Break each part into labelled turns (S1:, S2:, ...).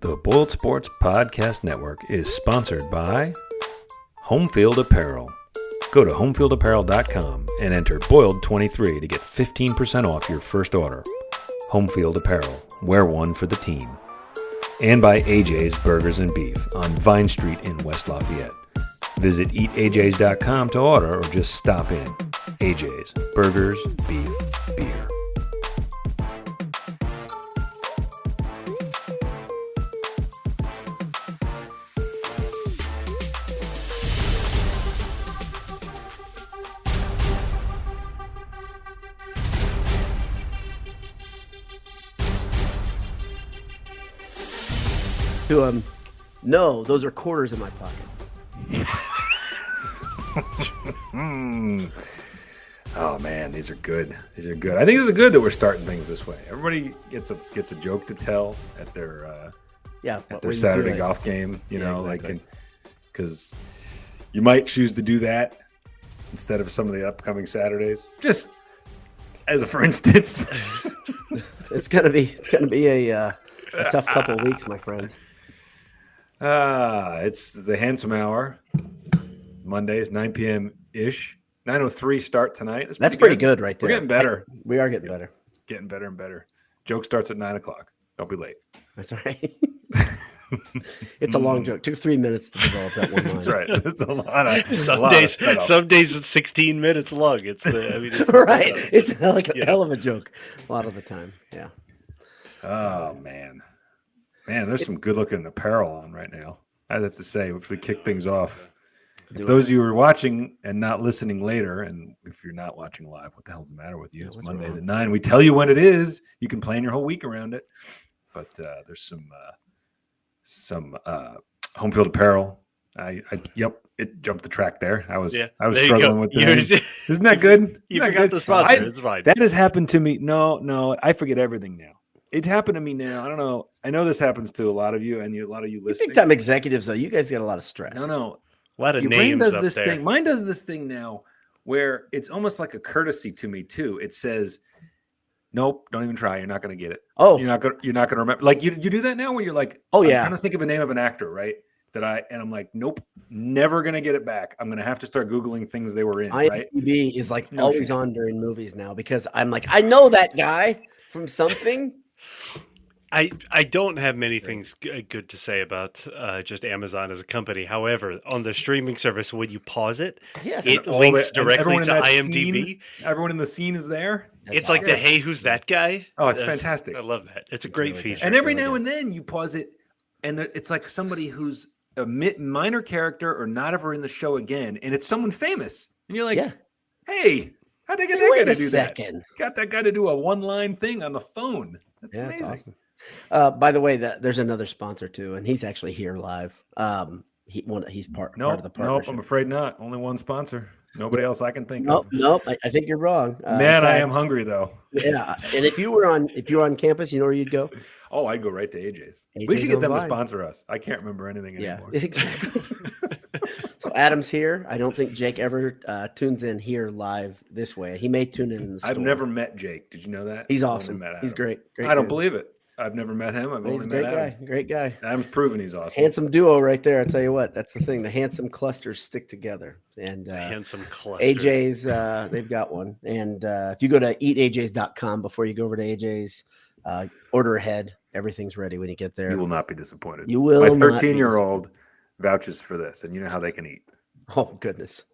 S1: The Boiled Sports Podcast Network is sponsored by Homefield Apparel. Go to homefieldapparel.com and enter Boiled23 to get 15% off your first order. Homefield Apparel, wear one for the team. And by AJ's Burgers and Beef on Vine Street in West Lafayette. Visit E eataj's.com to order or just stop in. AJ's Burgers, Beef, Beer.
S2: to him, No, those are quarters in my pocket.
S1: Oh man, these are good. These are good. I think this is good that we're starting things this way. Everybody gets a gets a joke to tell at their uh,
S2: Yeah,
S1: at
S2: when
S1: their
S2: you do
S1: Saturday
S2: that-
S1: golf game. You
S2: Yeah,
S1: know,
S2: exactly.
S1: like because you might choose to do that instead of some of the upcoming Saturdays. Just as a for instance,
S2: It's gonna be it's gonna be a, uh, a tough couple of weeks, my friend.
S1: ah, it's the handsome hour. Mondays, nine p.m. ish. Nine oh three start tonight.
S2: That's pretty good right
S1: We're
S2: there.
S1: getting better,
S2: We are getting better.
S1: getting better and better. Joke starts at nine o'clock. Don't be late.
S2: That's all right. it's a long joke. Took three minutes to develop that one line.
S1: That's right. It's a lot of a
S3: some
S1: lot of
S3: days
S1: setup.
S3: some days it's 16 minutes long it's the, I mean, it's
S2: right. It's like a
S3: Yeah.
S2: hell of a joke a lot of the time. Yeah.
S1: Oh man, man, there's some good looking apparel on right now. I'd have to say, if we kick things off,
S2: Do
S1: if
S2: it.
S1: those of you who are watching and not listening later, and if you're not watching live, what the hell's the matter with you?
S2: Yeah,
S1: it's
S2: what's
S1: Mondays
S2: wrong?
S1: at nine. We tell you when it is. You can plan your whole week around it. But uh, there's some uh, some uh, home field apparel. I, I yep, it jumped the track there. I was
S3: yeah
S1: I was
S3: there you go.
S1: struggling with the
S3: You're-
S1: name. Isn't that good? Isn't
S3: you
S1: that
S3: forgot
S1: good?
S3: the sponsor
S1: I-
S3: it's fine
S1: That has happened to me. No, no, I forget everything now. It's happened to me now. I don't know. I know this happens to a lot of you and you, a lot of you listening.
S2: Big time executives though, you guys get a lot of stress.
S1: No, no.
S3: a lot of
S1: Your brain
S3: names
S1: does
S3: up
S1: this
S3: there.
S1: thing. Mine does this thing now where it's almost like a courtesy to me too. It says, Nope, don't even try. You're not gonna get it.
S2: Oh,
S1: You're not gonna you're not gonna remember. Like you you do that now where you're like,
S2: Oh,
S1: I'm
S2: yeah.
S1: trying to think of a name of an actor, right? That I and I'm like, Nope, never gonna get it back. I'm gonna have to start Googling things they were in, right?
S2: IMDb is like
S1: No
S2: always
S1: chance.
S2: on during movies now because I'm like, I know that guy from something.
S3: I, I don't have many things g- uh, good to say about uh, just Amazon as a company. However, on the streaming service, when you pause it,
S2: Yes.
S3: it
S1: all
S3: links
S1: the- and
S3: directly
S1: everyone
S3: to
S1: in that
S3: IMDb.
S1: scene- Everyone in the scene is there.
S2: That's
S3: it's like the
S2: awesome.
S3: "Hey, who's that guy?"
S1: Oh, it's
S3: That's-
S1: fantastic.
S3: I love that. It's a great
S2: really good.
S3: feature.
S1: and every
S2: really
S1: now
S2: good.
S1: and then you pause it and there, it's like somebody who's a mi- minor character or not ever in the show again and it's someone famous and you're like
S2: Yeah.
S1: hey how'd they get that guy
S2: Wait
S1: to
S2: a
S1: do
S2: second.
S1: that got that guy to do a one-line thing on the phone that's
S2: Yeah, it's
S1: amazing
S2: awesome. Uh, by the way, that there's another sponsor too, and he's actually here live. Um, he one he's part
S1: nope,
S2: part of the
S1: nope
S2: partnership.
S1: i'm afraid not only one sponsor nobody else i can think
S2: nope,
S1: of
S2: nope. I, I think you're wrong. Uh, in
S1: man i
S2: fact-
S1: am hungry though
S2: Yeah, and if you were on if you were on campus, you know where you'd go.
S1: oh i'd go right to aj's, we
S2: AJ's
S1: should get
S2: on
S1: them to
S2: Vine.
S1: sponsor us i can't remember anything
S2: Yeah,
S1: anymore
S2: exactly. so Adam's here. I don't think Jake ever uh, tunes in here live this way. He may tune in in the.
S1: i've
S2: store.
S1: never met jake did you know that
S2: He's
S1: I've only
S2: awesome.
S1: met
S2: He's
S1: Adam.
S2: great. great
S1: i don't
S2: dude.
S1: believe it i've never met him i've
S2: He's
S1: only
S2: a
S1: met
S2: great
S1: adam
S2: guy. Great guy.
S1: Adam's proven he's awesome.
S2: Handsome duo right there. I tell you what, that's the thing. The handsome clusters stick together, and uh,
S3: handsome cluster.
S2: AJ's, uh, they've got one. And uh, if you go to eataj's.com before you go over to AJ's, uh, order ahead. Everything's ready when you get there.
S1: You will not be disappointed.
S2: You will
S1: My
S2: not be
S1: 13 year old vouches for this, and you know how they can eat.
S2: Oh, goodness.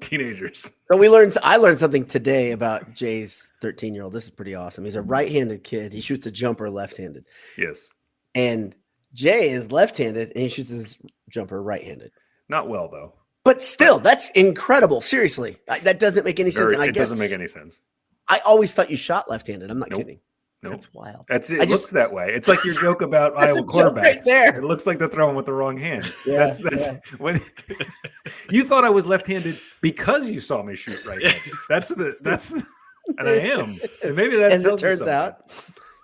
S1: Teenagers.
S2: So we learned, I learned something today about Jay's 13 year old. This is pretty awesome. He's a right handed kid. He shoots a jumper left handed.
S1: Yes.
S2: And Jay is left handed and he shoots his jumper right handed.
S1: Not well, though.
S2: But still, that's incredible. Seriously, I- that doesn't make any sense.
S1: Very-
S2: and I
S1: it
S2: guess
S1: doesn't make any sense.
S2: I always thought you shot left handed. I'm not
S1: Nope.
S2: kidding.
S1: No.
S2: That's wild.
S1: That's it.
S2: I
S1: it
S2: just-
S1: looks that way. It's like your joke about
S2: That's
S1: Iowa
S2: a joke right
S1: quarterbacks.
S2: there.
S1: It looks like they're throwing with the wrong hand.
S2: Yeah,
S1: that's that's when you thought I was left-handed because you saw me shoot right. handed That's the that's the, and I am. And maybe that
S2: as it
S1: tells you
S2: turns
S1: something.
S2: out.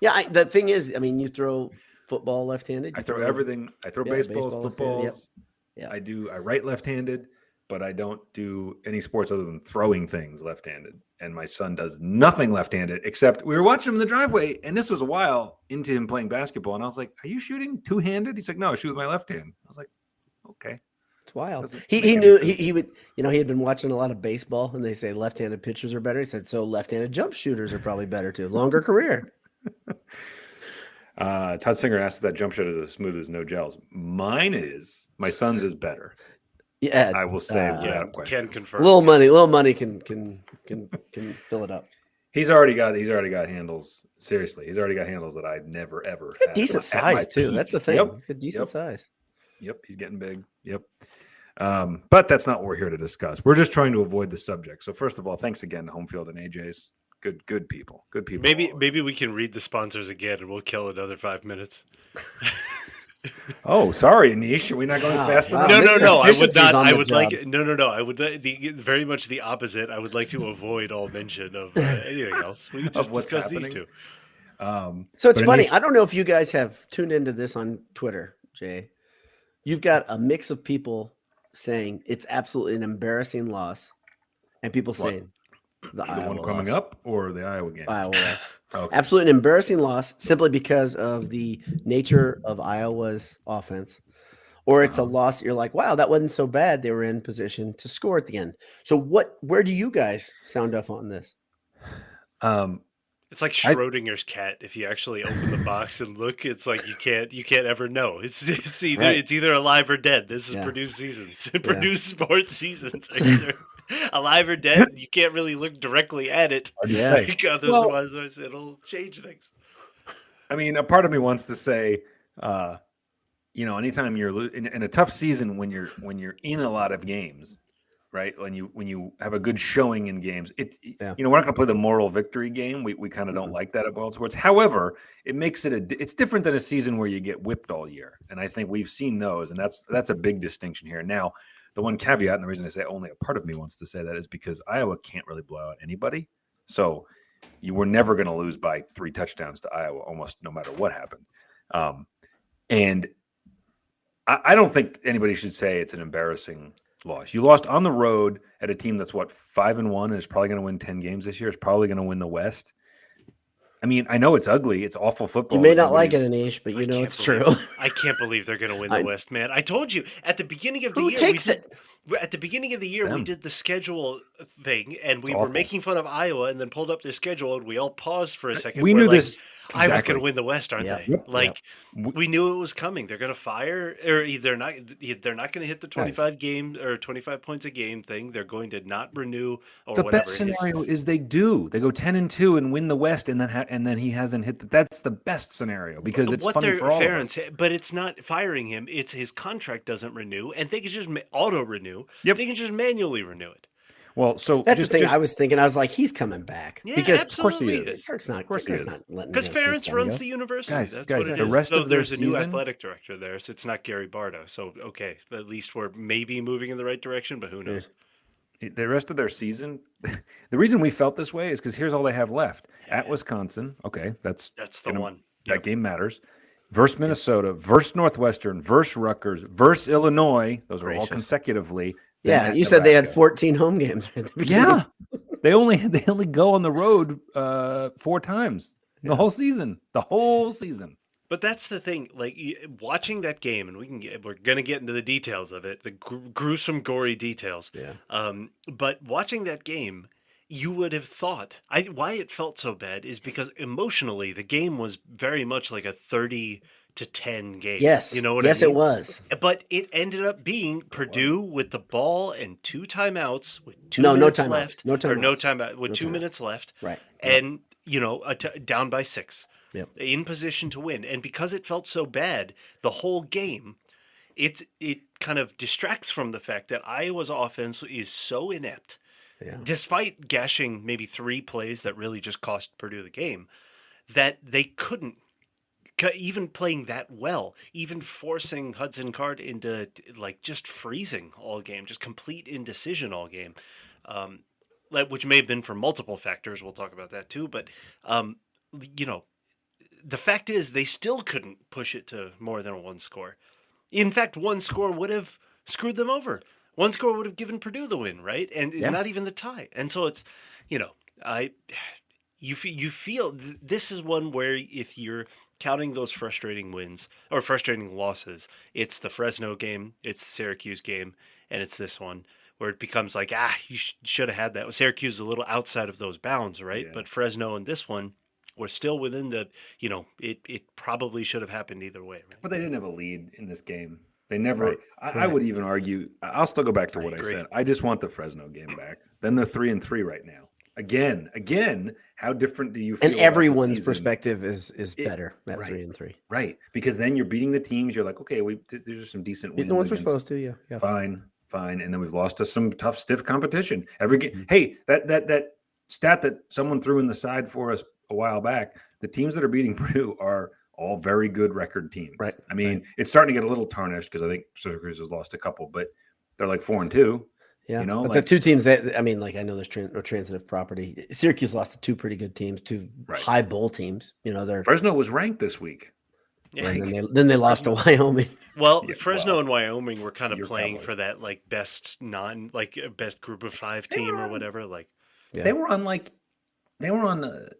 S2: Yeah, I, the thing is, I mean, you throw football left-handed.
S1: I
S2: you
S1: throw everything. I throw
S2: yeah,
S1: baseballs,
S2: baseball left-handed,
S1: footballs.
S2: yep. Yeah.
S1: I do. I write left-handed. but I don't do any sports other than throwing things left handed. And my son does nothing left handed except we were watching him in the driveway. And this was a while into him playing basketball. And I was like, Are you shooting two handed? He's like, No, I shoot with my left hand. I was like, Okay.
S2: It's wild.
S1: Doesn't
S2: He,
S1: make
S2: he
S1: any
S2: knew he,
S1: sense.
S2: he would you know he had been watching a lot of baseball and they say left-handed pitchers are better. He said so left-handed jump shooters are probably better too. Longer career.
S1: Uh, Todd Singer asked if that jump shot is as smooth as no gels. Mine is. My son's is better.
S2: Yeah,
S1: I will say
S2: Uh,
S1: without
S3: yeah,
S1: question.
S3: can confirm.
S2: little money, little money can can can can fill it up.
S1: He's already got. He's already got handles. Seriously, he's already got handles that I've never ever.
S2: He's got
S1: had.
S2: decent
S1: At my
S2: size too.
S1: peak.
S2: That's the thing.
S1: Yep.
S2: He's got decent
S1: Yep.
S2: size.
S1: Yep, he's getting big. Yep. Um, but that's not what we're here to discuss. We're just trying to avoid the subject. So first of all, thanks again to Homefield and AJ's. Good, good people. Good people.
S3: maybe
S1: all over.
S3: maybe we can read the sponsors again and we'll kill another five minutes.
S1: Oh, sorry, Anish. Are we not going
S2: Wow,
S1: fast
S2: Ah, wow.
S1: enough?
S3: no, no,
S2: Mr.
S3: no. I would
S2: Oh, Efficiency's
S3: not.
S2: on
S3: I
S2: the
S3: would like.
S2: job.
S3: No, no, no. I would like the very much the opposite. I would like to avoid all mention of uh, anything else. We can
S1: Of
S3: just
S1: what's
S3: discuss these
S1: happening?
S3: two.
S1: Um,
S2: So it's
S1: but
S2: funny.
S1: Anish-
S2: I don't know if you guys have tuned into this on Twitter, Jay. You've got a mix of people saying it's absolutely an embarrassing loss, and people
S1: What?
S2: saying the,
S1: the one coming up or the Iowa game?
S2: Iowa. loss.
S1: Okay.
S2: Absolutely an embarrassing loss simply because of the nature of Iowa's offense. Or it's a
S1: Uh-huh.
S2: loss you're like, wow, that wasn't so bad. They were in position to score at the end. So what where do you guys sound off on this?
S1: Um,
S3: It's like
S1: I-
S3: Schrodinger's cat. If you actually open the box and look, it's like you can't you can't ever know. It's it's either
S2: Right.
S3: it's either alive or dead. This is
S2: Yeah.
S3: produced seasons. produced sports seasons. right there. alive or dead. You can't really look directly at it.
S1: hard to
S2: Yeah.
S1: say.
S3: Because
S1: Well-
S3: otherwise it'll change things.
S1: I mean, a part of me wants to say, uh, you know, anytime you're lo- in, in a tough season when you're when you're in a lot of games, right? When you when you have a good showing in games, it
S2: Yeah.
S1: you know we're not going to play the moral victory game. We we kind of don't like that at World Sports. However, it makes it a di- it's different than a season where you get whipped all year, and I think we've seen those, and that's that's a big distinction here. Now, the one caveat and the reason I say only a part of me wants to say that is because Iowa can't really blow out anybody, so you were never going to lose by three touchdowns to Iowa, almost no matter what happened. Um, and I, I don't think anybody should say it's an embarrassing loss. You lost on the road at a team that's what five and one and is probably going to win ten games this year. It's probably going to win the West. I mean, I know it's ugly. It's awful football.
S2: You may
S1: that
S2: not like
S1: nobody-
S2: it, Anish, but you
S3: I
S2: know
S3: can't
S2: it's
S3: believe-
S2: true.
S3: I can't believe they're going to win the
S2: I-
S3: West, man. I told you at the beginning of the
S2: Who
S3: year.
S2: takes
S3: we did,
S2: it?
S3: At the beginning of the year, we
S1: them.
S3: did the schedule thing, and we were
S1: awful.
S3: making fun of Iowa, and then pulled up their schedule, and we all paused for a second.
S1: We
S3: We're
S1: knew
S3: like,
S1: this.
S3: Iowa's
S1: exactly.
S3: going to win the West, aren't
S2: Yeah.
S3: they?
S1: Yep.
S3: Like
S1: Yep.
S3: we knew it was coming. They're going to fire, or e, they're not. They're not going to hit the twenty-five game or twenty-five points a game thing. They're going to not renew or
S1: the
S3: whatever.
S1: best
S3: it is.
S1: scenario is they do. They go ten and two and win the West, and then ha- and then he hasn't hit. The, that's the best scenario because it's
S3: what
S1: funny
S3: they're
S1: for all
S3: fair
S1: of
S3: and
S1: us.
S3: sa- but it's not firing him. It's his contract doesn't renew, and they can just auto renew.
S1: Yep.
S3: They can just manually renew it.
S1: Well, so
S2: That's
S1: just-
S2: the thing
S1: just-
S2: I was thinking. I was like, he's coming back.
S3: Yeah,
S2: because
S1: of course he
S3: absolutely.
S1: is.
S2: Kirk's not,
S1: Of course he
S2: Kirk's
S1: is.
S2: not letting
S3: Because
S2: this- this
S3: Ferentz
S2: thing
S3: runs
S2: go.
S3: the university.
S1: Guys,
S3: That's
S1: guys,
S3: what it is.
S1: the rest
S3: Though
S1: of their
S3: there's a new
S1: season-
S3: athletic director there, so it's not Gary Bardo. So okay, at least we're maybe moving in the right direction, but who knows?
S1: the rest of their season. The reason we felt this way is because here's all they have left at Wisconsin. Okay, that's
S3: That's the
S1: You know,
S3: one.
S1: that
S3: Yep.
S1: game matters. Versus Minnesota, versus Northwestern, versus Rutgers, versus Illinois. Those are all
S2: Gracious.
S1: consecutively. then
S2: Yeah,
S1: at
S2: you said they had
S1: Nebraska.
S2: 14 home games. At the beginning.
S1: Yeah, they only they only go on the road uh, four times the
S2: Yeah.
S1: whole season. The whole season.
S3: But that's the thing, like y- watching that game, and we can get, we're gonna get into the details of it, the gr- gruesome, gory details.
S2: Yeah.
S3: Um, but watching that game, you would have thought I why it felt so bad is because emotionally the game was very much like a thirty to ten game.
S2: Yes.
S3: you know what
S2: yes,
S3: I mean.
S2: it was.
S3: But it ended up being Purdue with the ball and two timeouts with two
S2: No, no
S3: minutes
S2: timeouts.
S3: left
S2: No
S3: or no
S2: timeouts.
S3: timeout with
S2: No
S3: two
S2: timeouts.
S3: minutes left
S2: Right.
S3: and you know a t- down by six
S2: Yep.
S3: in position to win and because it felt so bad the whole game it's it kind of distracts from the fact that iowa's offense is so inept
S2: Yeah.
S3: despite gashing maybe three plays that really just cost purdue the game that they couldn't c- even playing that well even forcing hudson card into like just freezing all game just complete indecision all game um, like- which may have been for multiple factors. We'll talk about that too. But um, you know, the fact is they still couldn't push it to more than one score. In fact, one score would have screwed them over. One score would have given Purdue the win, right? And
S2: Yeah.
S3: not even the tie. And so it's, you know, I you fe- you feel th- this is one where if you're counting those frustrating wins or frustrating losses, it's the Fresno game, it's the Syracuse game, and it's this one where it becomes like ah, you sh- should have had that. Syracuse is a little outside of those bounds, right?
S1: Yeah.
S3: But Fresno and this one were still within the, you know, it it probably should have happened either way, right?
S1: But they didn't have a lead in this game. They never.
S2: Right,
S1: I, I
S2: right.
S1: would even argue. I- I'll still go back to
S3: I
S1: what I,
S3: agree.
S1: said. I just want the Fresno game back. Then they're three and three right now. Again, again. How different do you feel?
S2: And
S1: about the
S2: everyone's
S1: season?
S2: perspective is is
S1: It-
S2: better at
S1: right.
S2: three and three.
S1: right? Because then you're beating the teams. You're like, okay, we th- these are some decent
S2: The
S1: wins.
S2: ones we're
S1: against-
S2: supposed to, yeah, yeah.
S1: Fine, fine. And then we've lost to some tough, stiff competition. Every game. Hey, that that that stat that someone threw in the side for us a while back. The teams that are beating Purdue are all very good record teams.
S2: Right.
S1: I mean, it's starting to get a little tarnished because I think Syracuse has lost a couple, but they're like four and two.
S2: Yeah,
S1: You know,
S2: but
S1: like-
S2: the two teams that I mean, like I know there's tran- no transitive property. Syracuse lost to two pretty good teams, two
S1: Right.
S2: high bowl teams. You know, they're
S1: Fresno was ranked this week.
S3: Yeah.
S2: and then they then they lost to Wyoming.
S3: Well,
S1: Yeah,
S3: Fresno
S1: well,
S3: and Wyoming were kind of
S1: your
S3: playing
S1: Cowboys.
S3: for that like best non like uh, best group of five
S1: They
S3: team
S1: were
S3: or
S1: on-
S3: whatever. Like
S2: Yeah.
S1: They were on like they were on uh,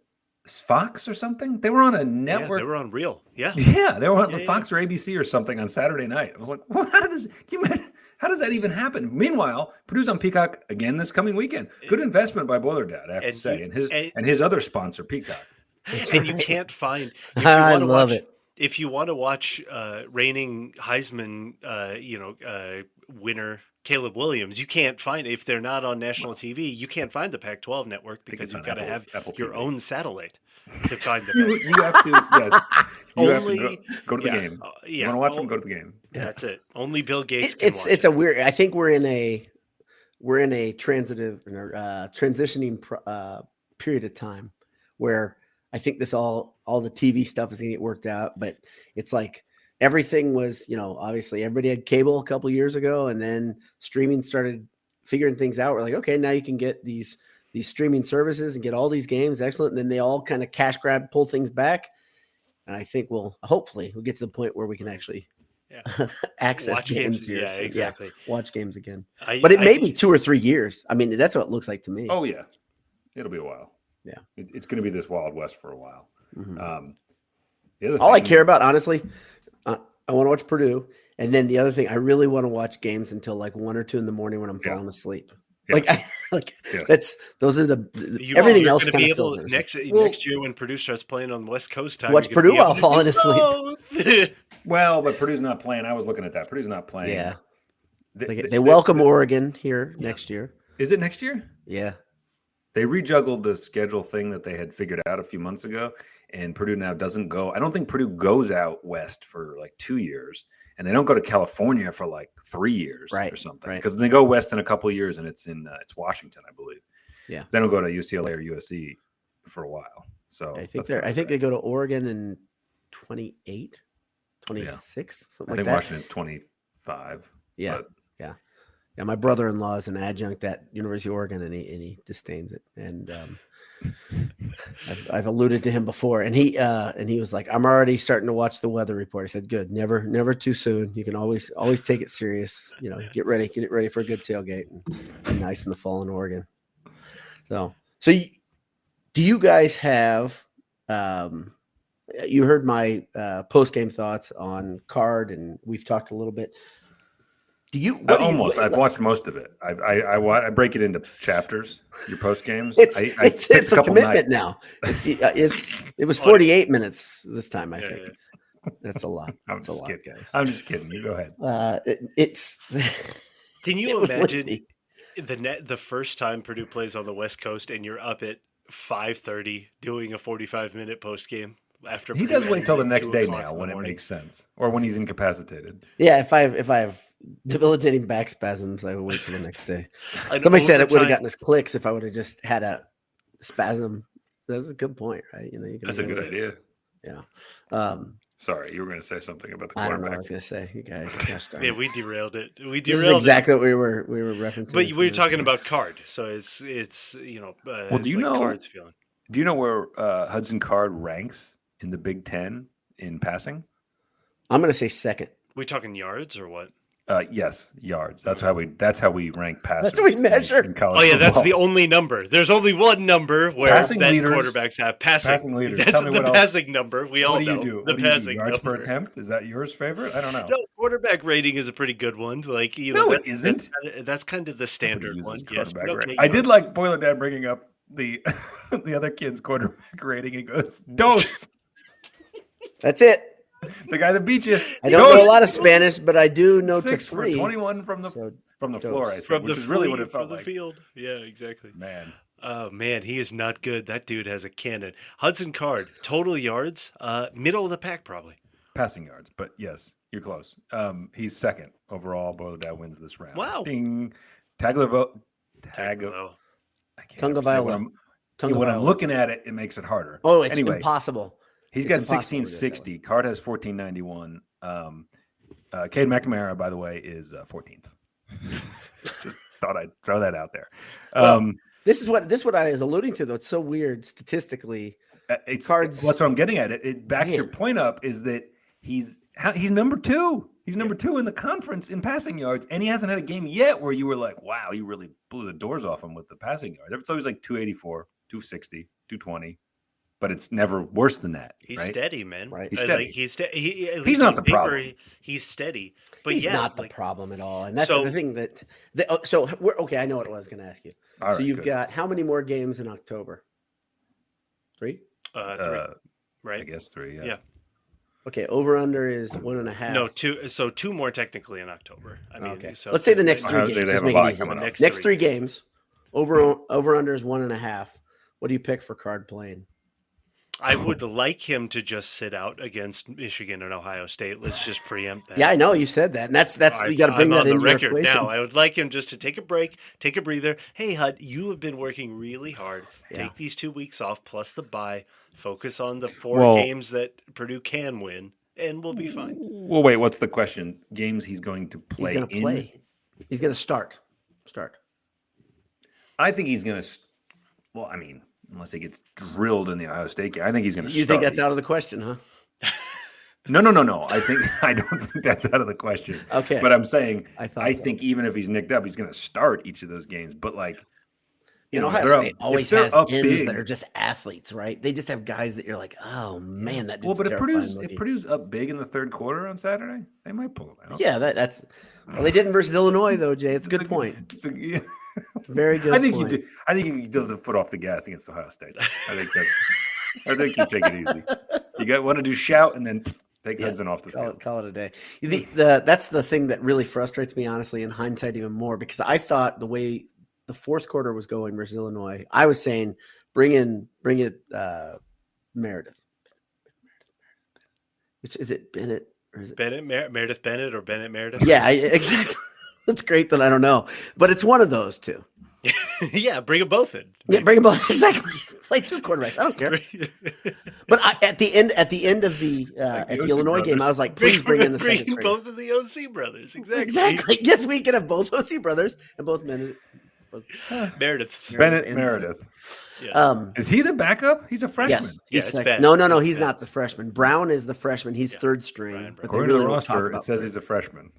S1: Fox or something. They were on a
S3: yeah,
S1: network.
S3: they were on real. Yeah,
S1: Yeah, they were on
S3: Yeah, yeah.
S1: Fox or ABC or something on Saturday night. I was like, well, how did this? Can you, imagine- how does that even happen? Meanwhile, Purdue's on Peacock again this coming weekend. Good investment by Boiler Dad, I have
S3: Eh, And
S1: to say,
S3: you-
S1: and his and,
S3: and-
S1: his other sponsor, Peacock.
S3: and you can't find. If you
S2: I
S3: wanna
S2: love
S3: watch,
S2: it.
S3: If you want to watch uh, reigning Heisman, uh, you know, uh, winner Caleb Williams, you can't find if they're not on national TV. You can't find the Pac-12 network
S1: think
S3: because
S1: it's
S3: you've
S1: on
S3: got to
S1: Apple-
S3: have
S1: Apple
S3: your
S1: TV.
S3: own satellite to find the.
S1: You, you have to yes, you have to go,
S3: Only-
S1: go to the
S3: yeah,
S1: game.
S3: uh,
S1: You
S3: yeah,
S1: want to watch
S3: o-
S1: them? Go to the game.
S2: Yeah.
S3: That's it. Only Bill Gates.
S2: It,
S3: can
S2: it's
S3: watch
S2: it's
S3: it.
S2: a weird. I think we're in a we're in a transitive or uh, transitioning pro, uh, period of time where I think this all all the TV stuff is going to get worked out, but it's like everything was you know obviously everybody had cable a couple years ago, and then streaming started figuring things out. We're like, okay, now you can get these these streaming services and get all these games, excellent. And then they all kind of cash grab, pull things back, and I think we'll hopefully we'll get to the point where we can actually. access
S3: Watch
S2: games,
S3: games.
S2: here,
S3: Yeah,
S2: so,
S3: exactly.
S2: watch games again.
S3: I-
S2: But it
S3: I-
S2: may be two or three years. I mean, that's what it looks like to me.
S1: Oh yeah, it'll be a while.
S2: Yeah.
S1: it, it's going to be this wild west for a while.
S2: Mhm.
S1: Um, the other
S2: All I
S1: thing-
S2: care about, honestly, uh, I want to watch Purdue. And then the other thing, I really want to watch games until like one or two in the morning when I'm
S1: Yeah.
S2: falling asleep.
S1: Yeah.
S2: Like, I, like
S1: Yes.
S2: that's those are the, the-
S3: You-
S2: everything
S3: you're
S2: else
S3: gonna
S2: kind
S3: be
S2: of fills
S3: able-
S2: in.
S3: next
S1: Well-
S3: next year when Purdue starts playing on the West Coast time.
S2: Watch
S3: you're gonna be
S2: Purdue
S3: able
S2: while falling asleep.
S3: to Oh, do both.
S1: Well, but Purdue's not playing. I was looking at that. Purdue's not playing.
S2: Yeah,
S1: Th-
S2: Like,
S1: th-
S2: they
S1: th-
S2: welcome
S1: th-
S2: Oregon here next year.
S1: Is it next year?
S2: Yeah,
S1: they rejuggled the schedule thing that they had figured out a few months ago and purdue now doesn't go i don't think purdue goes out west for like two years and they don't go to california for like three years or
S2: Right,
S1: something
S2: right.
S1: because they go west in a couple of years and it's in uh, it's washington i believe
S2: Yeah.
S1: they don't go to ucla or usc for a while so
S2: I think
S1: Oh, that's
S2: they're.
S1: kinda
S2: I think
S1: bad.
S2: they go to Oregon in 28, 26,
S1: i
S2: something like
S1: think
S2: that.
S1: washington's 25
S2: Yeah.
S1: but-
S2: yeah. Yeah. My brother in law is an adjunct at University of Oregon and he, and he disdains it. And um, I've, I've alluded to him before and he, uh, and he was like, I'm already starting to watch the weather report. I said, good, never, never too soon. You can always, always take it serious. You know, get ready, get it ready for a good tailgate and be nice in the fall in Oregon. So, so you, do you guys have, um, you heard my uh, post game thoughts on card, and we've talked a little bit. Do you?
S1: I
S2: What do you-
S1: almost
S2: what-
S1: i've watched most of it I, I i wa- i break it into chapters your post games
S2: It's
S1: I, I
S2: it's,
S1: picked
S2: it's a
S1: couple nights.
S2: commitment now. It's, uh, it's it was
S3: Well,
S2: forty eight minutes this time. I
S3: Yeah,
S2: think that's a lot.
S1: I'm
S2: That's a
S1: just
S2: lot,
S1: kidding.
S2: guys.
S1: i'm just kidding you go ahead
S2: Uh, it, it's.
S3: Can
S2: it
S3: you
S2: was
S3: imagine
S2: lengthy.
S3: the net the first time Purdue plays on the West Coast and you're up at five thirty doing a forty five minute post game after
S1: He
S3: Purdue
S1: does wait
S3: ends
S1: till the
S3: at
S1: next
S3: 2
S1: day
S3: o'clock in
S1: now
S3: the
S1: when it
S3: morning.
S1: makes sense, or when he's incapacitated.
S2: Yeah, if I have if I have debilitating back spasms, I would wait till the next day.
S3: An
S2: Somebody said it would have
S3: overtime-
S2: gotten us clicks if I would have just had a spasm. That's a good point, right? You know, you can
S1: That's a
S2: always-
S1: good idea.
S2: Um,
S1: Sorry, you were going to say something about the
S2: I don't know. what I
S1: quarterback.
S2: was gonna say, you guys. Gosh darn
S3: Yeah,
S2: it.
S3: we derailed it. We
S2: this is
S3: derailed it.
S2: exactly what we were we were referencing.
S3: But you- we were
S2: from
S3: talking
S2: the-
S3: about card, so it's it's you know. Uh,
S1: Well,
S3: it's
S1: do you
S3: like
S1: know-
S3: Card's feeling?
S1: Do you know where uh, Hudson Card ranks in the Big Ten in passing?
S2: I'm gonna say second.
S3: We talking yards or what?
S1: Uh, yes, yards. That's how we. That's how we rank passers.
S2: what we measure.
S3: Oh yeah, that's the only number. There's only one number where
S1: Passing
S3: that
S1: leaders-
S3: quarterbacks have passing.
S1: passing leaders.
S3: That's
S1: Tell me
S3: the
S1: what else-
S3: passing number. We all
S1: What do you
S3: know
S1: do?
S3: the
S1: What do you do?
S3: passing
S1: Yards per
S3: number.
S1: attempt. Is that yours favorite? I don't know.
S3: No, quarterback rating is a pretty good one. Like you know,
S1: No,
S3: that-
S1: it isn't.
S3: That's, kinda- that's kind of the standard
S1: Nobody
S3: one.
S1: uses
S3: Yes,
S1: quarterback
S3: okay,
S1: rating. I
S3: yeah.
S1: did like Boiler Dad bringing up the the other kid's quarterback rating. He goes, "Dos."
S2: That's it.
S1: the guy that beat you.
S2: I don't know a lot of Spanish, but I do know
S1: six
S2: to three.
S1: for twenty-one from the
S2: so
S1: from the
S2: dos.
S1: floor. I think,
S3: from
S1: which
S3: the
S1: is really what
S3: fleet
S1: it felt
S3: from
S1: like.
S3: the field. Yeah, exactly.
S1: Man,
S3: Oh man, he is not good. That dude has a cannon. Hudson Card, total yards, uh, middle of the pack probably.
S1: passing yards, but yes, you're close. Um, he's second overall. Boiler Dad wins this round.
S3: Wow.
S1: Ding. Tagliavo. Tag.
S3: Tagovailoa.
S1: I can't
S2: Tonga
S1: ever say
S2: Viola.
S1: When I'm,
S2: Tonga
S1: when I'm
S2: Viola.
S1: looking at it, it makes it harder.
S2: Oh, it's
S1: Anyway.
S2: impossible.
S1: He's
S2: It's
S1: got
S2: impossible to do it that
S1: 1660.
S2: way.
S1: Card has 1491. Um, uh, Cade McNamara, by the way, is uh, 14th. Just thought I'd throw that out there.
S2: Well,
S1: Um,
S2: This is what this is what I was alluding to though. It's so weird statistically.
S1: uh, it's
S2: cards-
S1: cards. That's what I'm getting at. It, it backs your
S2: Man.
S1: point up is that he's how, he's number two. He's number two in the conference in passing yards, and he hasn't had a game yet where you were like, "Wow, you really blew the doors off him with the passing yards." It's always like 284, 260, 220, but it's never worse than that.
S3: He's
S1: right?
S3: steady, man.
S2: Right.
S1: He's
S3: Uh,
S1: steady.
S3: Like he's ste- he, at
S1: He's
S3: least
S1: not
S3: on
S1: the
S3: paper,
S1: problem.
S3: he- he's steady. But
S2: he's
S3: yeah,
S2: not the
S3: like,
S2: problem at all. And that's
S3: So-
S2: the thing that, that oh, so we're okay, I know what I was gonna ask you.
S1: All
S2: so
S1: right,
S2: you've
S1: good.
S2: got how many more games in October? Three?
S3: uh, three,
S1: Uh, I
S3: right?
S1: guess three.
S3: Yeah.
S2: Okay, over under is one and a half.
S3: No, two. So two more technically in October. I mean,
S2: okay.
S3: so
S2: Let's say the
S3: there's
S2: next
S3: like-
S2: three
S1: Ohio State,
S2: games.
S1: they
S2: Let's
S1: have a
S2: make it
S1: bye
S2: easy.
S1: coming up.
S2: Next three games. Over over under is one and a half. What do you pick for card playing?
S3: I would like him to just sit out against Michigan and Ohio State. Let's just preempt that.
S2: Yeah, I know you said that. And that's that's you gotta
S3: I-
S2: bring
S3: I'm
S2: that
S3: on
S2: into
S3: the
S2: your
S3: record
S2: equation.
S3: now. I would like him just to take a break, take a breather. Hey, Hud, you have been working really hard.
S2: Yeah.
S3: Take these two weeks off plus the bye. Focus on the four
S1: Well-
S3: games that Purdue can win, and we'll be fine.
S1: Well, wait. What's the question? Games he's going to
S2: He's
S1: play.
S2: gonna
S1: in?
S2: play. He's gonna start. Start.
S1: I think he's going to. Well, I mean, unless he gets drilled in the Ohio State game, I think he's going to.
S2: You think that's out of the question, huh?
S1: No, no, no, no. I think I don't think that's out of the question.
S2: Okay.
S1: But I'm saying
S2: I thought
S1: I
S2: so.
S1: think even if he's nicked up, he's going to start each of those games. But like,
S2: You know,
S1: if
S2: Ohio
S1: they're up-
S2: State
S1: if
S2: always
S1: they're
S2: has
S1: up
S2: ends
S1: big-
S2: that are just athletes, right? They just have guys that you're like, oh man, that.
S1: Well,
S2: Dude's
S1: but if
S2: terrifying
S1: Purdue's if
S2: looking."
S1: Purdue's up big in the third quarter on Saturday, they might pull him out.
S2: yeah, that, that's. Well, they didn't versus Illinois though, Jay. It's a good point.
S1: It's a- yeah.
S2: Very good.
S1: I think
S2: point.
S1: you do. I think you do the foot off the gas against Ohio State. I think that's. I think you take it easy. You got want to do shout and then take
S2: Yeah,
S1: Hudson off the
S2: Call
S1: field.
S2: it, call it a day. The, the, that's the thing that really frustrates me, honestly, in hindsight, even more because I thought the way the fourth quarter was going versus Illinois, I was saying, bring in, bring it, uh, Meredith. Which is it, Bennett or is it?
S3: Bennett Mer- Meredith Bennett or Bennett Meredith.
S2: Yeah, I- exactly. It's great that I don't know, but it's one of those two.
S3: yeah, bring them both in.
S2: Yeah, bring them both exactly. Play two quarterbacks. I don't care. But I, at the end, at the end of the uh,
S1: like the
S2: at the
S1: Olsen
S2: Illinois game,
S1: brothers.
S2: I was like, please bring in the
S3: bring
S2: second string.
S3: both of the OC brothers. Exactly.
S2: Exactly. Yes, we can have both OC brothers and both men.
S3: Meredith's.
S2: Meredith
S1: Bennett
S2: and-
S1: Meredith
S3: Yeah.
S2: Um,
S1: is he the backup? He's a freshman.
S2: yes,
S3: Yeah,
S2: he's
S3: it's
S2: second.
S3: bad.
S2: No, no, no.
S3: It's
S2: He's
S3: bad.
S2: not the freshman. Brown is the freshman. He's
S3: Yeah,
S2: third string.
S3: Brian
S2: but they
S1: According
S2: really
S1: to the
S2: don't talk
S1: roster, it
S2: about
S1: says
S2: third.
S1: he's a freshman.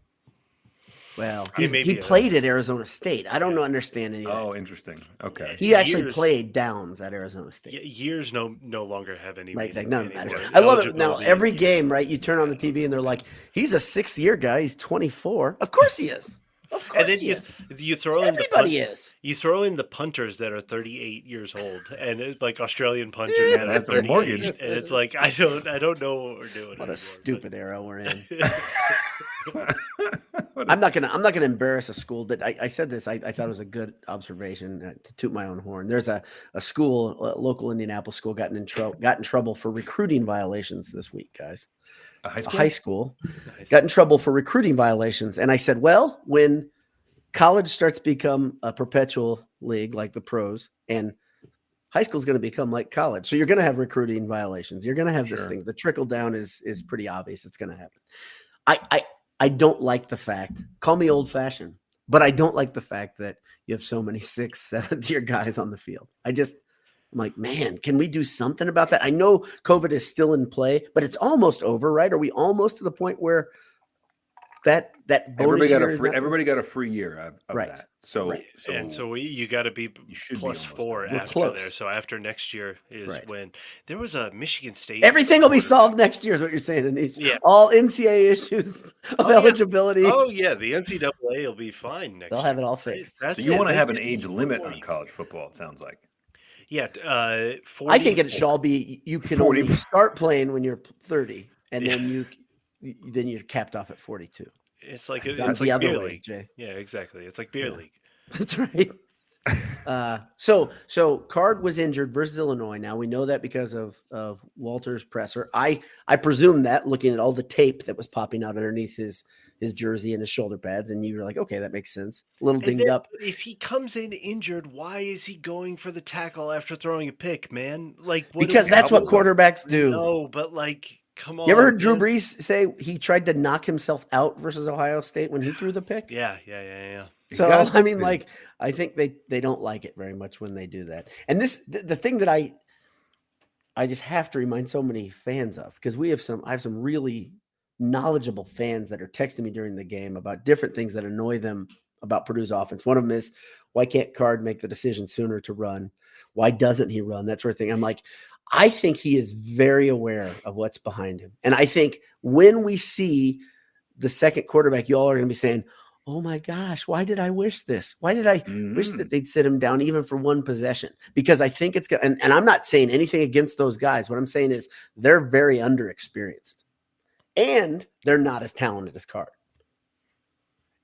S2: well.
S3: He
S2: He's,
S3: may
S2: he
S3: be a-
S2: played at Arizona State. I don't
S3: Yeah.
S2: know, understand any of that.
S1: Oh, interesting. Okay.
S2: he actually
S3: years-
S2: played downs at Arizona State.
S3: Ye- years no no longer have any.
S2: Right,
S3: meaning
S2: exactly. None of it
S3: anymore.
S2: matters. I love it now.
S3: Eligibility
S2: Every
S3: is-
S2: game, right? You turn on the TV and they're like, "He's a sixth year guy. He's 24. Of course he is. Of course
S3: and then
S2: he
S3: you,
S2: is.
S3: you throw in the punt,
S2: Everybody is.
S3: you throw in the punters that are 38 years old and it's like Australian punters
S2: Yeah,
S3: that
S1: that's a
S3: are 38,
S1: mortgage.
S3: and it's like I don't I don't know what we're doing.
S2: What
S3: anymore,
S2: a stupid era we're in.
S3: but-
S1: What
S2: I'm
S1: is-
S2: not gonna. I'm not gonna embarrass a school that I, I said this. I, I thought it was a good observation uh, to toot my own horn. There's a a school, a local Indianapolis school, gotten in trouble, got in trouble for recruiting violations this week, guys.
S1: a high
S2: A
S1: school.
S2: high school
S3: Nice.
S2: got in trouble for recruiting violations, and I said, well, when college starts to become a perpetual league like the pros, and high school's going to become like college, so you're going to have recruiting violations. You're going to have this
S1: Sure.
S2: thing. The trickle down is is pretty obvious. It's going to happen. I, I I don't like the fact. Call me old fashioned, but I don't like the fact that you have so many six, seventh year guys on the field. I just I'm like, man, can we do something about that? I know COVID is still in play, but it's almost over, right? Are we almost to the point where that that bonus
S4: everybody got
S2: year
S4: a
S2: is
S4: free,
S2: not-
S4: everybody got a free year of, of
S2: Right.
S4: that. So,
S2: Right.
S4: so
S3: and so we, you got to be b-
S4: You should be
S3: plus
S4: almost there.
S3: four
S2: We're
S3: after there.
S2: close.
S3: So after next year is
S2: Right.
S3: when there was a Michigan State.
S2: everything will be
S3: quarterback.
S2: solved next year. Is what you're saying, Anish?
S3: Yeah.
S2: All NCAA issues of
S3: Oh, yeah.
S2: eligibility,
S3: Oh yeah, the NCAA will be fine next.
S2: they'll
S3: year.
S2: have it all
S3: That's
S2: fixed.
S4: so
S3: that's
S4: you
S3: it.
S4: want to
S3: They
S4: have an
S3: did
S4: age
S3: one
S4: limit on
S3: week.
S4: college football. It sounds like
S3: Yeah, t- uh, 40,
S2: I think it shall be. You can
S4: 40.
S2: only start playing when you're 30, and
S3: Yeah.
S2: then you you- then you're capped off at 42.
S3: It's like
S2: That's
S3: it's
S2: the
S3: like
S2: other
S3: beer
S2: way,
S3: league.
S2: Jay.
S3: Yeah, exactly. It's like beer
S2: Yeah.
S3: league.
S2: That's right. Uh, so so Card was injured versus Illinois. Now we know that because of of Walter's presser. I I presume that looking at all the tape that was popping out underneath his his jersey and his shoulder pads, and you were like, okay, that makes sense. A little
S3: And
S2: dinged
S3: then
S2: up.
S3: If he comes in injured, why is he going for the tackle after throwing a pick, man? Like what do
S2: because
S3: we-
S2: that's what
S4: Cowboys are-
S2: quarterbacks do.
S3: No, but like, come on.
S2: You ever heard Drew
S3: man.
S2: Brees say he tried to knock himself out versus Ohio State when he threw the pick?
S3: Yeah, yeah, yeah, yeah.
S4: You
S2: So
S4: got
S2: I mean,
S4: to.
S2: like, I think they they don't like it very much when they do that. And this the, the thing that I I just have to remind so many fans of because we have some I have some really knowledgeable fans that are texting me during the game about different things that annoy them about Purdue's offense. One of them is why can't Card make the decision sooner to run? Why doesn't he run? That sort of thing. I'm like, I think he is very aware of what's behind him. And I think when we see the second quarterback, y'all are going to be saying, Oh my gosh, why did I wish this? Why did I wish
S4: Mm.
S3: Mm-hmm.
S2: that they'd sit him down even for one possession? Because I think it's going to, and, and I'm not saying anything against those guys. What I'm saying is they're very underexperienced and they're not as talented as Card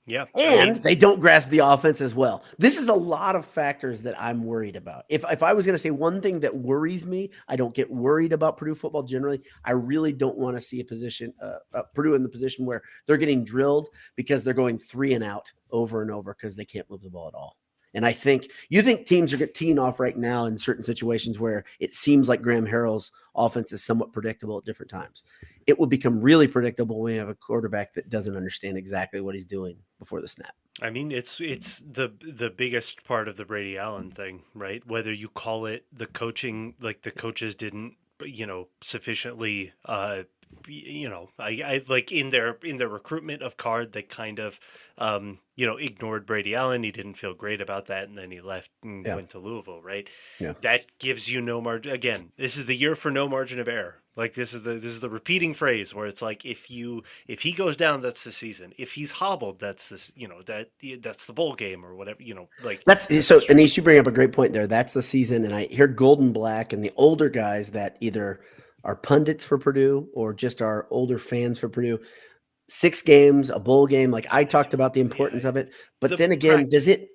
S3: Yeah. I mean,
S2: and they don't grasp the offense as well. This is a lot of factors that I'm worried about. If if I was going to say one thing that worries me, I don't get worried about Purdue football generally. I really don't want to see a position uh, uh, Purdue in the position where they're getting drilled because they're going three and out over and over because they can't move the ball at all. And I think you think teams are get teeing off right now in certain situations where it seems like Graham Harrell's offense is somewhat predictable at different times it will become really predictable when you have a quarterback that doesn't understand exactly what he's doing before the snap.
S3: I mean, it's it's the the biggest part of the Brady Allen thing, right? Whether you call it the coaching, like the coaches didn't, you know, sufficiently, uh, y- you know, I, I like in their in their recruitment of Card, they kind of, um, you know, ignored Brady Allen. He didn't feel great about that, and then he left and
S2: Yeah.
S3: went to Louisville, right?
S2: Yeah.
S3: That gives you no margin. Again, this is the year for no margin of error. Like this is the this is the repeating phrase where it's like if you if he goes down, that's the season. If he's hobbled, that's this, you know, that that's the bowl game or whatever, you know, like
S2: That's so Anish, you bring up a great point there. That's the season. And I hear Golden Black and the older guys that either are pundits for Purdue or just are older fans for Purdue. Six games, a bowl game. Like I talked about the importance of it. But
S3: The
S2: then again,
S3: practice
S2: does it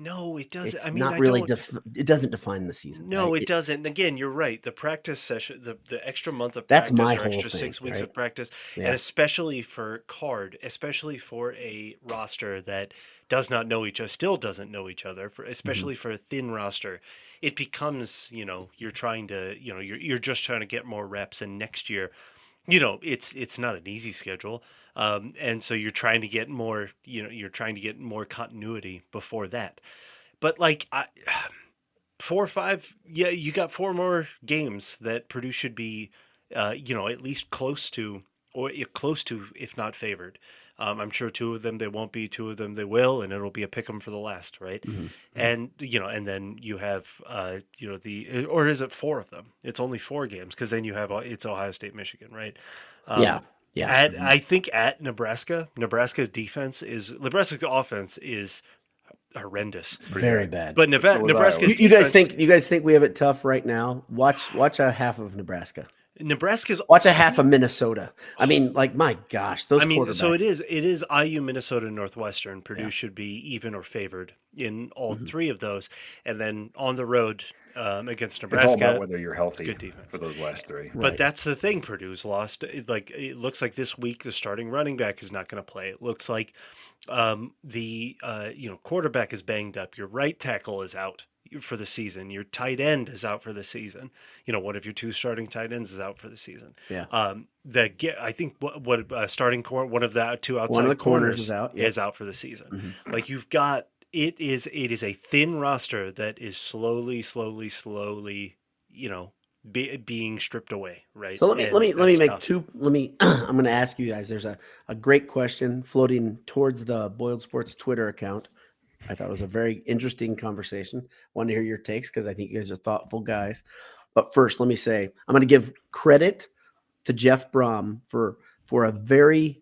S3: no, it doesn't.
S2: it's
S3: I mean,
S2: not
S3: I
S2: really
S3: don't-
S2: def- it doesn't define the season.
S3: No,
S2: right?
S3: it doesn't. And again, you're right. The practice session, the, the extra month of
S2: That's
S3: practice
S2: my
S3: or
S2: whole
S3: extra
S2: thing,
S3: six weeks
S2: right?
S3: of practice,
S2: Yeah.
S3: and especially for card, especially for a roster that does not know each other, still doesn't know each other,
S2: Mm-hmm.
S3: for especially for a thin roster, it becomes, you know, you're trying to, you know, you're you're just trying to get more reps and next year you know it's it's not an easy schedule um, and so you're trying to get more you know you're trying to get more continuity before that but like I, four or five yeah you got four more games that purdue should be uh, you know at least close to or i- close to if not favored um, i'm sure two of them they won't be two of them they will and it'll be a pick 'em for the last right
S2: Mhm.
S3: and you know and then you have uh you know the or is it four of them it's only four games because then you have uh, it's ohio state michigan right um,
S2: yeah. Yeah.
S3: at, I think at Nebraska, Nebraska's defense is Nebraska's offense is horrendous.
S4: It's pretty
S2: Very
S4: bad.
S2: bad.
S3: But Neva-
S4: was
S3: Nebraska's
S2: you, you guys
S3: defense-
S2: think you guys think we have it tough right now? Watch watch a half of Nebraska.
S3: Nebraska's
S2: Watch a half of Minnesota. I mean, like my gosh, those
S3: I mean,
S2: quarterbacks.
S3: so it is. It is IU, Minnesota, Northwestern. Purdue
S2: Yeah.
S3: should be even or favored in all
S2: Mhm.
S3: three of those, and then on the road um, against
S4: It's all
S3: Nebraska.
S4: about whether you're healthy
S3: good defense.
S4: for those last three.
S2: Right.
S3: But that's the thing. Purdue's lost. It, like it looks like this week the starting running back is not going to play. It looks like um, the uh, you know quarterback is banged up. Your right tackle is out for the season. Your tight end is out for the season. You know, one of your two starting tight ends is out for the season.
S2: Yeah.
S3: Um, the get, I think what, what uh, starting corner, one of the two outside
S2: one of the corners,
S3: corners
S2: is out. Yeah. Mm-hmm.
S3: is out for the season. Like you've got it is it is a thin roster that is slowly, slowly, slowly, you know, be, being stripped away, right?
S2: So let me let me
S3: And
S2: let me
S3: that's
S2: make
S3: tough.
S2: two. Let me. I'm going to ask you guys. There's a a great question floating towards the Boiled Sports Twitter account. I thought it was a very interesting conversation. Want to hear your takes because I think you guys are thoughtful guys. But first, let me say I'm going to give credit to Jeff Brom for for a very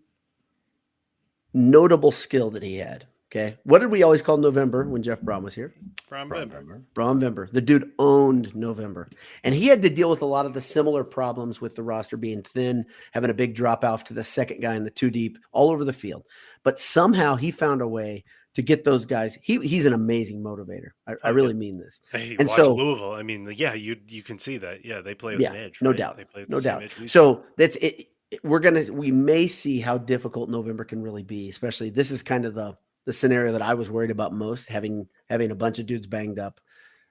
S2: notable skill that he had. Okay, what did we always call November when Jeff Brom was here?
S3: Ron
S4: Ron
S3: Bember.
S4: Bember.
S2: Brom Vember. The dude owned November. And he had to deal with a lot of the similar problems with the roster being thin, having a big drop off to the second guy in the two deep all over the field. But somehow he found a way to get those guys. He, he's an amazing motivator. I, I
S3: yeah.
S2: really mean this.
S3: Hey,
S2: And
S3: watch
S2: so-
S3: Louisville. I mean, yeah, you you can see that. Yeah, they play with an
S2: Yeah,
S3: edge.
S2: no
S3: right?
S2: doubt,
S3: They play with
S2: no
S3: the same
S2: doubt.
S3: edge we
S2: So that's it. it- We're gonna we may see how difficult November can really be, especially this is kind of the the scenario that I was worried about most, having having a bunch of dudes banged up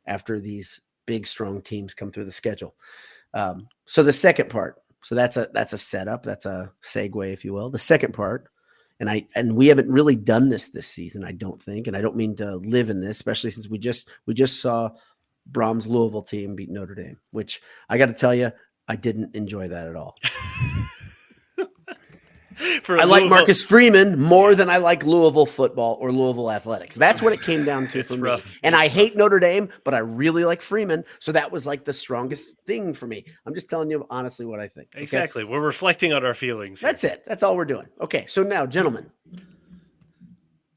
S2: after these big strong teams come through the schedule. Um, so the second part, so that's a that's a setup, that's a segue, if you will. The second part, and I and we haven't really done this this season, I don't think, and I don't mean to live in this, especially since we just we just saw Brahms Louisville team beat Notre Dame, which I got to tell you, I didn't enjoy that at all.
S3: For
S2: I like
S3: Louisville,
S2: Marcus Freeman more than I like Louisville football or Louisville athletics. That's what it came down to
S3: It's
S2: for
S3: rough.
S2: me. And
S3: It's
S2: I hate Notre Dame, but I really like Freeman, so that was like the strongest thing for me. I'm just telling you honestly what I think. okay?
S3: Exactly. We're reflecting on our feelings. here.
S2: That's it. That's all we're doing. Okay. So now, gentlemen,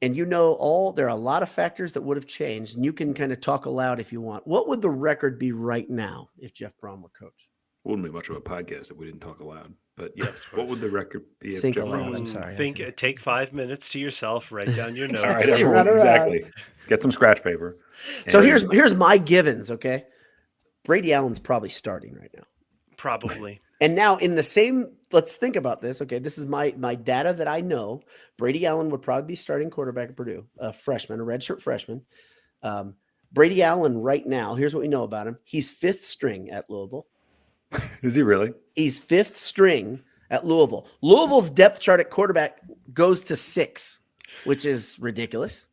S2: and you know all there are a lot of factors that would have changed, and you can kind of talk aloud if you want. What would the record be right now if Jeff Brom were coach?
S4: Wouldn't be much of a podcast if we didn't talk aloud. But yes, what would the record be if
S2: Think
S4: Jeff
S2: aloud,
S4: Ron was
S2: I'm
S3: Mm,
S2: sorry, I
S3: Think.
S2: think-
S3: Take five minutes to yourself. Write down your notes.
S4: All right,
S2: Run
S4: everyone,
S2: around.
S4: exactly. Get some scratch paper.
S2: So
S4: and-
S2: here's here's my givens, okay? Brady Allen's probably starting right now.
S3: Probably.
S2: And now in the same let's think about this, okay? This is my my data that I know. Brady Allen would probably be starting quarterback at Purdue, a freshman, a redshirt freshman. Um, Brady Allen right now, here's what we know about him. He's fifth string at Louisville.
S4: is he really?
S2: He's fifth string at Louisville. Louisville's depth chart at quarterback goes to six, which is ridiculous.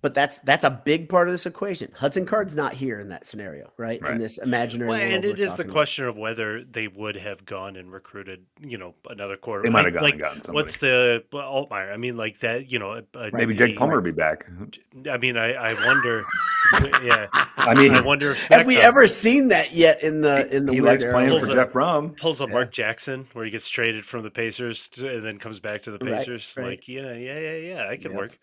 S2: But that's that's a big part of this equation. Hudson Card's not here in that scenario, right?
S4: Right.
S2: In this imaginary
S3: Well,
S2: world
S3: and
S2: we're
S3: it is the
S2: talking about.
S3: question of whether they would have gone and recruited, you know, another quarterback.
S4: They might have gotten,
S3: Like- like,
S4: gotten somebody.
S3: what's the well, Altmaier? I mean, like that, you know, a- a-
S4: Maybe
S3: a-
S4: Jake Palmer would be back.
S3: I mean, I, I wonder. yeah,
S4: I mean,
S3: I wonder if
S2: Have we
S3: Spector
S2: ever seen that yet in the Uh, in the
S4: he
S2: weird
S4: likes
S2: era?
S4: playing for
S3: Pulls up-
S4: Jeff Brom.
S3: pulls up
S2: Yeah.
S3: Mark Jackson, where he gets traded from the Pacers to, and then comes back to the
S2: Right,
S3: Pacers.
S2: right.
S3: Like, yeah, yeah, yeah, yeah, I can
S2: Yep.
S3: work.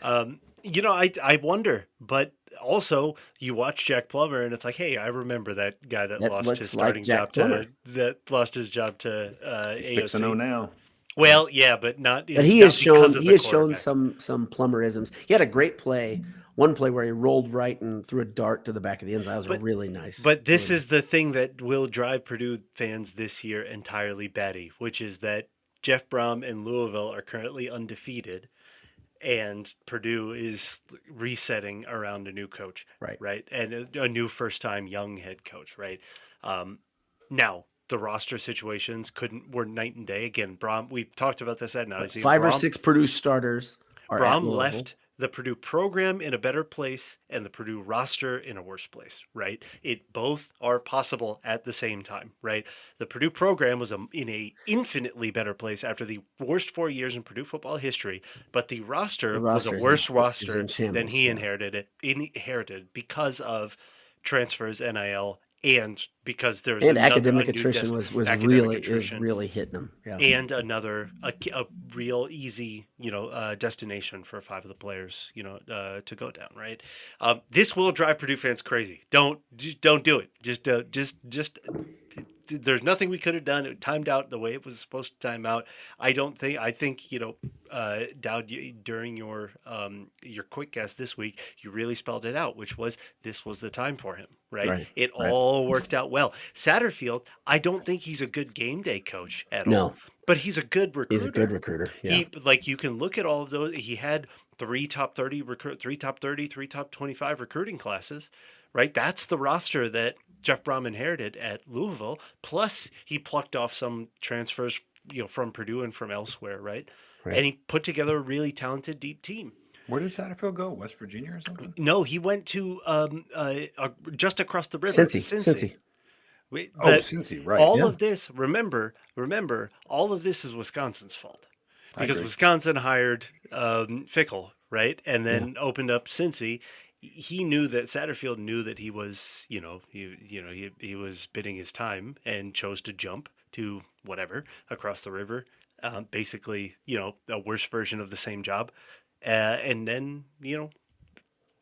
S3: Um, you know, I I wonder, but also you watch Jack Plummer, and it's like, hey, I remember that guy that,
S2: That
S3: lost
S2: looks
S3: his
S2: like
S3: starting
S2: Jack
S3: job
S2: Plummer.
S3: to that lost his job to uh,
S4: Six
S3: AOC.
S4: and zero now.
S3: Well, yeah, but not.
S2: oh But he
S3: not
S2: has shown
S3: because of
S2: he
S3: the
S2: has shown
S3: quarterback.
S2: some some plumberisms. He had a great play, one play where he rolled right and threw a dart to the back of the end zone. That was
S3: But-
S2: really nice. Hmm.
S3: But this
S2: really
S3: is the thing that will drive Purdue fans this year entirely batty, which is that Jeff Brom and Louisville are currently undefeated, and Purdue is resetting around a new coach,
S2: Right.
S3: Right, and a, a new first-time young head coach, right? Um, now the roster situations couldn't were night and day. Again, Brom, we talked about this at
S2: But
S3: nauseam.
S2: five or
S3: Brom-
S2: six Purdue starters are at
S3: Brom
S2: Louisville.
S3: left the Purdue program in a better place and the Purdue roster in a worse place, right? It both are possible at the same time, right? The Purdue program was um in a infinitely better place after the worst four years in Purdue football history, but the roster,
S2: The
S3: was a
S2: roster is
S3: worse
S2: in- is
S3: roster
S2: in
S3: than
S2: shambles,
S3: he
S2: yeah.
S3: inherited it inherited because of transfers, NIL, and because there was
S2: and
S3: another
S2: academic
S3: undue
S2: attrition
S3: dest-
S2: was was
S3: academic
S2: really
S3: attrition.
S2: is really hitting them. Yeah.
S3: and another a, ki- a real easy you know uh, destination for five of the players you know uh, to go down right um, this will drive purdue fans crazy don't just don't do it just uh, just just there's nothing we could have done it timed out the way it was supposed to time out i don't think i think you know uh, dowd you, during your um, your quick guess this week you really spelled it out which was this was the time for him right,
S2: Right,
S3: it
S2: right.
S3: all worked out well satterfield i don't think he's a good game day coach at all
S2: no,
S3: but he's a good recruiter.
S2: he's a good recruiter. Yeah.
S3: He like you can look at all of those. He had three top thirty recruit, three top thirty, three top twenty-five recruiting classes, right? That's the roster that Jeff Brom inherited at Louisville. Plus, he plucked off some transfers, you know, from Purdue and from elsewhere, right?
S2: Right.
S3: And he put together a really talented deep team.
S1: Where did Satterfield go? West Virginia or something?
S3: No, he went to um, uh, uh, just across the river.
S2: Cincy,
S3: Cincy.
S2: Cincy.
S3: We-
S1: Oh,
S3: the-
S1: Cincy, right.
S3: all
S2: yeah.
S3: of this, remember, remember, all of this is Wisconsin's fault
S1: I
S3: because
S1: agree.
S3: Wisconsin hired um, Fickle, right, and then opened up Cincy. He knew that Satterfield knew that he was, you know, he, you know, he he was bidding his time and chose to jump to whatever across the river, um, basically, you know, a worse version of the same job, uh, and then you know,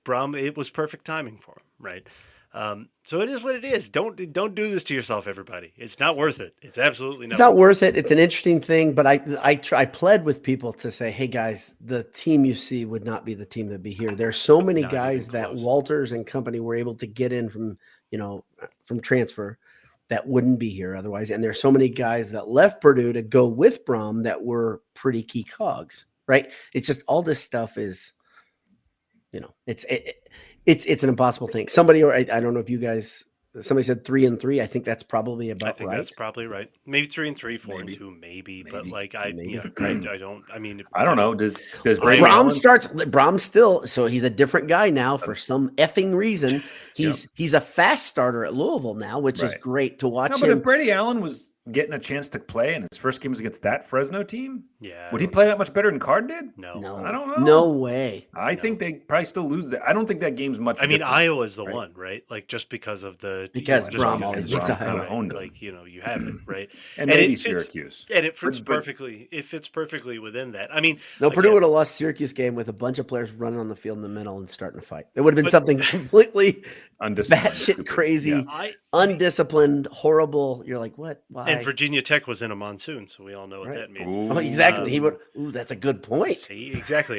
S3: Brom, it was perfect timing for him, right? Um, so it is what it is. Don't don't do this to yourself, everybody. It's not worth it. It's absolutely not.
S2: It's not worth it. It's an interesting thing, but I I try, I pled with people to say, hey guys, the team you see would not be the team that'd be here. There are so many
S3: Not even
S2: guys that
S3: close.
S2: Walters and company were able to get in from you know from transfer that wouldn't be here otherwise. And there's so many guys that left Purdue to go with Brom that were pretty key cogs, right? It's just all this stuff is, you know, it's it, it- it's it's an impossible thing. Somebody or I, I don't know if you guys. Somebody said three and three. I think that's probably about
S3: I think
S2: right.
S3: that's probably right. Maybe three and three, four
S1: Maybe.
S3: and two, maybe. But
S1: Maybe.
S3: like I,
S2: Maybe.
S3: yeah, I, I don't. I mean,
S1: I don't know. Does does
S3: Brom
S1: Brandon
S2: Brom
S1: Allen-
S2: starts. Brom still. So he's a different guy now for some effing reason. He's he's a fast starter at Louisville now, which is
S1: Right.
S2: great to watch
S1: No, but if
S2: him.
S1: Brady Allen was getting a chance to play and his first game was against that Fresno team,
S3: Yeah. I
S1: would he
S3: don't
S1: play that much better than Card did?
S3: know. No.
S2: No,
S1: I don't know.
S2: No way.
S1: I think they probably still lose that. I don't think that game's much.
S3: I mean,
S1: different.
S3: Iowa's the
S1: right?
S3: one, right? Like just because of the
S2: Because
S3: just
S2: Brom
S3: because
S2: always
S3: of
S2: gets
S3: Brom,
S2: Iowa.
S3: right?
S1: Owned 'em.
S3: Like you know, you have it right,
S1: and
S3: and
S1: maybe
S3: it fits-
S1: Syracuse.
S3: and it fits
S1: But- but-
S3: perfectly. It fits perfectly within that. I mean,
S2: No,
S3: Again.
S2: Purdue would have lost Syracuse game with a bunch of players running on the field in the middle and starting a fight. It would have been
S3: But-
S2: something completely
S1: Undisciplined,
S2: batshit
S1: stupid.
S2: crazy,
S1: Yeah.
S3: I
S2: undisciplined, horrible. You're like, what? Why?
S3: and Virginia Tech was in a monsoon, so we all know what
S2: Right.
S3: that means.
S1: Ooh.
S2: Oh, exactly. he
S3: um,
S2: would. Ooh, that's a good point.
S3: See, exactly.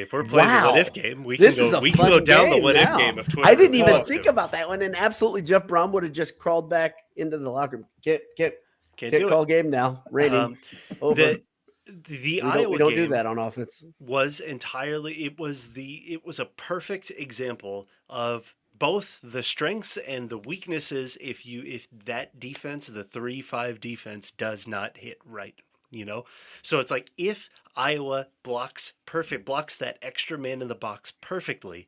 S3: If we're playing the
S2: Wow.
S3: what if game, we
S2: This
S3: can
S2: is
S3: go,
S2: a
S3: we can
S2: fun
S3: go down the
S2: game
S3: what if
S2: now.
S3: game of Twitter.
S2: I didn't
S3: if we
S2: even
S3: want
S2: think
S3: to.
S2: about that one. And absolutely, Jeff Brom would have just crawled back into the locker room. Get get
S3: Can't
S2: Can't
S3: do
S2: call game now.
S3: it.
S2: Rainy
S3: Um,
S2: over.
S3: the
S2: we
S3: the
S2: don't,
S3: Iowa
S2: we don't do
S3: game
S2: that on offense.
S3: was entirely it was the it was a perfect example of both the strengths and the weaknesses if you if that defense the 3-5 defense does not hit right you know so it's like if Iowa blocks perfect blocks that extra man in the box perfectly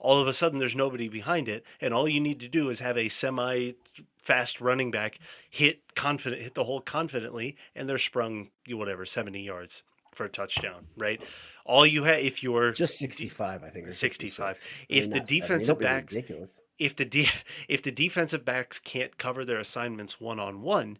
S3: all of a sudden there's nobody behind it and all you need to do is have a semi fast running back hit confident hit the hole confidently and they're sprung you whatever 70 yards for a touchdown right all you have if you're
S2: Just sixty-five, I think. or
S3: 65.
S2: 66. Maybe
S3: If the
S2: not 70.
S3: defensive
S2: That'd be
S3: backs-
S2: ridiculous.
S3: if the de- if the defensive backs can't cover their assignments one on one,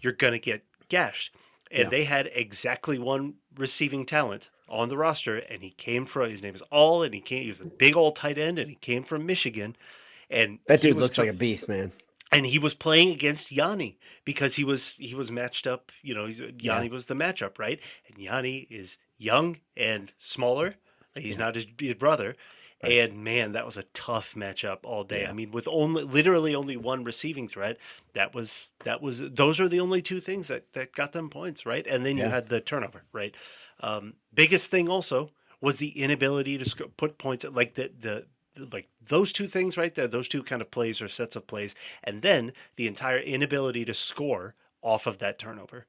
S3: you're going to get gashed. And
S2: Yeah.
S3: they had exactly one receiving talent on the roster, and he came from his name is All, and he came. He was a big old tight end, and he came from Michigan. And
S2: That
S3: he
S2: dude
S3: was
S2: looks
S3: t-
S2: like a beast, man.
S3: and he was playing against Yanni because he was he was matched up. You know, he's, Yanni was the matchup, right? And Yanni is young and smaller. Like, He's
S2: Yeah.
S3: not his, his brother.
S2: Right.
S3: And man, that was a tough matchup all day.
S2: Yeah.
S3: I mean, with only literally only one receiving threat, that was that was those are the only two things that that got them points, right? And then
S2: Yeah.
S3: you had the turnover, right? Um, biggest thing also was the inability to sc- put points at like the the like those two things right there, those two kind of plays or sets of plays, and then the entire inability to score off of that turnover,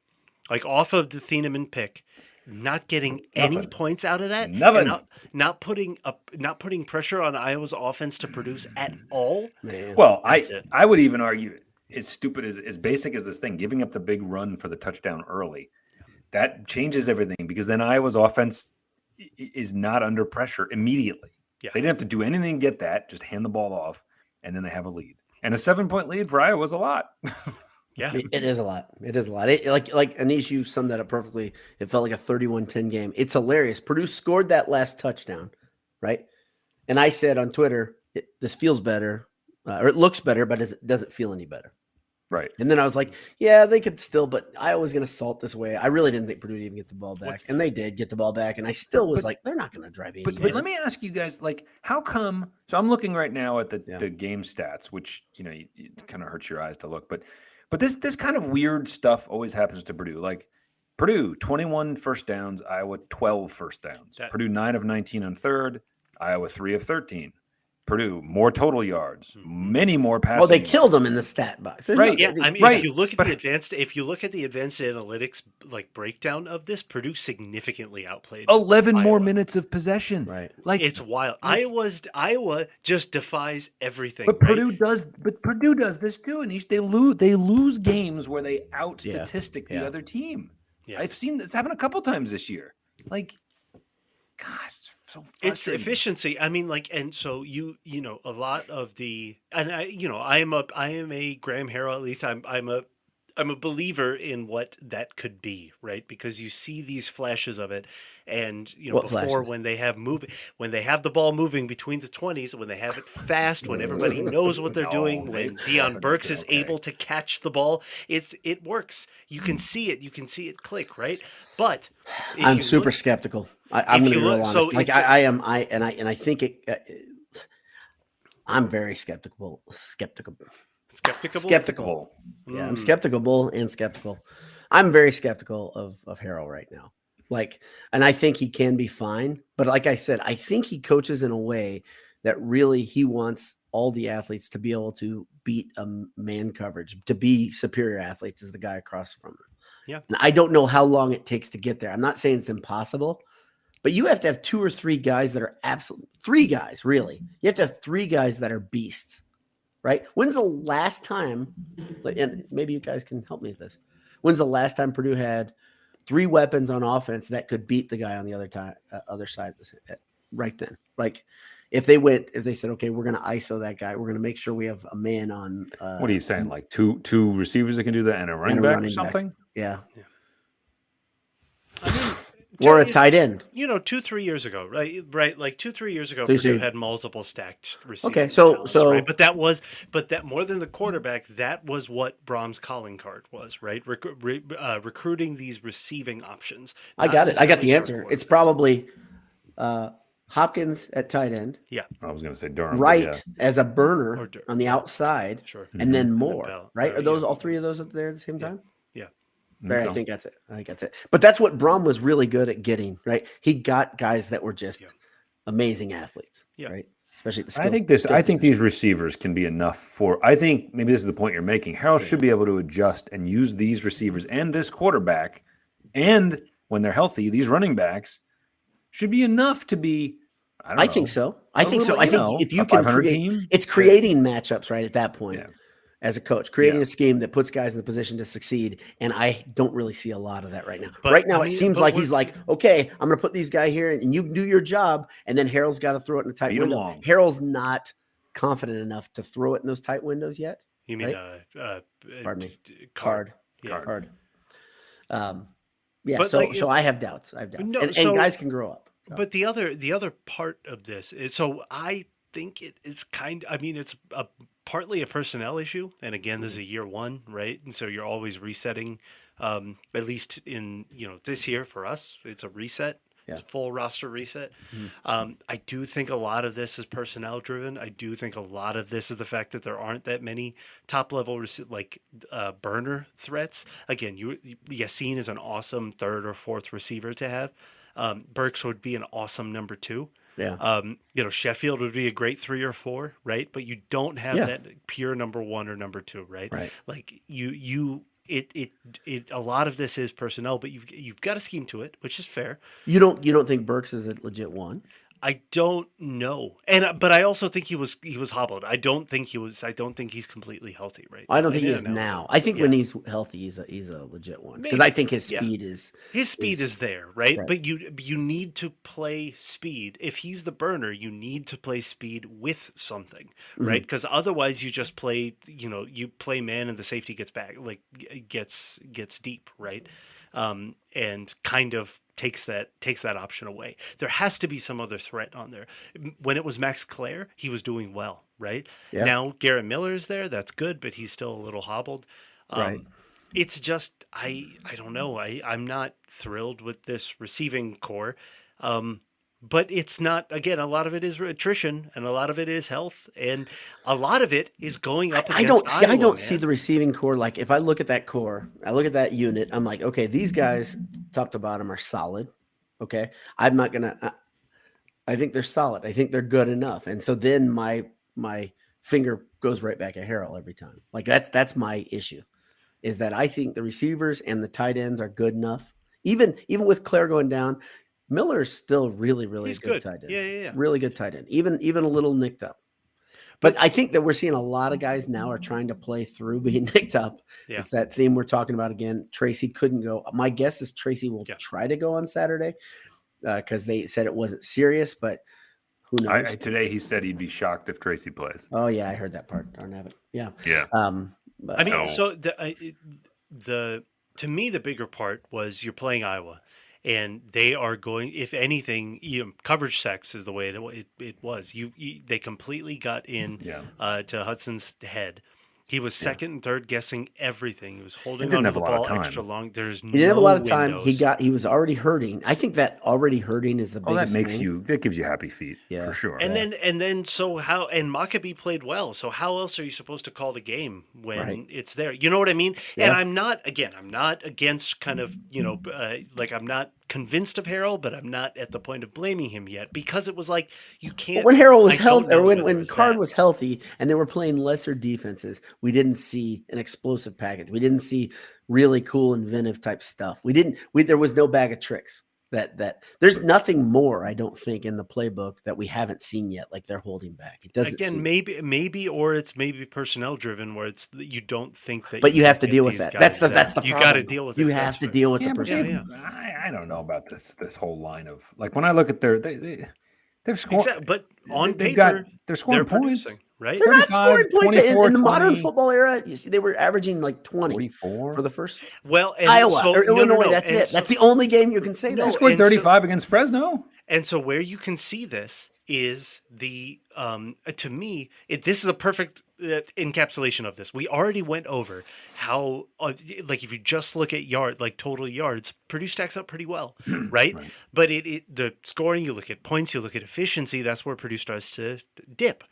S3: like off of the Thieneman pick, not getting any
S1: Nothing.
S3: points out of that, and
S1: Nothing.
S3: not, not putting up, not putting pressure on Iowa's offense to produce at all.
S2: Man.
S1: Well, I
S3: That's it.
S1: I would even argue as stupid as as basic as this thing, giving up the big run for the touchdown early, that changes everything because then Iowa's offense i- i- is not under pressure immediately.
S3: Yeah.
S1: They didn't have to do anything to get that, just hand the ball off, and then they have a lead. And a seven point lead for Iowa was a lot.
S3: Yeah,
S2: It- it is a lot. It is a lot. It, like like Anish, you summed that up perfectly. It felt like a 31-10 game. It's hilarious. Purdue scored that last touchdown, right? And I said on Twitter, it, this feels better, uh, or it looks better, but it doesn't feel any better.
S1: Right.
S2: And then I was like, yeah, they could still, but I was going to salt this way. I really didn't think Purdue would even get the ball back,
S3: What's-
S2: and they did get the ball back. And I still was
S1: But-
S2: like, they're not going to drive any.
S1: But, but let me ask you guys, like, how come? So I'm looking right now at the,
S2: Yeah.
S1: the game stats, which you know you, it kind of hurts your eyes to look, but but this this kind of weird stuff always happens to Purdue. Like Purdue, 21 first downs, Iowa 12 first downs.
S3: That-
S1: Purdue nine of 19 on third, Iowa three of 13.
S4: Purdue more total yards,
S3: Hmm.
S4: many more passes.
S2: Well, they killed him in the stat box. There's
S4: Right.
S3: Yeah,
S2: they-
S3: I mean,
S4: Right,
S3: if you look at
S4: but-
S3: the advanced, if you look at the advanced analytics like breakdown of this, Purdue significantly outplayed.
S1: Oh,
S4: eleven more
S3: Iowa.
S4: minutes of possession.
S2: right.
S4: Like
S3: it's wild.
S4: like-
S3: Iowa's Iowa just defies everything.
S4: But
S3: right?
S4: Purdue does, but Purdue does this too, and each they lose they lose games where they out statistic the
S2: yeah.
S4: other team.
S3: Yeah.
S4: I've seen this happen a couple times this year. Like, gosh, it's so
S3: it's
S4: frustrating.
S3: efficiency i mean like and so you you know a lot of the and i you know i am a i am a graham harrell at least i'm i'm a i'm a believer in what that could be right because you see these flashes of it and you know
S2: What
S3: before
S2: flashes?
S3: when they have move when they have the ball moving between the 20s when they have it fast when everybody knows what they're
S4: No,
S3: doing
S4: they
S3: when
S4: fucking
S3: dion burks is
S4: okay.
S3: able to catch the ball it's it works you can see it you can see it click right but if
S2: I'm
S3: you
S2: super
S3: look-
S2: skeptical. I, I'm
S3: if
S2: going to
S3: you
S2: be real
S3: look-
S2: honest.
S3: so
S2: like
S3: it's-
S2: I, I am, I and I and I think it. Uh, I'm very skeptical. Skeptical.
S3: skeptical
S2: Skeptical. Yeah, I'm
S3: Mm.
S2: skeptical and skeptical. I'm very skeptical of of Harrell right now. Like, and I think he can be fine, but like I said, I think he coaches in a way that really he wants all the athletes to be able to beat a m- man coverage, to be superior athletes is the guy across from him.
S3: Yeah.
S2: And I don't know how long it takes to get there. I'm not saying it's impossible, but you have to have two or three guys that are absolute three guys, really. You have to have three guys that are beasts. Right? When's the last time like, and maybe you guys can help me with this. When's the last time Purdue had three weapons on offense that could beat the guy on the other time, uh, other side? this- uh, Right then, like if they went, if they said, okay, we're going to ISO that guy, we're going to make sure we have a man on. Uh,
S4: What are you saying? Like two two receivers that can do that, and a running
S2: a
S4: back or
S2: running back.
S4: something?
S2: Yeah,
S3: I mean,
S2: or a
S3: Jack-
S2: tight end.
S3: you know, two three years ago, right? Right, like two three years ago,
S2: So you
S3: Purdue
S2: see-
S3: had multiple stacked receivers.
S2: Okay, so- so-
S3: but that was, but that more than the quarterback, that was what Brahms' calling card was, right? Recru re, uh, recruiting these receiving options.
S2: I
S3: not
S2: got it. I got the
S3: necessarily starting
S2: answer. It's
S3: quarterback.
S2: probably uh, Hopkins at tight end,
S4: I was going to say Durham. but
S2: right
S4: yeah.
S2: as a burner
S3: Or Dur-
S2: on the outside,
S3: sure.
S4: Mm-hmm.
S2: and then
S3: Bell.
S2: more. Right?
S3: Oh,
S2: Are those
S3: yeah.
S2: all three of those up there at the same
S3: Yeah.
S2: time?
S4: I think
S2: Barry,
S4: so.
S2: I think that's it. I think that's it. But that's what Brom was really good at getting, right? He got guys that were just
S3: Yeah.
S2: amazing athletes,
S3: Yeah.
S2: right? Especially at the
S4: I
S2: skill-
S4: think this.
S2: skill
S4: I think
S2: position.
S4: these receivers can be enough for. I think maybe this is the point you're making. Harold should be able to adjust and use these receivers and this quarterback, and when they're healthy, these running backs should be enough to be. I, don't
S2: I
S4: know,
S2: think so. I
S4: a
S2: think so.
S4: little,
S2: I think
S4: know,
S2: if you
S4: a
S2: can
S4: 500
S2: create,
S4: team,
S2: it's creating matchups, right? At that point,
S4: Yeah.
S2: as a coach, creating
S4: Yeah.
S2: a scheme that puts guys in the position to succeed. And I don't really see a lot of that right now.
S3: But,
S2: right now,
S3: I
S2: it
S3: mean,
S2: seems
S3: but
S2: like
S3: we're-
S2: he's like, okay, I'm going to put these guy here, and you do your job, and then Harold's got to throw it in a tight
S4: Beat 'em
S2: window.
S4: long.
S2: Harold's not confident enough to throw it in those tight windows yet.
S3: You mean uh, uh,
S2: Pardon me.
S3: d- d-
S2: Card.
S3: Yeah.
S4: Card.
S2: card. Um, yeah,
S3: But,
S2: so
S3: like,
S2: so I have doubts. I have doubts,
S3: No,
S2: and,
S3: so-
S2: and guys can grow up. So,
S3: But the other the other part of this is so I think it is kind I mean it's a partly a personnel issue and again this is a year 1, right? And so you're always resetting um at least in you know this year for us it's a reset. It's a full roster reset. Um, I do think a lot of this is personnel driven. I do think a lot of this is the fact that there aren't that many top level rece- like uh, burner threats. Again, you Yassine is an awesome third or fourth receiver to have. Um, Burks would be an awesome number two.
S2: yeah,
S3: Um, you know, Sheffield would be a great three or four, right? But you don't have
S2: Yeah.
S3: that pure number one or number two, right?
S2: right.
S3: Like you, you, it, it, it. A lot of this is personnel, but you've you've got a scheme to it, which is fair.
S2: You don't you don't think Burks is a legit one?
S3: I don't know, and uh, but I also think he was he was hobbled. I don't think he was. I don't think he's completely healthy, right?
S2: I don't
S3: Like,
S2: think he
S3: I
S2: is
S3: don't know.
S2: now. I think when he's healthy, he's a he's a legit one because I
S3: Maybe,
S2: think his
S3: yeah.
S2: speed is
S3: His speed
S2: is-
S3: is there, right?
S2: right.
S3: But you you need to play speed. If he's the burner, you need to play speed with something,
S2: Mhm.
S3: right? Because otherwise, you just play. You know, you play man, and the safety gets back, like g- gets gets deep, right? Um, and kind of takes that takes that option away. There has to be some other threat on there. M- When it was Max Clare, he was doing well, right?
S2: Yeah.
S3: Now Garrett Miller is there. That's good, but he's still a little hobbled. Um,
S2: Right.
S3: It's just I I don't know. I I'm not thrilled with this receiving core. Um, but it's not again a lot of it is attrition and a lot of it is health and a lot of it is going
S2: I,
S3: up
S2: I
S3: against
S2: don't see I
S3: Iowa,
S2: don't see
S3: man.
S2: the receiving core. Like if I look at that core, I look at that unit. I'm like, okay, these guys top to bottom are solid. Okay, I'm not gonna. I, I think they're solid. I think they're good enough. And so then my my finger goes right back at Harrell every time. Like that's that's my issue, is that I think the receivers and the tight ends are good enough. Even even with Claire going down, Miller's still really really
S3: He's
S2: good,
S3: good.
S2: tight end.
S3: Yeah, yeah, yeah.
S2: Really good tight end. Even even a little nicked up. But I think that we're seeing a lot of guys now are trying to play through being nicked up.
S3: Yeah.
S2: It's that theme we're talking about again. Tracy couldn't go. My guess is Tracy will
S3: Yeah.
S2: try to go on Saturday because they said it wasn't serious, but who knows?
S1: I, I, today he said he'd be shocked if Tracy plays.
S2: Oh yeah, I heard that part. Darn it. Yeah.
S1: Yeah.
S2: Um but
S3: I mean,
S1: No.
S3: so the I, it- the to me the bigger part was you're playing Iowa, and they are going. If anything, you know, coverage sex is the way it it, it was. You, you they completely got in
S1: Yeah.
S3: uh, to Hudson's head. He was second and third guessing everything. He was holding
S1: didn't
S3: on to
S1: have a
S3: the
S1: lot of
S3: ball
S1: time.
S3: extra long. There's
S2: he didn't have a lot of time. He got he was already hurting. I think that already hurting is the
S1: Oh, that
S2: biggest
S1: makes
S2: thing.
S1: you. That gives you happy feet
S2: Yeah.
S1: for sure.
S3: And then and then so how and Maccabee played well. So how else are you supposed to call the game when
S2: Right.
S3: it's there? You know what I mean?
S2: Yeah.
S3: And I'm not again, I'm not against kind of, you know, uh, like I'm not convinced of Harold, but I'm not at the point of blaming him yet because it was like you
S2: But
S3: can't
S2: when Harold was
S3: I don't
S2: healthy, or
S3: know
S2: when,
S3: whether
S2: when
S3: it's
S2: Card
S3: that.
S2: was healthy and they were playing lesser defenses, we didn't see an explosive package. We didn't see really cool inventive type stuff. We didn't we there was no bag of tricks. That that there's nothing more, I don't think, in the playbook that we haven't seen yet. Like they're holding back. It doesn't
S3: again
S2: seem-
S3: maybe maybe or it's maybe personnel driven where it's that you don't think that
S2: but you
S3: can
S2: have to
S3: get
S2: deal with
S3: these
S2: that.
S3: guys
S2: That's the
S3: that-
S2: that's the
S3: you
S2: got
S3: gotta deal with
S2: You
S3: it,
S2: have
S3: that's
S2: to
S3: right.
S2: deal with
S1: yeah,
S2: the
S1: but
S2: personnel.
S3: yeah.
S1: they- I, I don't know about this this whole line of like when I look at their they, they they're scoring
S3: Exact- but on
S1: they've
S3: paper
S1: got- they're
S3: they're
S1: scoring points.
S3: producing, right?
S2: They're not
S1: 35,
S2: scoring points in, in
S1: 24,
S2: the modern
S1: 20.
S2: football era. you see, They were averaging like 20
S1: Forty-four.
S2: for the first
S3: Well, and
S2: Iowa
S3: so,
S2: or
S3: no, no,
S2: Illinois.
S3: no,
S2: That's
S3: and
S2: it.
S3: so-
S2: that's the only game you can say
S3: No,
S1: they
S2: that.
S1: scored
S3: and so-
S1: thirty-five against Fresno.
S3: And so where you can see this is the um uh, to me it, this is a perfect uh, encapsulation of this. We already went over how uh, like if you just look at yard like total yards, Purdue stacks up pretty well, right?
S1: Right.
S3: But it, it the scoring you look at points, you look at efficiency, that's where Purdue starts to dip.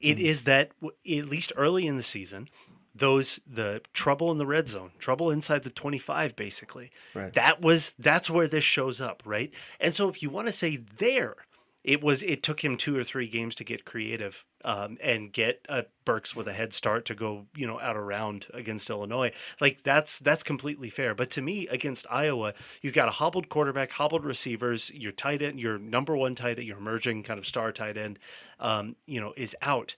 S3: It is that w- at least early in the season those the trouble in the red zone, trouble inside the 25 basically.
S2: Right.
S3: That was that's where this shows up, right? And so if you want to say there, it was it took him two or three games to get creative um, and get uh, Burks with a head start to go, you know, out around against Illinois. Like that's that's completely fair. But to me, against Iowa, you've got a hobbled quarterback, hobbled receivers, your tight end, your number one tight end, your emerging kind of star tight end, um, you know, is out,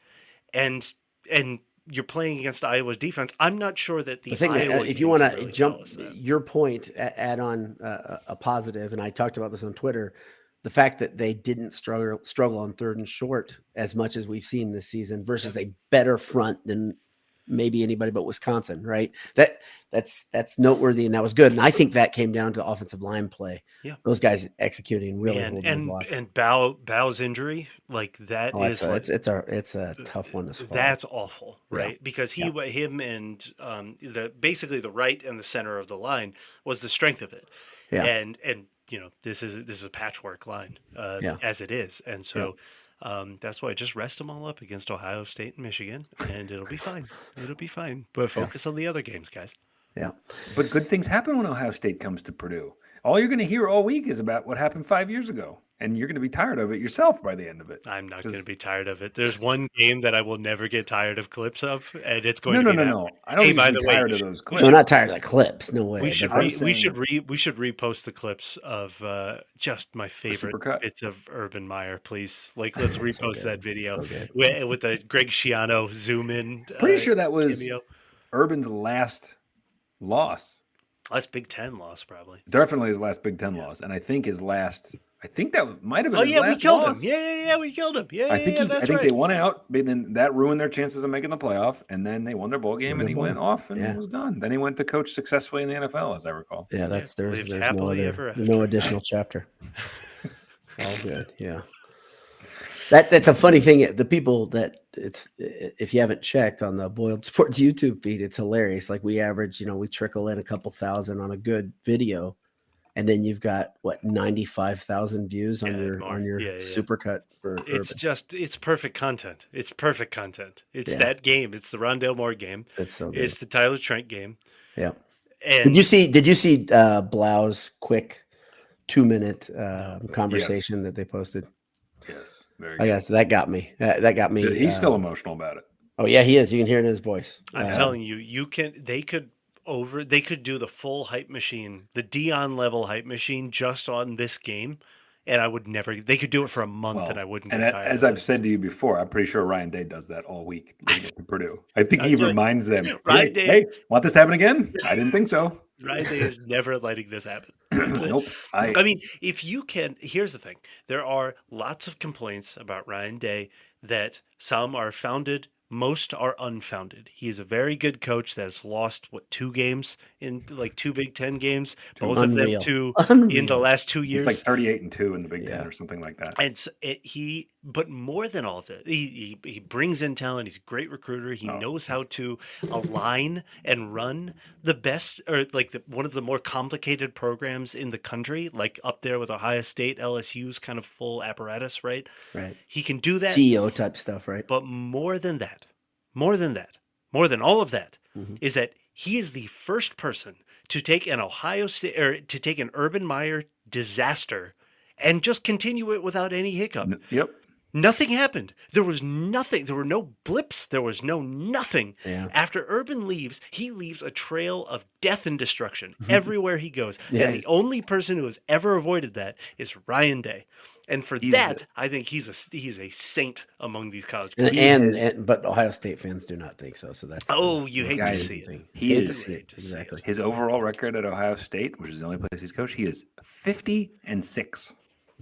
S3: and and you're playing against Iowa's defense. I'm not sure that the,
S2: The thing, that, uh,
S3: Iowa
S2: if
S3: game
S2: you want
S3: can
S2: to
S3: really tell
S2: jump
S3: us that.
S2: your point, a- add on uh, a, a positive, and I talked about this on Twitter. The fact that they didn't struggle struggle on third and short as much as we've seen this season versus a better front than maybe anybody but Wisconsin, right? That that's that's noteworthy and that was good. And I think that came down to offensive line play.
S3: Yeah.
S2: Those guys executing really
S3: and
S2: holding
S3: and
S2: blocks.
S3: and Bow Bow's injury, like that is
S2: Oh, it's, a,
S3: like-
S2: it's it's a it's a tough one to swallow.
S3: That's awful,
S2: Yeah.
S3: right? Because he,
S2: Yeah.
S3: wa him, and um, the basically the right and the center of the line was the strength of it.
S2: Yeah.
S3: And and you know this is this is a patchwork line uh,
S2: Yeah.
S3: as it is, and so um, that's why just rest them all up against Ohio State and Michigan, and it'll be fine. It'll be fine. But focus on the other games, guys.
S1: But good things happen when Ohio State comes to Purdue. All you're going to hear all week is about what happened five years ago, and you're going to be tired of it yourself by the end of it.
S3: I'm not
S1: Just-
S3: going to be tired of it. There's one game that I will never get tired of clips of, and it's going
S1: No, no,
S3: to be
S1: no,
S3: that
S1: no. I don't
S3: Hey,
S1: even
S3: by
S1: be
S3: the way,
S1: tired
S3: you
S1: of
S3: should-
S1: those
S3: we
S1: clips.
S2: no, not tired of the clips. No way.
S3: we
S2: but
S3: should
S2: I'm
S3: re- we
S2: saying-
S3: should re- we should repost the clips of uh, just my favorite
S1: supercut?
S3: bits of Urban Meyer, please. Like, let's repost
S2: good.
S3: that video
S2: Okay.
S3: with, with the Greg Schiano zoom in.
S1: Pretty
S3: uh,
S1: sure that was
S3: cameo.
S1: Urban's last loss.
S3: that's Big Ten loss, probably.
S1: Definitely his last Big Ten loss, and I think his last. I think that might have been.
S3: Oh
S1: his
S3: yeah, we
S1: last
S3: killed
S1: loss.
S3: him. Yeah, yeah, yeah, we killed him. Yeah,
S1: I
S3: yeah,
S1: think
S3: yeah,
S1: he, I
S3: that's
S1: think
S3: right.
S1: they won out, but then that ruined their chances of making the playoff, and then they won their bowl game,
S2: Won
S1: and
S2: the
S1: he
S2: bowl.
S1: went off and
S2: Yeah.
S1: was done. Then he went to coach successfully in the NFL, as I recall.
S2: Yeah, that's there's,
S3: lived
S2: there's no,
S3: happily
S2: other-
S3: ever after.
S2: no additional chapter. All good. Yeah. That that's a funny thing. The people that it's if you haven't checked on the Boiled Sports YouTube feed, it's hilarious. Like we average, you know, we trickle in a couple thousand on a good video, and then you've got what ninety five thousand views on
S3: Yeah,
S2: your
S3: more.
S2: on your
S3: Yeah, yeah.
S2: supercut for
S3: It's
S2: Urban.
S3: just it's perfect content. It's perfect content. It's
S2: Yeah.
S3: that game. It's the Rondell Moore game.
S2: That's so good.
S3: It's the Tyler Trent game.
S2: Yeah.
S3: And
S2: Did you see? Did you see uh, Blau's quick two minute um conversation that they posted?
S1: Yes. Very
S2: I
S1: good.
S2: guess that got me. That, that got me.
S1: Dude, He's
S2: uh,
S1: still emotional about it.
S2: Oh yeah, he is. You can hear it in his voice.
S3: I'm
S2: Uh,
S3: telling you, you can. They could over. They could do the full hype machine, the Dion level hype machine, just on this game, and I would never. They could do it for a month,
S1: Well,
S3: and I wouldn't get
S1: And a-
S3: tired.
S1: as
S3: of
S1: I've said to you before, I'm pretty sure Ryan Day does that all week when he gets to Purdue. I think he
S3: That's right.
S1: reminds them, hey,
S3: Ryan Day-
S1: hey, want this to happen again? I didn't think so.
S3: it. Ryan Day is never letting this happen. That's it.
S1: nope. I,
S3: I mean, if you can, here's the thing there are lots of complaints about Ryan Day that some are founded, most are unfounded. He is a very good coach that has lost, what, two games in like two Big Ten games, both of them
S2: Unreal.
S3: two in the
S2: Unreal.
S3: last two
S1: he's
S3: years.
S1: like 38 and 2 in the Big Ten
S2: Yeah.
S1: or something like that.
S3: and so it, he, but more than all that, he, he he brings in talent. He's a great recruiter. He
S1: Oh,
S3: knows how
S1: yes.
S3: to align and run the best, or like the, one of the more complicated programs in the country, like up there with Ohio State, LSU's kind of full apparatus, right?
S2: right.
S3: He can do that.
S2: CEO E type stuff, right?
S3: But more than that, more than that, more than all of that, is
S2: Mhm.
S3: that he is the first person to take an Ohio State or to take an Urban Meyer disaster and just continue it without any hiccup.
S1: N- Yep.
S3: Nothing happened. There was nothing. There were no blips. There was no nothing.
S2: Yeah.
S3: After Urban leaves, he leaves a trail of death and destruction everywhere he goes. And
S2: Yes.
S3: the only person who has ever avoided that is Ryan Day. And for
S1: He's a-
S3: that, I think he's a he's a saint among these college.
S2: And,
S1: He
S2: and,
S1: is-
S2: and but Ohio State fans do not think so. So that's the-
S3: Oh, you
S2: the
S3: hate to
S2: guiding
S3: see it.
S2: thing.
S1: He
S2: Hate
S1: is-
S2: to see it.
S3: hate to see it.
S2: Exactly.
S1: His overall record at Ohio State, which is the only place he's coached, he is 50 and 6.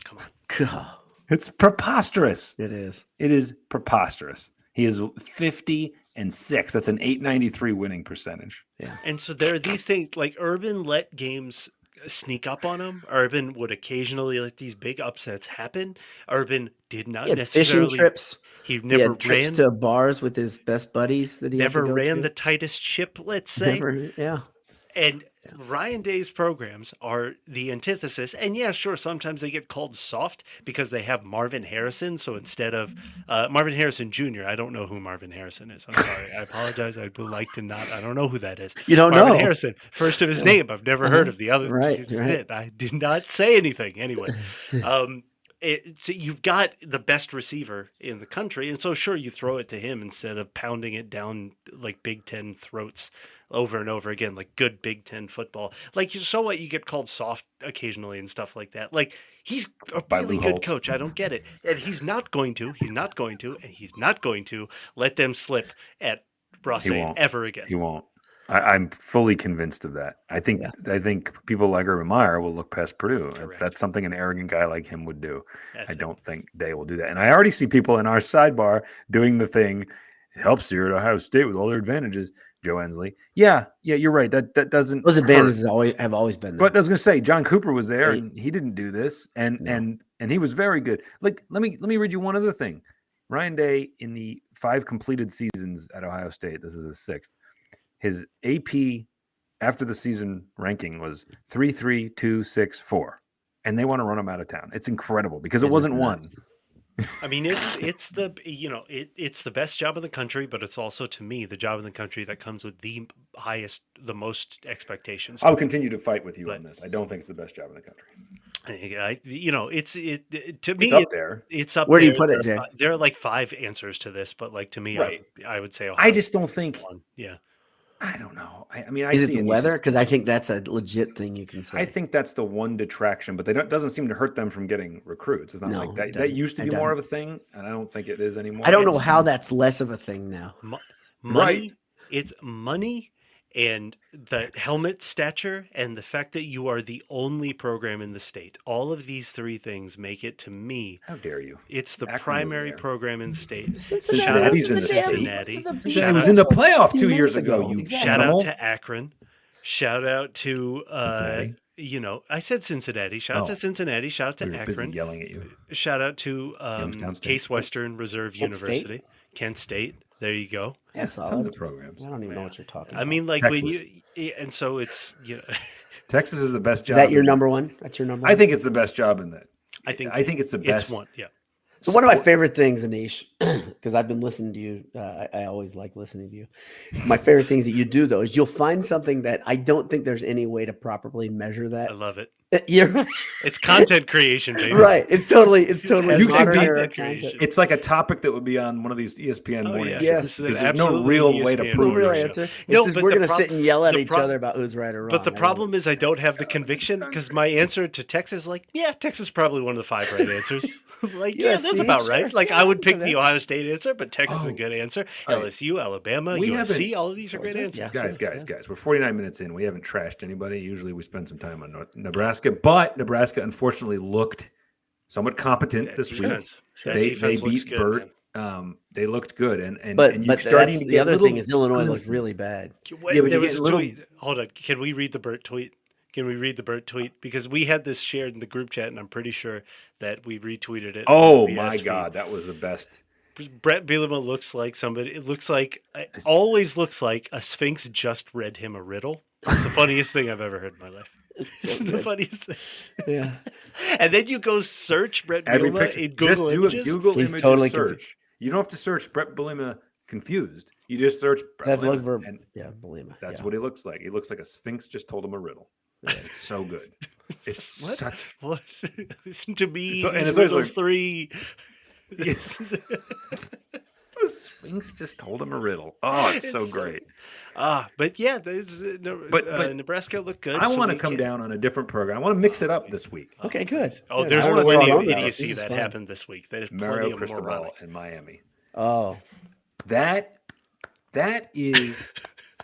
S3: Come on.
S2: God,
S1: It's preposterous.
S2: it is.
S1: It is preposterous. He is 50 and 6. That's an 893 winning percentage.
S3: And so there are these things like Urban let games sneak up on him. Urban would occasionally let these big upsets happen. Urban did not
S2: He had fishing
S3: necessarily.
S2: trips.
S3: He
S2: He
S3: never
S2: had trips
S3: ran.
S2: to bars with his best buddies that he had to
S3: Never
S2: go
S3: ran
S2: to.
S3: the tightest ship, let's say.
S2: Never- yeah.
S3: And Ryan Day's programs are the antithesis. And yeah, sure, sometimes they get called soft because they have Marvin Harrison. So instead of uh, Marvin Harrison Jr., I don't know who Marvin Harrison is. I'm sorry. I apologize. I would like to not. I don't know who that is.
S2: You don't
S3: Marvin
S2: know.
S3: Harrison, first of his name. I've never heard
S2: Oh, Uh-huh.
S3: of the other.
S2: Right,
S3: It's
S2: right.
S3: it. I did not say anything anyway. um, it, so you've got the best receiver in the country, and so sure you throw it to him instead of pounding it down like Big Ten throats over and over again, like good Big Ten football. Like you, so what? You get called soft occasionally and stuff like that. Like he's a
S1: By
S3: really
S1: Lou
S3: good
S1: Holtz.
S3: coach. I don't get it, and he's not going to. He's not going to, and he's not going to let them slip at Rossane
S1: won't.
S3: ever again.
S1: He won't. I, I'm fully convinced of that. I think I think people like Urban Meyer will look past Purdue.
S3: Correct.
S1: That's something an arrogant guy like him would do.
S3: That's
S1: I
S3: it.
S1: don't think Day will do that. And I already see people in our sidebar doing the thing. It helps you at Ohio State with all their advantages, Joe Ensley. Yeah, yeah, you're right. That that doesn't
S2: Those
S1: hurt.
S2: advantages always have always been there.
S1: But I was gonna say, John Cooper was there,
S2: They-
S1: and he didn't do this, and
S2: No.
S1: and and he was very good. Like, let me let me read you one other thing. Ryan Day in the five completed seasons at Ohio State. This is his sixth. His AP after the season ranking was three three two six four, and they want to run him out of town. It's incredible because
S2: It
S1: it,
S2: is
S1: wasn't one.
S2: nuts.
S3: I mean, it's it's the you know it it's the best job in the country, but it's also to me the job in the country that comes with the highest, the most expectations.
S2: Oh.
S1: I'll continue to fight with you
S3: But-
S1: on this. I don't think it's the best job in the country.
S3: I, I- you know, it's it, it- to me
S1: It's
S3: it's up,
S1: up there.
S2: Where do you
S3: there.
S2: put it, Jay?
S3: There are fi- There are like five answers to this, but like to me,
S1: Right.
S3: I, I would say
S1: I
S3: Ohio
S1: just don't think.
S3: is one. yeah.
S1: I don't know. I, I mean, I
S2: is
S1: see
S2: it the
S1: in these
S2: weather? Because I think that's a legit thing you can say.
S1: I think that's the one detraction, but they don't doesn't seem to hurt them from getting recruits. It's not
S2: No,
S1: like
S2: it
S1: that. That
S2: doesn't.
S1: used to
S2: It
S1: be more of a thing, and I don't think it is anymore.
S2: I don't know
S1: It's-
S2: how that's less of a thing now.
S3: money
S1: Right.
S3: it's money and the helmet stature and the fact that you are the only program in the state all of these three things make it to me
S1: How dare you?
S3: it's the
S1: Akron was
S3: primary
S1: there.
S3: program in the state
S1: Cincinnati's in the
S3: Shout out to Cincinnati.
S1: It
S3: Shout
S1: was
S3: out-
S1: in the playoff
S2: few
S1: two
S2: minutes
S1: years ago.
S2: ago.
S1: You
S2: Exactly.
S3: shout
S1: animal.
S3: out to akron shout out to uh
S1: Cincinnati.
S3: you know i said cincinnati shout out to
S1: Oh.
S3: cincinnati shout out to
S1: We were busy
S3: akron
S1: yelling at you.
S3: shout out to um,
S1: Youngstown State.
S3: case western reserve
S2: Kent State.
S3: university kent state there you go
S1: Yeah,
S2: That's
S1: tons
S2: solid.
S1: of programs.
S2: I don't even know
S3: Yeah.
S2: what you're talking about.
S3: i mean like when
S1: Oh, Texas.
S3: you y- and so it's you know
S1: Texas is the best
S2: is
S1: job.
S2: that your
S1: in-
S2: number one? That's your number one?
S1: I think it's the best job in that.
S3: i think
S1: I think it's the best.
S3: it's one yeah
S2: So one of my
S1: sport-
S2: favorite things, Anish, because I've been listening to you. Uh, I, I always like listening to you. My favorite things that you do, though, is you'll find something that I don't think there's any way to properly measure that.
S3: i love it
S2: You're
S3: It's content creation, baby.
S2: right. It's totally. It's
S3: It's
S2: totally.
S1: You can be-
S2: modern era
S3: creation.
S2: content.
S1: It's like a topic that would be on one of these E ESPN
S3: Oh,
S1: morning
S3: yeah.
S1: shows.
S2: Yes.
S3: This is an
S1: because there's no
S3: absolutely
S1: real way to
S3: ESPN
S1: prove
S2: No real
S3: show.
S1: it.
S2: answer. It's
S3: No,
S2: just
S3: but
S2: we're
S3: the
S2: gonna
S3: prob-
S2: sit and yell at
S3: the
S2: each
S3: prob-
S2: other about who's right or wrong.
S3: But the
S2: I love
S3: problem is I don't have the conviction because my answer to Texas is like, yeah, Texas is probably one of the five right answers. like, yeah,
S2: Yes,
S3: that's
S2: see,
S3: about
S2: sure.
S3: right. Like,
S2: Yeah,
S3: I would
S2: you
S3: pick the
S2: know.
S3: Ohio State answer, but Texas is
S1: Oh,
S3: a good answer.
S1: all right.
S3: LSU, Alabama,
S1: We
S3: USC, all of these are
S2: it.
S3: great
S2: Yeah,
S3: answers.
S2: sure,
S1: Guys, guys,
S2: yeah.
S1: guys, we're 49 minutes in. We haven't trashed anybody. Usually we spend some time on North Nebraska, but Nebraska unfortunately looked somewhat competent
S3: That
S1: this week.
S3: defense- that
S1: They, they
S3: defense looks
S1: beat
S3: good,
S1: Burt.
S3: man.
S1: Um, they looked good, and and
S2: But
S1: and
S2: but
S1: starting
S2: that's,
S1: to
S2: the
S1: get
S2: other
S1: little
S2: thing is Illinois looks
S1: glimpses.
S2: really bad.
S3: Wait,
S1: Yeah, but
S3: there
S1: you
S3: was
S1: get
S3: a
S1: little-
S3: tweet. Hold on. Can we read the Burt tweet? Can we read the Burt tweet? Because we had this shared in the group chat, and I'm pretty sure that we retweeted it.
S1: Oh
S3: We
S1: my
S3: asked you-
S1: God, that was the best.
S3: Brett Bielema looks like somebody. It looks like it always looks like a sphinx just read him a riddle. It's the funniest thing I've ever heard in my life. It's
S2: so
S3: the
S2: good.
S3: funniest thing.
S2: Yeah.
S3: And then you go search Brett
S1: Every
S3: Bielema
S1: picture,
S3: in
S1: just
S3: Google
S1: do a
S3: Images.
S1: Google
S2: He's
S1: image
S2: totally
S1: search.
S2: confused.
S1: You don't have to search Brett Belima confused. You just search Brett
S2: I've looked
S1: Bielema,
S2: for-
S1: and
S2: Yeah. Believe me.
S1: that's
S2: yeah.
S1: what he looks like. He looks like a sphinx just told him a riddle.
S2: Yeah.
S1: It's so good. It's
S3: What?
S1: such
S3: What? Listen to me.
S1: It's- and
S3: these
S1: it's always
S3: riddles
S1: like-
S3: three.
S1: Yes. The Sphinx just told him a riddle. Oh, it's, so
S3: It's so
S1: great.
S3: ah, but yeah, there's, uh, no,
S1: But-
S3: uh,
S1: but
S3: Nebraska looked good.
S1: I
S3: so
S1: want to
S3: we
S1: come
S3: can't-
S1: down on a different program. I want to mix it up this week.
S3: Oh,
S2: Okay, good.
S3: nice. Oh,
S2: Good.
S3: there's
S2: I wanna
S3: plenty
S2: go
S3: of
S2: on now.
S3: idiocy
S2: This is
S3: that
S2: fun.
S3: happened this week. There's plenty
S1: Mario
S3: of
S1: Cristobal
S3: moronic.
S1: in Miami.
S2: Oh.
S1: That that is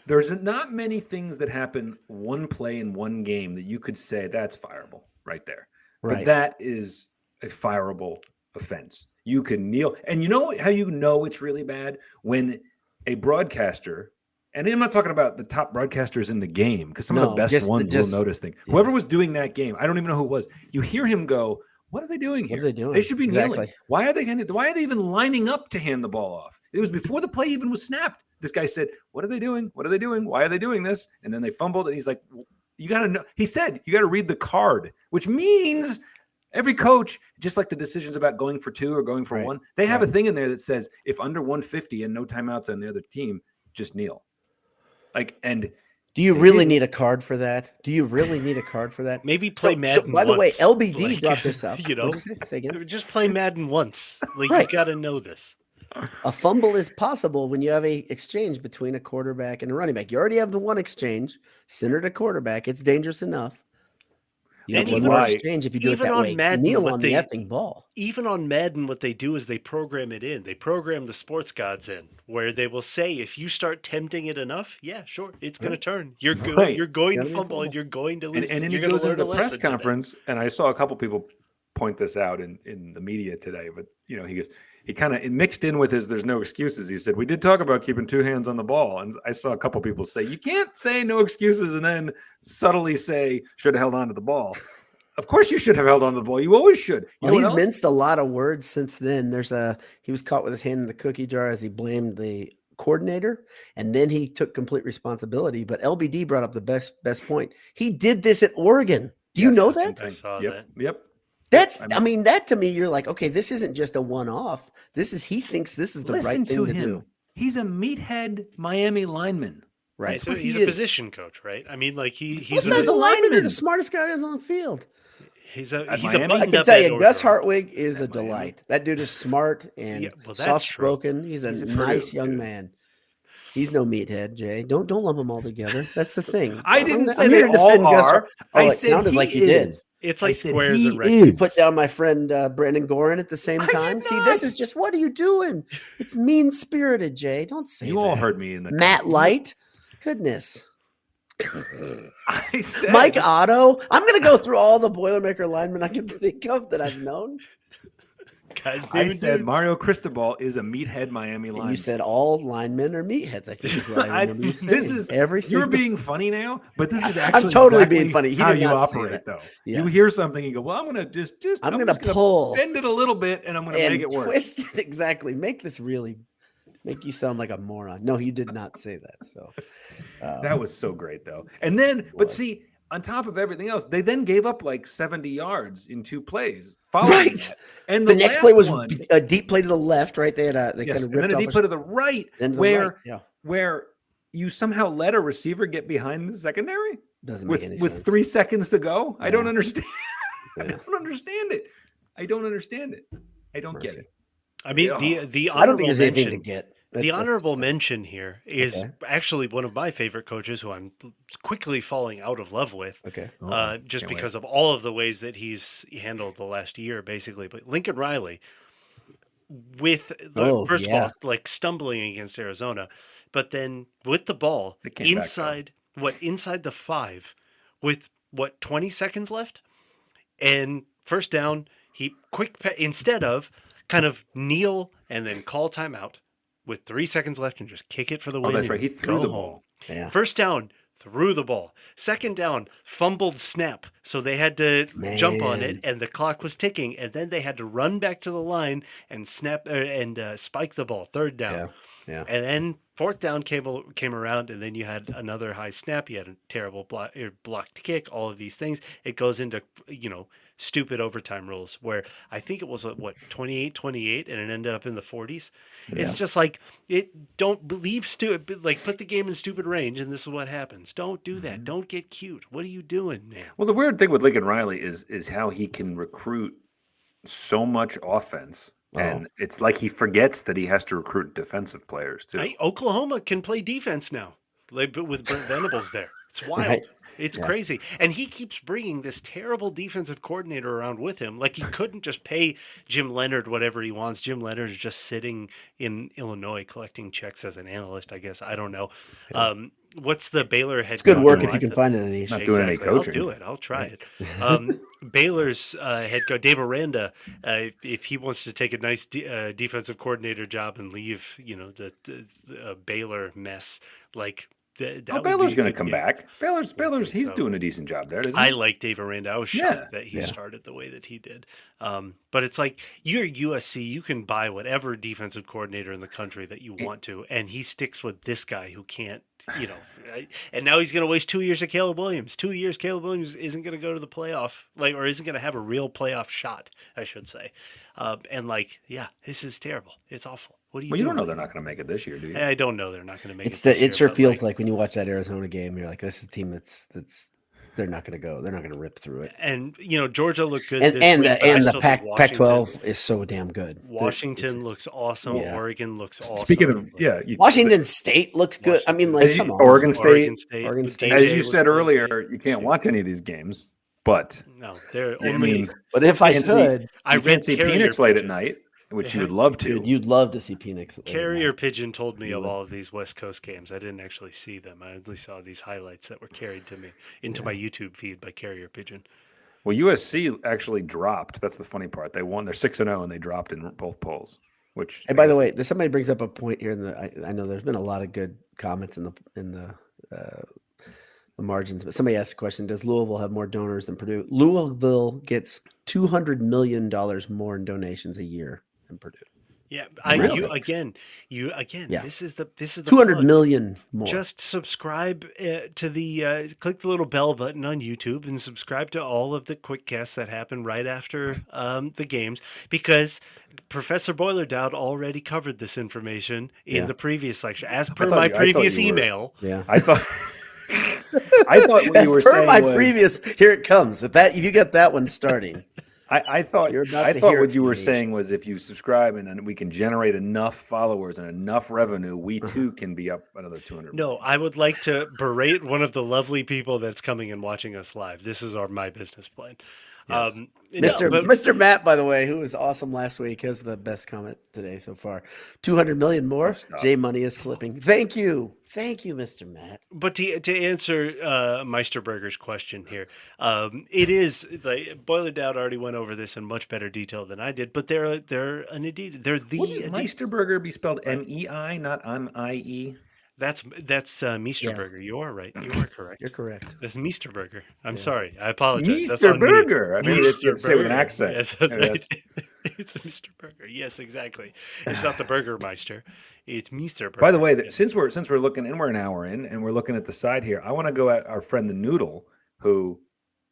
S1: there's not many things that happen one play in one game that you could say that's fireable right there. But
S2: Right.
S1: that is a fireable offense. You can kneel. And you know how you know it's really bad? When a broadcaster, and I'm not talking about the top broadcasters in the game, because some of the
S2: No,
S1: best
S2: just the-
S1: ones
S2: just-
S1: will notice things.
S2: yeah.
S1: Whoever was doing that game, I don't even know who it was. You hear him go, What are they doing here?
S2: what are they doing?
S1: They should be kneeling.
S2: Exactly.
S1: Why are they handing, why are they even lining up to hand the ball off? It was before the play even was snapped. This guy said, "What are they doing? What are they doing? Why are they doing this?" And then they fumbled and he's like, "W- "You got to know." He said, "You got to read the card," which means every coach, just like the decisions about going for two or going for
S2: Right,
S1: one, they have a
S2: right.
S1: thing in there that says if under 150 and no timeouts on the other team, just kneel. Like and
S2: Do you
S1: They
S2: really
S1: didn't-
S2: need a card for that? Do you really need a card for that?
S3: Maybe play
S2: So- so,
S3: Madden.
S2: by the way,
S3: once.
S2: LBD
S3: Like,
S2: brought this up.
S3: You know,
S2: What'd you say? Say again?
S3: just play Madden once. Like
S2: Right.
S3: you got to know this.
S2: a fumble is possible when you have a exchange between a quarterback and a running back. You already have the one exchange, center to quarterback. It's dangerous enough. You
S3: And
S2: have one
S3: even-
S2: more
S1: Right.
S2: exchange if you do it
S3: even
S2: that
S3: on
S2: way.
S3: Madden,
S2: Kneel
S3: what
S2: on
S3: they-
S2: the effing ball.
S3: Even on Madden, what they do is they program it in. They program the sports gods in, where they will say, if you start tempting it enough, yeah, sure, it's going to turn. You're go-
S1: Right.
S3: you're going
S2: Gotta
S3: to
S2: be
S3: fumble, and
S2: fumble.
S3: you're going to lose.
S1: and, and then he
S3: you're gonna
S1: goes into
S3: learn a
S1: the press
S3: lesson today.
S1: conference, and I saw a couple people point this out in in the media today. But you know, he goes, he kind of mixed in with his "there's no excuses." He said, "We did talk about keeping two hands on the ball," and I saw a couple people say, "You can't say no excuses and then subtly say should have held on to the ball." Of course, you should have held on to the ball. You always should. You
S2: Well,
S1: know what
S2: he's
S1: else?
S2: minced a lot of words since then. There's a he was caught with his hand in the cookie jar as he blamed the coordinator, and then he took complete responsibility. But LBD brought up the best best point. He did this at Oregon. Do you
S1: Yes,
S2: know
S1: I think
S2: that?
S3: I saw
S1: yep, Yep.
S2: That's
S1: I
S2: I mean, that to me, you're like, okay, this isn't just a one off. This is he thinks this is the
S1: Listen
S2: right
S1: to
S2: thing to,
S1: him.
S2: do.
S1: He's a meathead Miami lineman.
S2: Right.
S1: That's
S3: So
S1: what
S3: he's
S1: he
S3: a
S1: is.
S3: position coach, right? I mean, like he
S2: He's
S3: he's
S1: Well,
S2: a
S1: so
S3: a,
S2: lineman. You're
S1: lineman.
S2: the smartest guy on the field.
S3: he's a
S1: At
S3: he's
S1: Miami? I
S3: a
S2: I
S3: button
S2: can
S3: up
S2: tell
S3: at
S2: you, Gus
S3: Oregon.
S2: Hartwig is a
S1: At Miami.
S2: delight. That dude is smart and
S3: Yeah, well, that's true.
S2: soft spoken. He's a
S1: He's a pretty
S2: nice young
S1: dude.
S2: man. He's no meathead, Jay. Don't don't lump them all together. That's the thing.
S1: I
S2: I'm
S1: didn't
S2: not-
S1: say
S2: I'm
S1: they
S2: here to defend
S1: all
S2: Gus
S1: are.
S2: Hart-
S1: I
S2: Oh, it
S1: said
S2: sounded
S1: he
S2: like you did.
S1: is.
S3: It's
S1: I
S3: like
S1: said
S3: squares
S1: he
S3: and rectangles.
S2: You put down my friend uh, Brandon Gorin at the same
S1: I did
S2: time. See, this
S1: not.
S2: is just what are you doing? It's mean spirited, Jay. Don't say
S1: You all
S2: that.
S1: heard me in the
S2: Matt Light. Goodness.
S1: I said,
S2: Mike Otto. I'm going to go through all the Boilermaker linemen I can think of that I've known.
S3: Guys,
S1: I
S3: being
S1: said
S3: dudes.
S1: Mario Cristobal is a meathead Miami
S2: And you
S1: lineman.
S2: said all linemen are meatheads. I think is what
S1: I-
S2: I remember you saying.
S1: this is-
S2: every
S1: You're
S2: single.
S1: being funny now, but this is actually
S2: totally
S1: exactly
S2: being funny. He
S1: how
S2: did
S1: you
S2: not say
S1: operate,
S2: that.
S1: though. You
S2: Yes.
S1: hear something, you go, "Well, I'm gonna just, just,
S2: I'm, going
S1: just
S2: to pull
S1: bend it a little bit, and I'm gonna
S2: and
S1: make it work."
S2: twist it exactly. Make this really make you sound like a moron. No, you did not say that. So um,
S1: That was so great, though. And then, but
S2: was.
S1: see, on top of everything else, they then gave up like 70 yards in two plays. Following
S2: Right.
S1: that. And
S2: the,
S1: the,
S2: next
S1: last
S2: play was
S1: one,
S2: b- a deep play to the left, right? They had a they
S1: yes,
S2: kind of
S1: and then
S2: ripped
S1: a
S2: off
S1: deep
S2: a
S1: play to the right,
S2: then to the right,
S1: where
S2: yeah.
S1: where you somehow let a receiver get behind the secondary.
S2: Doesn't make
S1: with
S2: any
S1: with
S2: sense.
S1: three seconds to go. I don't
S2: Yeah.
S1: understand. I
S2: Yeah.
S1: don't understand it. I don't understand it. I don't get
S2: Mercy.
S1: it.
S3: I mean,
S1: Yeah.
S3: the the honorable
S2: I don't think there's anything to
S3: mention,
S2: get.
S3: the
S2: That's-
S3: honorable
S2: that's-
S3: mention here is
S2: Okay.
S3: actually one of my favorite coaches, who I'm quickly falling out of love with.
S2: Okay.
S1: Oh,
S3: uh, just
S1: can't wait.
S3: because of all of the ways that he's handled the last year, basically. But Lincoln Riley, with the,
S2: Oh,
S3: first
S2: yeah.
S3: of all, like stumbling against Arizona, but then with the ball
S1: They came back, though.
S3: inside what inside the five, with what twenty seconds left, and first down, he quick pa- instead of kind of kneel and then call timeout with three seconds left and just kick it for the
S1: oh,
S3: win.
S1: that's
S3: and
S1: right. He threw
S3: go
S1: the
S3: home.
S1: ball.
S2: Yeah.
S3: First down, threw the ball. Second down, fumbled snap. So they had to jump on it,
S2: Man.
S3: and the clock was ticking. And then they had to run back to the line and snap er, and uh, spike the ball. Third down.
S2: Yeah, yeah.
S3: And then fourth down came al- came around, and then you had another high snap. You had a terrible block, er, blocked kick. All of these things. It goes into you know stupid overtime rules where I think it was uh, what 28 28 and it ended up in the 40s. It's just like it don't believe stupid like put the game in stupid range and this is what happens. Don't do
S2: Mm-hmm.
S3: that. Don't get cute. What are you doing, man?
S1: Well, the weird thing with Lincoln Riley is is how he can recruit so much offense,
S2: Oh.
S1: and it's like he forgets that he has to recruit defensive players too.
S3: I, Oklahoma can play defense now. Like but with Brent Venables there. It's wild.
S2: Right.
S3: It's
S2: Yeah.
S3: crazy. And he keeps bringing this terrible defensive coordinator around with him. Like he couldn't just pay Jim Leonard whatever he wants. Jim Leonard's just sitting in Illinois collecting checks as an analyst, I guess. I don't know. Um, what's the Baylor head
S2: It's good
S3: coach?
S2: work
S1: doing
S2: if you
S1: right.
S2: can find it. Anish.
S1: Not doing any coaching.
S3: I'll do it. I'll try it. Um, Baylor's uh, head coach Dave Aranda, uh, if- if he wants to take a nice de- uh, defensive coordinator job and leave, you know the, the, the uh, Baylor mess, like th- that.
S1: oh,
S3: would
S1: Baylor's
S3: be a
S1: going to
S3: good-
S1: come
S3: yeah.
S1: back. Baylor's
S3: I think
S1: Baylor's he's
S3: so.
S1: doing a decent job there. Doesn't
S3: I
S1: he?
S3: like Dave Aranda. I was
S1: Yeah,
S3: shocked that he
S2: yeah.
S3: started the way that he did. Um, but it's like you're USC, you can buy whatever defensive coordinator in the country that you
S1: It-
S3: want to, and he sticks with this guy who can't, you know. I- And now he's going to waste two years of Caleb Williams. Two years, Caleb Williams isn't going to go to the playoff, like, or isn't going to have a real playoff shot, I should say. Um, and like, yeah, this is terrible. It's awful. What do you?
S1: well, you don't know
S3: doing?
S1: they're not going to make it this year, do you?
S3: I don't know. They're not going to make
S2: It's
S3: it.
S2: the,
S3: this year,
S2: it sure
S3: but, uh
S2: feels like when you watch that Arizona game, you're like, this is a team that's that's they're not going to go. They're not going to rip through it.
S3: And you know Georgia looked good,
S2: And
S3: this
S2: and
S3: week,
S2: the,
S3: but I
S2: and the
S3: still think
S2: Pac Pac
S3: Washington-
S2: 12 is so damn good. The-
S3: Washington
S2: it's-
S3: looks awesome.
S2: Yeah.
S3: Oregon looks awesome.
S1: Speaking of yeah, you,
S2: Washington State looks good. I mean,
S1: As
S2: like
S1: you-
S2: come on,
S1: Oregon State-
S3: State,
S2: Oregon
S3: but
S2: State.
S1: as
S3: DJ
S1: you
S3: was
S1: said
S3: playing
S1: earlier,
S3: great.
S1: you can't
S3: Shoot.
S1: watch any of these games, but
S3: No, they're
S1: I
S3: only.
S1: mean,
S2: But if I
S1: Can't see-
S2: could,
S3: I
S1: you
S3: read
S1: can't see
S3: Carrier
S1: Phoenix late at
S3: Pigeon.
S1: night, which you
S3: Yeah,
S1: would love to.
S2: dude, you'd love to see Phoenix. late at night.
S3: Carrier Pigeon told me
S2: You
S3: of
S2: would.
S3: all of these West Coast games. I didn't actually see them. I only saw these highlights that were carried to me into my YouTube feed by Carrier Pigeon.
S1: Well, USC actually dropped. That's the funny part. They won. They're six and zero, and they dropped in both polls. Which,
S2: And
S1: I
S2: by the
S1: guess-
S2: way, there's somebody brings up a point here, in the I, I know there's been a lot of good comments in the in the uh, the margins, but somebody asked a question: Does Louisville have more donors than Purdue? Louisville gets two hundred million dollars more in donations a year than Purdue.
S3: Yeah, I,
S2: Really?
S3: you again, you again.
S2: Yeah.
S3: This is the this is the
S2: Two hundred
S3: plug.
S2: million more.
S3: Just subscribe uh, to the uh, click the little bell button on YouTube and subscribe to all of the quick casts that happen right after um, the games because Professor Boiler Dowd already covered this information in
S2: Yeah.
S3: the previous lecture, as per
S1: thought
S3: my
S1: you- I thought
S3: previous
S1: you were-
S3: email.
S2: yeah.
S1: I thought, I thought what
S2: As
S1: you were
S2: per
S1: saying
S2: my
S1: was,
S2: previous, here it comes. If that if you get that one starting,
S1: I, I thought
S2: You're about
S1: I
S2: to
S1: thought
S2: hear
S1: what you were
S2: explanation.
S1: saying was if you subscribe and, and we can generate enough followers and enough revenue, we too can be up another two hundred.
S3: No, I would like to berate one of the lovely people that's coming and watching us live. This is our my business plan.
S1: Yes.
S3: Um, no,
S2: Mr.
S3: but-
S2: Mr. Matt, by the way, who was awesome last week, has the best comment today so far. Two hundred million more.
S1: Stop.
S2: J Money is slipping. Thank you, thank you, Mr. Matt.
S3: but to, to answer uh, Meisterberger's question here, um, it is like Boiler Dowd already went over this in much better detail than I did. But they're they're an Adidas. They're the
S1: Wouldn't
S3: Adidas.
S1: Meisterburger be spelled M E I, not M I E?
S3: That's that's uh, Meisterberger. You are right. You are correct.
S2: You're correct.
S3: That's Meisterberger. I'm
S2: Yeah.
S3: sorry. I apologize. That's on me.
S1: Meisterburger. I mean, it's, you say it with an
S3: Meisterburger.
S1: accent.
S3: Yes, that's
S1: I mean,
S3: right. it's a Mr. Burger. Yes, exactly. It's not the Burgermeister. It's Mr. Burger.
S1: By the way, that
S3: Yes.
S1: since we're since we're looking and we're an hour in and we're looking at the side here, I want to go at our friend the Noodle, who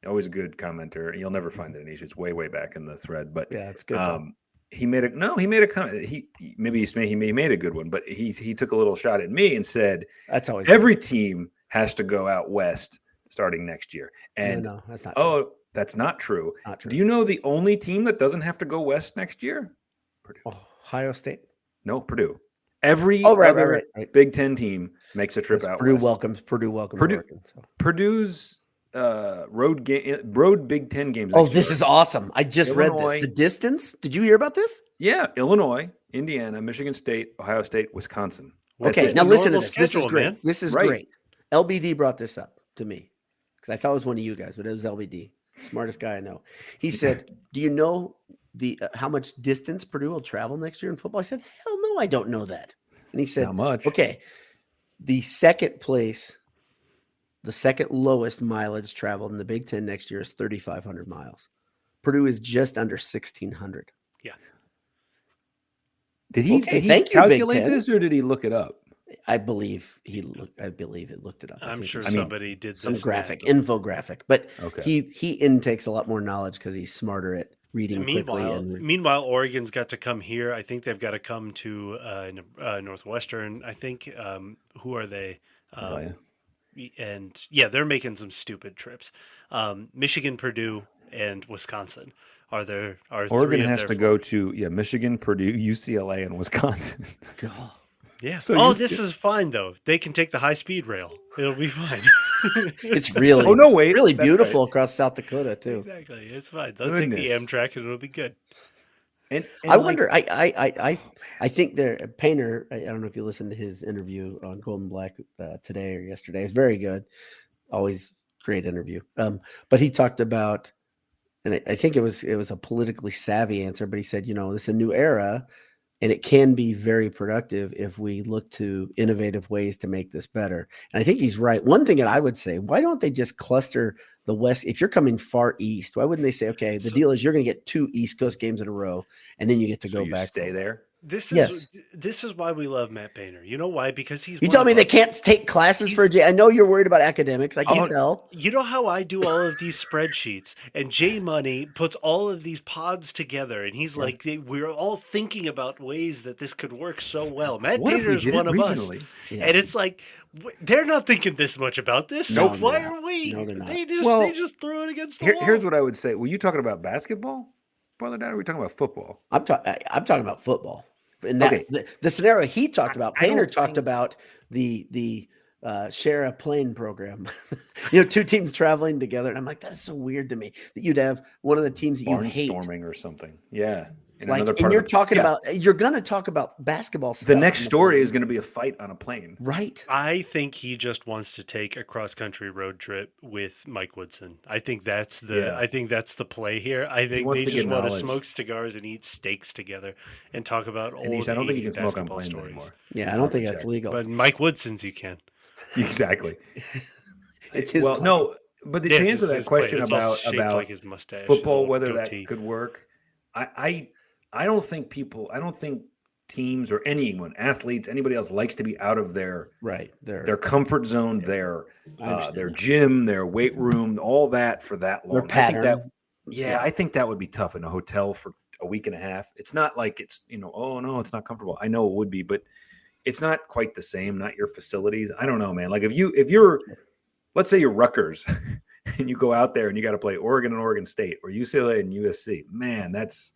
S1: always a good commenter. and You'll never find it, Anish. It's way way back in the thread, but
S2: Mm-hmm. Yeah, it's good. though.
S1: um, he made a no. He made a comment. He he- maybe he's he may- he made a good one, but he he took a little shot at me and said
S2: That's always good.
S1: every team has to go out west starting next year.
S2: And
S1: And
S2: no, that's not. true.
S1: oh, that's not true.
S2: not true.
S1: Do you know the only team that doesn't have to go west next year? Purdue.
S2: Ohio State?
S1: No, Purdue. Every
S2: Oh, right, right,
S1: other
S2: right. right.
S1: Big Ten team makes a trip
S2: Yes,
S1: out.
S2: Purdue
S1: west.
S2: welcomes Purdue welcomes
S1: Purdue-
S2: Oregon, so.
S1: Purdue's uh, road game, road Big Ten games.
S2: Oh,
S1: next
S2: this
S1: year.
S2: is awesome! I just read
S1: Illinois-
S2: this. The distance? Did you hear about this?
S1: yeah, Illinois, Indiana, Michigan State, Ohio State, Wisconsin. That's
S2: Okay,
S1: it.
S2: now listen to
S3: Normal
S2: this. this is
S3: schedule,
S2: great.
S3: man.
S2: This is
S1: Right.
S2: great. LBD brought this up to me because I thought it was one of you guys, but it was LBD, smartest guy I know. He said, "Do you know the uh, how much distance Purdue will travel next year in football?" I said, "Hell no, I don't know that." And he said,
S1: not much.
S2: Okay. The second place, the second lowest mileage traveled in the Big Ten next year is 3,500 miles. Purdue is just under 1,600.
S1: Did he,
S2: Okay,
S1: did he
S2: thank you, Big
S1: calculate
S2: Ten.
S1: this or did he look it up?
S2: I believe he looked, I believe it looked it up. I
S3: I'm
S2: think
S3: sure
S2: it's
S1: I mean,
S3: somebody did
S2: some
S3: this
S2: graphic,
S3: math.
S2: infographic, but
S1: Okay.
S2: he, he intakes a lot more knowledge because he's smarter at reading quickly.
S3: Meanwhile,
S2: And
S3: meanwhile, Oregon's got to come here. I think they've got to come to uh, N- uh, Northwestern. I think um, who are they? Um,
S1: Oh, yeah.
S3: y- And yeah, they're making some stupid trips. Um, Michigan, Purdue, and Wisconsin are there. Are
S1: Oregon
S3: three of
S1: has
S3: their
S1: to
S3: four-
S1: go to yeah Michigan, Purdue, UCLA, and Wisconsin.
S2: God,
S3: Yeah.
S1: so
S3: oh,
S1: you
S3: this
S1: see-
S3: is fine though. They can take the high speed rail. It'll be fine.
S2: it's really,
S1: oh no, wait,
S2: really
S1: that's right.
S2: beautiful across South Dakota too.
S3: exactly. It's fine. They'll take the
S1: Goodness.
S3: Amtrak and it'll be good.
S1: And,
S2: I
S1: and, like,
S2: wonder. I I I I, I think there Painter. I, I don't know if you listened to his interview on Golden Black uh, today or yesterday. It's very good. Always great interview. Um, but he talked about, and I, I think it was it was a politically savvy answer. But he said, you know, this is a new era, and it can be very productive if we look to innovative ways to make this better. And I think he's right. One thing that I would say, why don't they just cluster? The West, if you're coming far east, why wouldn't they say, okay, the
S3: So-
S2: deal is you're going to get two East Coast games in a row, and then you get to
S1: so
S2: go
S1: you
S2: back.
S1: Stay there.
S3: This is
S2: Yes.
S3: this is why we love Matt Painter. You know why? Because he's
S2: You
S3: one
S2: tell
S3: of
S2: me they
S3: us.
S2: can't take classes for a
S3: He's-
S2: J. I know you're worried about academics. I can
S3: Oh,
S2: tell.
S3: You know how I do all of these spreadsheets, and J Money puts all of these pods together, and he's
S2: Yeah.
S3: like, "They- "We're all thinking about ways that this could work so well." Matt
S1: What if
S3: Painter
S1: we
S3: is
S1: did it
S3: one of us,
S1: regionally?
S2: Yeah.
S3: and it's like w- they're not thinking this much about this.
S2: No,
S3: so
S2: they're
S3: why
S2: not.
S3: are we?
S2: No, they're not.
S3: They just
S1: Well,
S3: they just threw it against the
S1: Here,
S3: wall.
S1: here's what I would say. Were you talking about basketball, boiler down? Or were we talking about football?
S2: I'm, ta- I- I'm talking about football. And that,
S1: Okay.
S2: the, the scenario he talked about,
S1: I don't
S2: Painter talked
S1: think-
S2: about the the uh, share a plane program. you know, two teams traveling together, and I'm like, that's so weird to me that you'd have one of the teams that you hate.
S1: Barnstorming or something? Yeah. In
S2: Like,
S1: another
S2: and you're
S1: of the-
S2: talking
S1: Yeah.
S2: about you're gonna talk about basketball.
S1: the
S2: stuff
S1: next
S2: in
S1: story
S2: program.
S1: is going to be a fight on a plane.
S2: right.
S3: I think he just wants to take a cross country road trip with Mike Woodson. I think that's the
S1: Yeah.
S3: I think that's the play here. I think
S1: wants
S3: they
S1: to
S3: just
S1: get
S3: want to
S1: knowledge.
S3: smoke cigars and eat steaks together and talk about old.
S1: And he's, I don't think you
S3: 80s
S1: can smoke on
S3: basketball
S1: planes
S3: stories.
S1: anymore.
S2: Yeah, I don't think
S1: Check.
S2: that's legal.
S3: But Mike Woodson's you can.
S1: Exactly.
S2: It's his
S1: well,
S2: plan.
S1: no, but the
S3: Yes,
S1: to
S3: it's
S1: answer that
S3: his play.
S1: question
S3: It's all
S1: about
S3: shaped
S1: about
S3: like his mustache, his
S1: football,
S3: little
S1: whether
S3: goatee.
S1: that could work. I, I I don't think people I don't think teams or anyone, athletes, anybody else likes to be out of their
S2: right there.
S1: their comfort zone, their
S2: I
S1: uh,
S2: understand
S1: their
S2: that.
S1: gym, their weight room, all that for that long.
S2: Their
S1: I
S2: pattern.
S1: think that yeah, I think that would be tough in a hotel for a week and a half. It's not like it's, you know, oh no, it's not comfortable. I know it would be, but it's not quite the same, not your facilities. I don't know, man. Like if you if you're let's say you're Rutgers and you go out there and you got to play Oregon and Oregon State or UCLA and USC, man, that's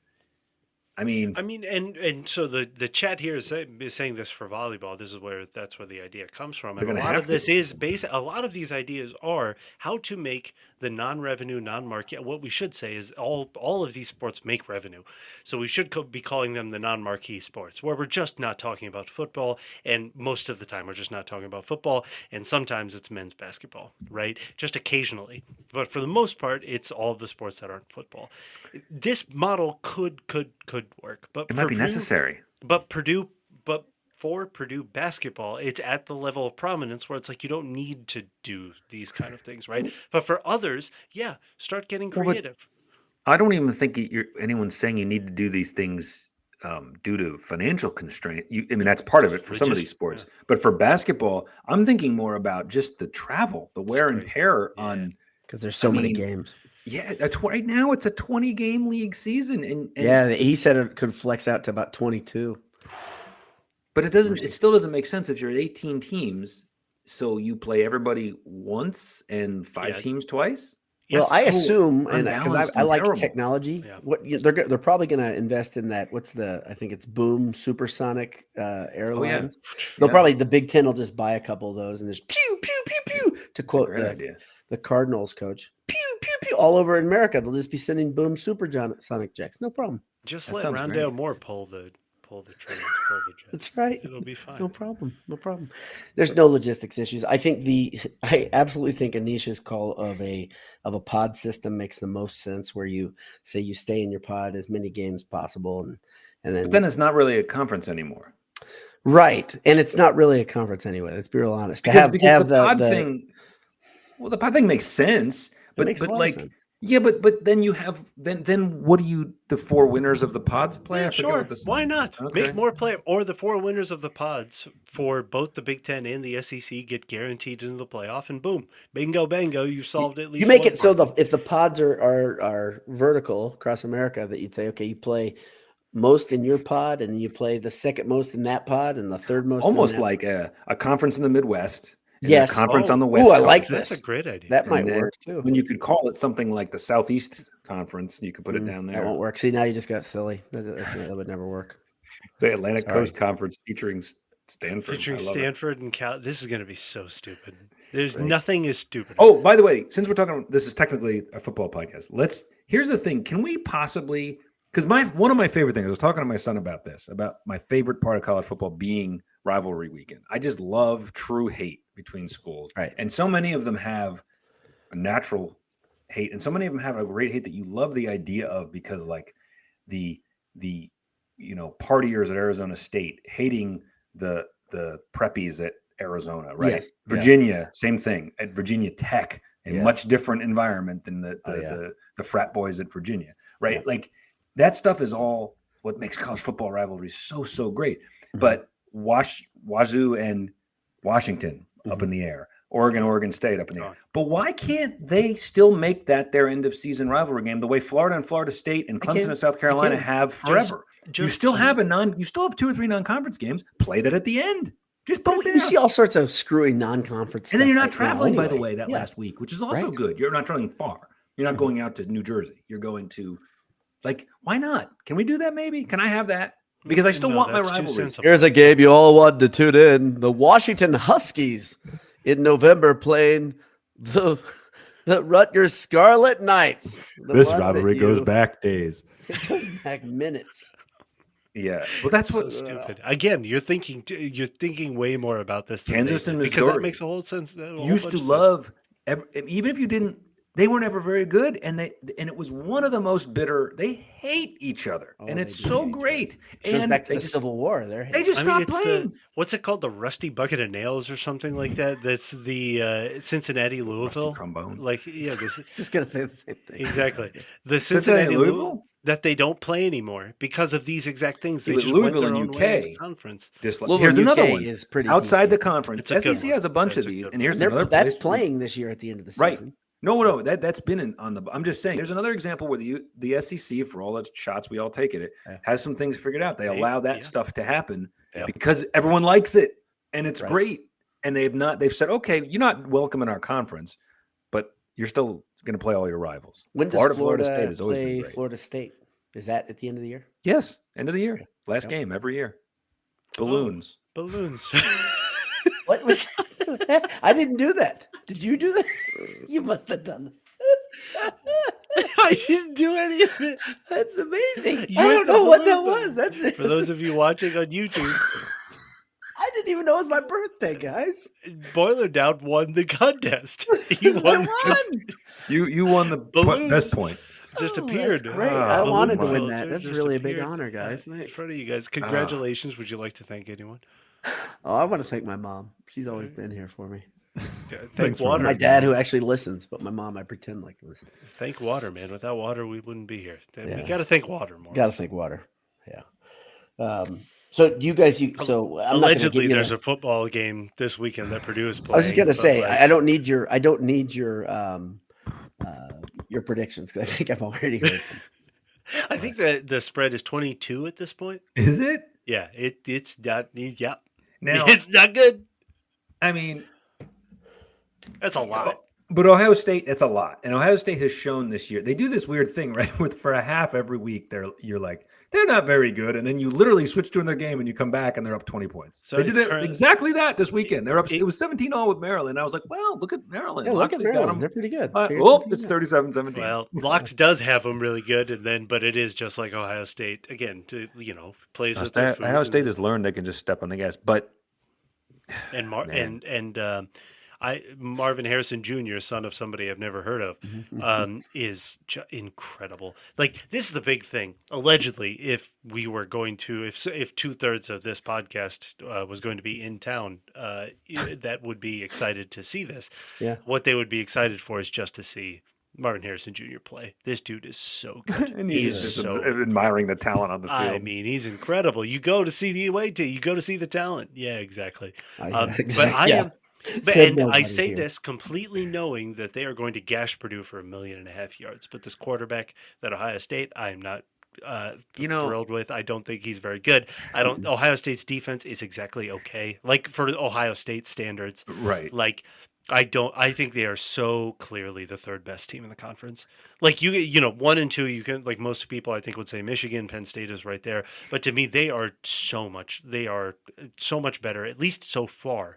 S1: I mean
S3: I mean, and and so the the chat here is, say, is saying this for volleyball. This is where that's where the idea comes from.
S1: They're
S3: And a
S1: gonna
S3: lot
S1: have
S3: of this
S1: to.
S3: is base. A lot of these ideas are how to make the non-revenue, non-market. What we should say is all all of these sports make revenue, so we should co- be calling them the non-marquee sports, where we're just not talking about football, and most of the time we're just not talking about football, and sometimes it's men's basketball, right? Just occasionally, but for the most part, it's all of the sports that aren't football. This model could could could work, but
S1: it might
S3: for
S1: be
S3: Purdue-
S1: necessary.
S3: but Purdue, but for Purdue basketball, it's at the level of prominence where it's like you don't need to do these kind of things, right? But for others, yeah, start getting
S1: Well, but-
S3: creative.
S1: I don't even think that you're, anyone's saying you need to do these things um, due to financial constraint. You, I mean, that's part of it for
S3: They
S1: some of
S3: just-
S1: these sports. But for basketball, I'm thinking more about just the travel, the wear and
S3: crazy.
S1: tear
S3: Yeah.
S1: on.
S2: because there's so many
S1: mean,
S2: games.
S1: Yeah, a tw- right now it's a 20 game league season, and, and
S2: yeah, he said it could flex out to about 22.
S1: but it doesn't. It still doesn't make sense if you're 18 teams. So you play everybody once and five
S3: Yeah.
S1: teams twice?
S2: Well,
S3: Yes.
S2: I
S1: so
S2: assume, and because
S1: unbalanced
S2: I, I
S1: and
S2: like
S1: terrible.
S2: technology,
S3: Yeah.
S2: what you they're go- they're probably going to invest in that. What's the? I think it's Boom Supersonic uh, Airlines. They'll
S1: Oh, Yeah.
S2: probably the Big Ten will just buy a couple of those and just pew pew pew pew to
S1: It's a
S2: quote
S1: great
S2: the,
S1: idea.
S2: the Cardinals coach. Pew pew pew all over America. They'll just be sending Boom Supersonic Jacks. No problem.
S3: Just
S1: That
S3: let
S1: sounds
S3: Rondell
S1: great.
S3: Moore pull the pull the trains, pull the jets.
S2: That's right.
S3: It'll be fine.
S2: No problem. No problem. There's no logistics issues. I think the I absolutely think Anisha's call of a of a pod system makes the most sense where you say you stay in your pod as many games possible and and then,
S1: But then it's not really a conference anymore.
S2: right. And it's not really a conference anyway. Let's be real honest. To
S1: Because-
S2: have, to
S1: because
S2: have
S1: the,
S2: the,
S1: pod
S2: the- it
S1: thing well the pod thing makes sense but
S2: makes a
S1: but
S2: lot of
S1: like
S2: sense.
S1: yeah but but then you have then then what do you the four winners of the pods play
S3: Yeah,
S1: I forget what
S3: sure.
S1: this-
S3: Why not?
S1: Okay.
S3: Make more play or the four winners of the pods for both the Big Ten and the SEC get guaranteed into the playoff, and boom, bingo, bango, you've solved at least.
S2: you make
S3: one
S2: it so the
S3: problem.
S2: if the pods are are are vertical across America that you'd say okay you play most in your pod and you play the second most in that pod and the third most in
S1: almost
S2: that-
S1: like a, a conference in the midwest and
S2: Yes.
S1: a conference
S3: Oh.
S1: on the
S3: Ooh,
S1: west
S2: I like
S1: Coast,
S3: that's
S2: this.
S3: a great idea.
S2: that
S1: and
S2: might
S1: then
S2: work too.
S1: when you could call it something like the southeast conference you could put it
S2: Mm,
S1: down there
S2: That won't work. See, now you just got silly. That, that's- that would never work.
S1: the atlantic
S2: Sorry.
S1: coast conference featuring S- stanford I
S3: Featuring
S1: love it.
S3: Stanford and Cal. This is going to be so stupid. There's
S1: great.
S3: nothing is stupid.
S1: Oh, by the way, since we're talking, this is technically a football podcast. Let's. Here's the thing: Can we possibly? Because my one of my favorite things. I was talking to my son about this. About my favorite part of college football being rivalry weekend. I just love true hate between schools,
S2: Right.
S1: and so many of them have a natural hate, and so many of them have a great hate that you love the idea of because, like, the the you know partiers at Arizona State hating the the preppies at Arizona, right?
S2: Yes, yeah.
S1: Virginia, same thing at Virginia Tech, a
S2: Yeah.
S1: much different environment than the the,
S2: Oh, yeah.
S1: the the frat boys at Virginia, right?
S2: Yeah.
S1: Like that stuff is all what makes college football rivalries so so great.
S2: Mhm.
S1: But Wash Wazoo and Washington up
S2: Mm-hmm.
S1: in the air. Oregon, Oregon State up in the air.
S3: Gone.
S1: But why can't they still make that their end of season rivalry game the way Florida and Florida State and
S2: They
S1: Clemson
S2: can.
S1: and South Carolina
S2: can.
S1: have forever? you still have a non you still have two or three non-conference games. Play that at the end. Just put
S2: But
S1: it
S2: we-
S1: there.
S2: you see all sorts of screwy non-conference,
S1: and then you're
S2: stuff
S1: not
S2: right now
S1: traveling, by the
S2: anyway.
S1: way, that
S2: Yeah.
S1: last week, which is also
S2: Right.
S1: good. You're not traveling far. You're not
S2: Mhm.
S1: going out to New Jersey. You're going to like, why not? Can we do that maybe? Can I have that? Because I still want my
S3: that's too
S1: rivalry.
S3: sensible.
S2: Here's a game you all wanted to tune in: the Washington Huskies in November playing the the Rutgers Scarlet Knights. The one that you-
S4: back days.
S2: It goes back minutes.
S1: Yeah. Well, that's
S3: so
S1: what uh,
S3: stupid. Again, you're thinking you're thinking way more about this than
S1: Kansas
S3: they
S1: and
S3: did, because that
S1: Missouri
S3: makes a whole sense. a whole
S1: used
S3: bunch
S1: to
S3: of sense.
S1: love ev- even if you didn't they were never very good and they and it was one of the most bitter they hate each other
S2: Oh,
S1: and
S2: they
S1: it's
S2: do
S1: so
S2: hate each other.
S1: great
S2: It goes
S1: and
S2: back to
S1: they
S2: the
S1: just,
S2: Civil War. There,
S1: they just
S3: I mean,
S1: stopped
S3: it's the-
S1: playing
S3: What's it called? The rusty bucket of nails or something like that. That's the uh, Cincinnati
S1: Rusty
S3: Louisville.
S1: trombone
S3: Like yeah, this,
S2: just gonna say the same thing.
S3: exactly.
S1: Cincinnati,
S3: The Cincinnati, Louisville,
S1: Louisville
S3: that they don't play anymore because of these exact things.
S1: See,
S3: They
S1: with
S3: just went
S1: Louisville
S3: their
S1: and
S3: own way in the
S1: UK,
S3: conference.
S1: dislike
S2: Louisville,
S1: here's another
S2: UK
S1: one
S2: is pretty
S1: outside the conference
S3: It's a good
S1: SEC
S3: one.
S1: has a bunch
S3: That's
S1: of
S3: a
S1: these
S3: good
S1: and here's
S2: They're-
S1: another
S2: that's
S1: place.
S2: playing this year at the end of the
S1: Right.
S2: season.
S1: No, no, that that's been in, on the. I'm just saying, there's another example where the U- the SEC, for all the shots we all take at it,
S2: Yeah.
S1: has some things figured out. They
S3: They-
S1: allow that
S3: yeah.
S1: stuff to happen
S2: Yep.
S1: because everyone likes it and it's
S2: Right.
S1: great. And they've not. They've said, okay, you're not welcome in our conference, but you're still going to play all your rivals.
S2: When does Florida,
S1: Florida- Florida State has always been
S2: play
S1: great.
S2: Florida State? Is that at the end of the year?
S1: Yes, end of the year, last
S2: Yep. Oh.
S1: game every year. Balloons.
S3: Balloons.
S2: What was? I didn't do that. Did you do that? you must have done.
S3: I didn't do any of it.
S2: that. That's amazing.
S3: You
S2: I
S3: hit
S2: don't
S3: the
S2: know what that
S3: balloon
S2: was.
S3: button.
S2: That's
S3: For those of you watching on YouTube,
S2: I didn't even know it was my birthday, guys.
S3: Boiler Down won the contest. He
S2: I
S3: won.
S2: won.
S3: Just,
S1: You you won the po-
S3: Balloons.
S1: best point.
S3: just
S2: Oh, that's
S3: appeared.
S2: great.
S1: Ah,
S2: I
S1: balloon
S2: wanted to
S1: button.
S2: win
S3: Results
S2: that.
S3: are
S2: That's
S3: just
S2: really a big
S3: appeared
S2: honor, guys.
S3: In
S2: Thanks.
S3: front of you guys,
S1: Ah.
S3: congratulations. Would you like to thank anyone?
S2: Oh, I want to thank my mom. She's always been here for me.
S3: Yeah, Thank
S1: Thanks for
S3: water.
S2: My
S1: Very good.
S2: dad, who actually listens, but my mom, I pretend like listens.
S3: Thank water, man. Without water, we wouldn't be here. Th- We
S2: Yeah.
S3: got to thank water more.
S2: Got to think water. Yeah. Um, so you guys, you so I'm not gonna give
S3: Allegedly,
S2: you the-
S3: there's a football game this weekend that Purdue is playing.
S2: I was just gonna
S3: but,
S2: say
S3: like,
S2: I I don't need your I don't need your um uh your predictions because I think I've already heard. them.
S3: I think that the spread is 22 at this point.
S1: Is it
S3: Yeah, it it's not. Yeah,
S1: now?
S3: it's not good.
S1: I mean,
S3: That's a lot.
S1: But Ohio State, that's a lot. And Ohio State has shown this year. They do this weird thing, right? With for a half every week, they're you're like, they're not very good. And then you literally switch to another game and you come back and they're up 20 points.
S3: So
S1: So they did
S3: it's
S1: it-
S3: current-
S1: exactly that this weekend. They're up it,
S3: it-
S1: was 17 all with Maryland. I was like, well, look at Maryland.
S2: Yeah, look
S1: Loxley
S2: at
S1: got
S2: Maryland. They're
S1: them.
S2: pretty good.
S1: Uh,
S2: Figured
S3: oh,
S1: well,
S2: something
S1: it's
S2: out.
S1: 37 17.
S3: Well, Locks does have them really good, and then but it is just like Ohio State again. To you know, plays
S1: Ohio
S3: with their
S1: State,
S3: food
S1: Ohio
S3: and-
S1: State has learned they can just step on the gas. But
S3: and Mar-
S1: Man.
S3: and and um, I Marvin Harrison Jr., son of somebody I've never heard of,
S2: Mhm.
S3: um, is ju- incredible. Like this is the big thing. Allegedly, if we were going to, if s- if two thirds of this podcast uh, was going to be in town, uh, i- that would be excited to see this.
S2: Yeah.
S3: What they would be excited for is just to see Marvin Harrison Jr. play. This dude is so good.
S1: and
S3: he
S1: he's
S3: is
S1: just
S3: so.
S1: admiring the talent on the field.
S3: I mean, he's incredible. You go to see the away team. You go to see the talent. Yeah, exactly.
S2: I-
S3: Um,
S2: exact-
S3: But I
S2: Uh, yeah.
S3: am but,
S2: Said
S3: and I
S2: nobody
S3: say
S2: here.
S3: this completely knowing that they are going to gash Purdue for a million and a half yards. But this quarterback that Ohio State, I am not uh,
S1: You know-
S3: thrilled with. I don't think he's very good. I don't. Ohio State's defense is exactly okay, like for Ohio State standards.
S1: right.
S3: Like I don't. I think they are so clearly the third best team in the conference. Like you, you know, one and two. You can like most people, I think, would say Michigan, Penn State is right there. But to me, they are so much. They are uh, so much better, at least so far,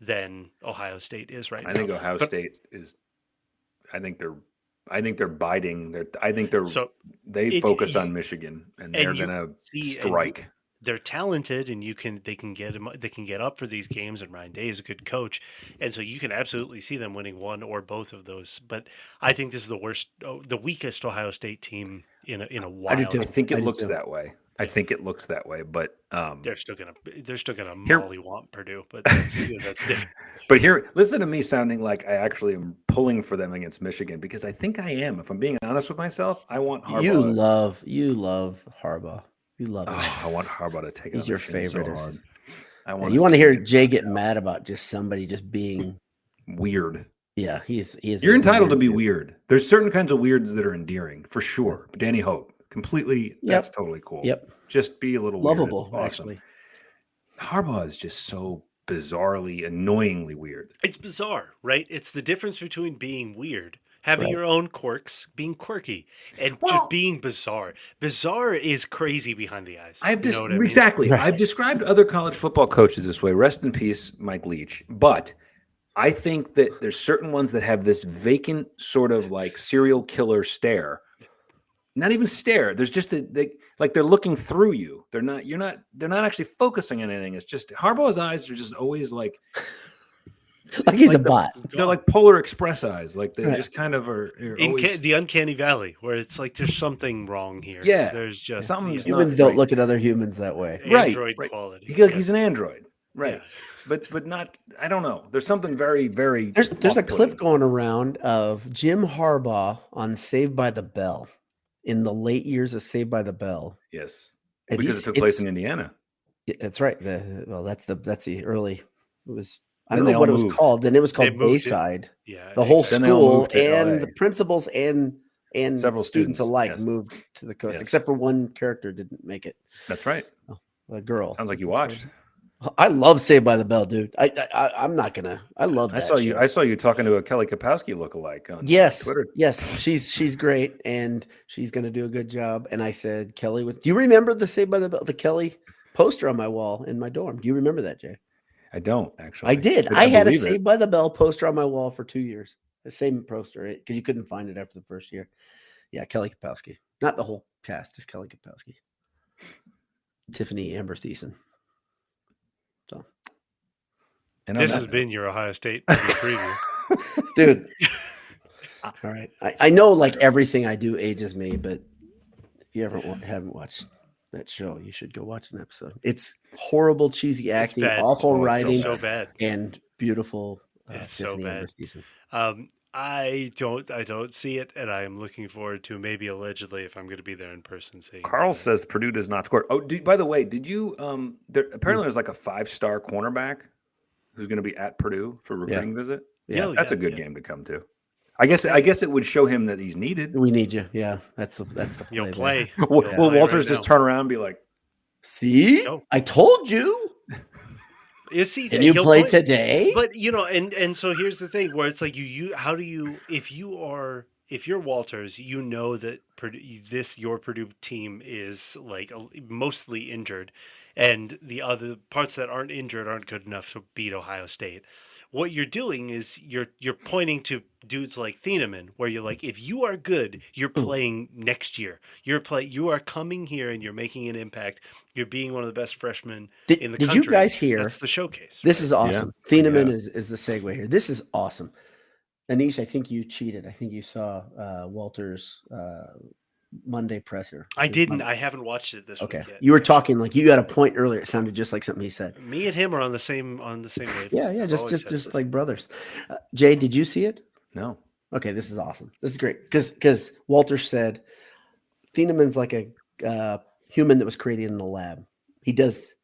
S3: than Ohio State is right
S1: I
S3: now.
S1: think Ohio
S3: But-
S1: State is. I think they're. I think they're biding. They're. I think they're.
S3: So
S1: they
S3: it-
S1: focus
S3: you-
S1: on Michigan, and they're
S3: you
S1: going to
S3: see- and you-
S1: strike.
S3: they're talented, and you can they can get 'em- they can get up for these games. And Ryan Day is a good coach, and so you can absolutely see them winning one or both of those. But I think this is the worst, oh, the weakest Ohio State team in a, in a while.
S2: do too.
S1: I think
S2: I
S1: it
S2: do
S1: looks
S2: too.
S1: that way. I think it looks that way, but um,
S3: they're still gonna they're still gonna
S1: Here-
S3: molly want Purdue, but that's you know, that's different.
S1: but here, listen to me sounding like I actually am pulling for them against Michigan because I think I am. If I'm being honest with myself, I want Harbaugh.
S2: You
S1: to-
S2: love, you love Harbaugh. You love.
S3: Ah,
S2: him.
S1: Oh, I want Harbaugh to take it.
S2: He's
S1: on
S2: your
S1: Michigan so
S2: favoritist.
S1: hard. I
S2: Yeah,
S1: want.
S2: you want to hear Jay get mad about just somebody just being.
S1: weird.
S2: Yeah, he's he is.
S1: You're
S2: a
S1: entitled to be
S2: dude.
S1: weird. There's certain kinds of weirds that are endearing for sure. But Danny Hope, completely, that's totally cool.
S2: Yep,
S1: Just be a little weird. It's
S2: lovable
S1: awesome.
S2: actually.
S1: Harbaugh is just so bizarrely, annoyingly weird.
S3: It's bizarre, right? It's the difference between being weird, having
S2: Right.
S3: your own quirks, being quirky, and
S1: Well-
S3: just being bizarre. Bizarre is crazy behind the eyes.
S1: I've
S3: you
S1: just
S3: know what I mean?
S1: exactly.
S2: Right.
S1: I've described other college football coaches this way. Rest in peace, Mike Leach. But I think that there's certain ones that have this vacant sort of like serial killer stare. Not even stare. There's just a, they, like they're looking through you. They're not. You're not. They're not actually focusing on anything. It's just Harbaugh's eyes are just always like
S2: Like he's
S1: like
S2: a
S1: the-
S2: bot.
S1: they're like Polar Express eyes. Like they
S2: Right.
S1: just kind of are. are
S3: Inca-
S1: always,
S3: the uncanny valley, where it's like there's something wrong here.
S1: Yeah,
S3: there's just
S1: something's
S3: yeah,
S1: not
S2: Humans don't
S1: right.
S2: look at other humans that way.
S1: Right,
S3: android
S1: right.
S3: quality.
S1: He- like,
S3: Yeah.
S1: he's an android, right?
S3: Yeah.
S1: But but not. I don't know. There's something very very.
S2: There's there's a clip
S1: off-putting.
S2: going around of Jim Harbaugh on Saved by the Bell, in the late years of Saved by the Bell.
S1: Yes,
S2: Have you
S1: because it
S2: se-
S1: took place
S2: it's-
S1: in Indiana.
S2: Yeah, That's right. The well, that's the that's the early. It was I
S1: Then
S2: don't
S1: they
S2: know what
S1: all
S2: it was
S1: moved.
S2: called. Then it was
S3: They
S2: called
S3: moved it.
S2: Bayside.
S3: Yeah,
S2: The whole
S1: Then they all
S2: school
S1: moved to
S2: and
S1: LA.
S2: the principals and and
S1: Several students,
S2: students, alike
S1: yes.
S2: moved to the coast,
S1: Yes.
S2: except for one character didn't make it.
S1: That's right.
S2: The girl.
S1: Sounds like you
S2: What's
S1: watched.
S2: her name? I love Saved by the Bell, dude. I I, I I'm not gonna. I love.
S1: I
S2: That
S1: saw you.
S2: show.
S1: I saw you talking to a Kelly Kapowski lookalike on
S2: yes
S1: Twitter.
S2: yes she's she's great and she's gonna do a good job and i said kelly was do you remember the say by the Bell- the kelly poster on my wall in my dorm do you remember that jay
S1: Oh, I don't actually.
S2: i did
S1: but
S2: i, had a
S1: believe it.
S2: say by the bell poster on my wall for two years the same poster because you couldn't find it after the first year yeah kelly kapowski not the whole cast just kelly kapowski tiffany amber Thiessen.
S1: And on
S3: This
S1: that
S3: has
S1: note-
S3: been your Ohio State preview.
S2: dude all right I, I know like everything i do ages me but if you ever wa- haven't watched that show you should go watch an episode it's horrible cheesy acting
S3: bad.
S2: awful
S1: Oh, it's so
S2: writing
S1: bad.
S3: so bad.
S2: and beautiful uh,
S3: It's so
S2: Tiffany Amber
S3: bad.
S2: Thiessen.
S3: Um, I don't, I don't see it, and I am looking forward to maybe allegedly if I'm going to be there in person. Seeing
S1: Carl
S3: that.
S1: says Purdue does not score. Oh, do, by the way, did you? Um, there
S2: Hmm.
S1: apparently there's like a five star cornerback who's going to be at Purdue for recruiting visit.
S2: yeah
S3: Oh,
S1: That's a
S3: yeah,
S1: good
S3: yeah.
S1: game to come to. I guess. I guess it would show him that he's needed.
S2: we need you yeah that's the that's the play,
S3: You'll
S2: man.
S3: play.
S1: Will,
S3: You'll
S1: will
S3: play
S1: Walters
S3: right
S1: just
S3: now.
S1: turn around and be like,
S2: see
S3: Go.
S2: i told you
S3: You see,
S2: Can you
S3: he'll
S2: play
S3: play-
S2: today?
S3: But you know, and and so here's the thing where it's like you you how do you if you are if you're Walters, you know that Purdue, this your Purdue team is like a- mostly injured, and the other parts that aren't injured aren't good enough to beat Ohio State. What you're doing is you're you're pointing to dudes like Thieneman, where you're like, if you are good, you're
S2: Hmm.
S3: playing next year. You're play you are coming here and you're making an impact. You're being one of the best freshmen
S2: Did,
S3: in the
S2: did
S3: country.
S2: you guys hear?
S3: That's the showcase.
S2: This
S3: right?
S2: is awesome. Thieneman
S1: Yeah.
S2: is, is the segue here. This is awesome. Anish, I think you cheated. I think you saw uh, Walter's uh, Monday presser.
S3: I
S2: His
S3: didn't.
S2: Monday-
S3: I haven't watched it this
S2: Okay.
S3: week yet.
S2: You were talking like you had a point earlier. It sounded just like something he said.
S3: Me and him are on the same on the same wave.
S2: Yeah, yeah, just just just like brothers. Uh, Jay, did you see it?
S1: No.
S2: Okay, this is awesome. This is great because because Walter said Thieneman's like a uh, human that was created in the lab. He does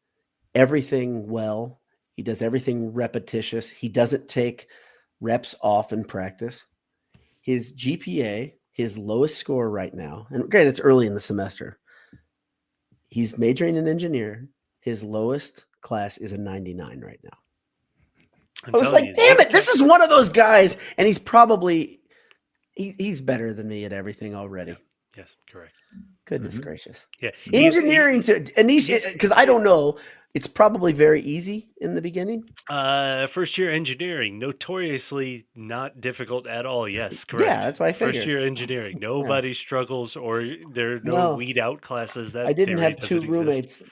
S2: everything well. He does everything repetitious. He doesn't take reps off in practice. His GPA, his lowest score right now, and granted it's early in the semester. He's majoring in engineer. His lowest class is a 99 right now.
S3: I'm
S2: I was
S3: telling
S2: like,
S3: you,
S2: damn
S3: this
S2: it, this is one of those guys, and he's probably he, he's better than me at everything already.
S3: kid- Yes, correct.
S2: Goodness
S1: Mhm.
S2: gracious,
S3: Yeah, Mm-hmm. he's- he-
S2: engineering, to Anish,
S3: he's-
S2: because I don't know, it's probably very easy in the beginning.
S3: uh, first year engineering, notoriously not difficult at all. Yes, correct.
S2: Yeah, that's what I figured.
S3: First year engineering, nobody struggles or there are no,
S2: No.
S3: weed out classes. That
S2: I didn't
S3: theory
S2: have two
S3: doesn't exist.
S2: roommates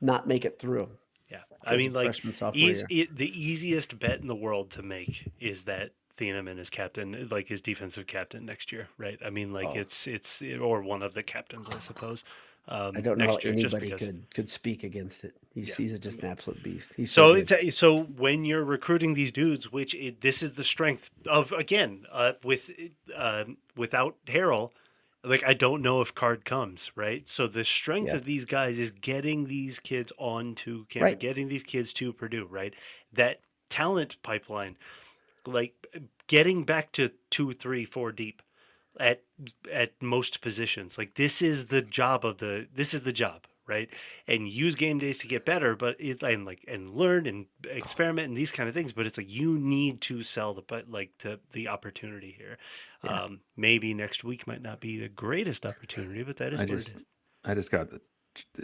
S2: not make it through.
S3: Yeah, I
S2: 'cause
S3: mean,
S2: of
S3: like
S2: freshman sophomore
S3: Eas-
S2: year.
S3: it, the easiest bet in the world to make is that Thieneman is captain, like his defensive captain next year, right? I mean, like
S2: Oh.
S3: it's it's or one of the captains, I suppose. Um,
S2: I don't know how
S3: next year, just
S2: anybody
S3: because.
S2: could could speak against it. He's
S3: Yeah.
S2: he's just an absolute beast. He's
S3: So
S2: so, good.
S3: it's a- so when you're recruiting these dudes, which it, this is the strength of again uh, with uh, without Harrell, like I don't know if Card comes right. So the strength
S2: Yeah.
S3: of these guys is getting these kids onto campus,
S2: Right.
S3: getting these kids to Purdue, right? That talent pipeline, like getting back to two, three, four deep at at most positions. Like this is the job of the this is the job, right? And use game days to get better, but it and like and learn and experiment and these kind of things. But it's like you need to sell the but like to the opportunity here.
S2: Yeah.
S3: Um, maybe next week might not be the greatest opportunity, but that is
S1: I
S3: what
S1: just-
S3: it is.
S1: I just got the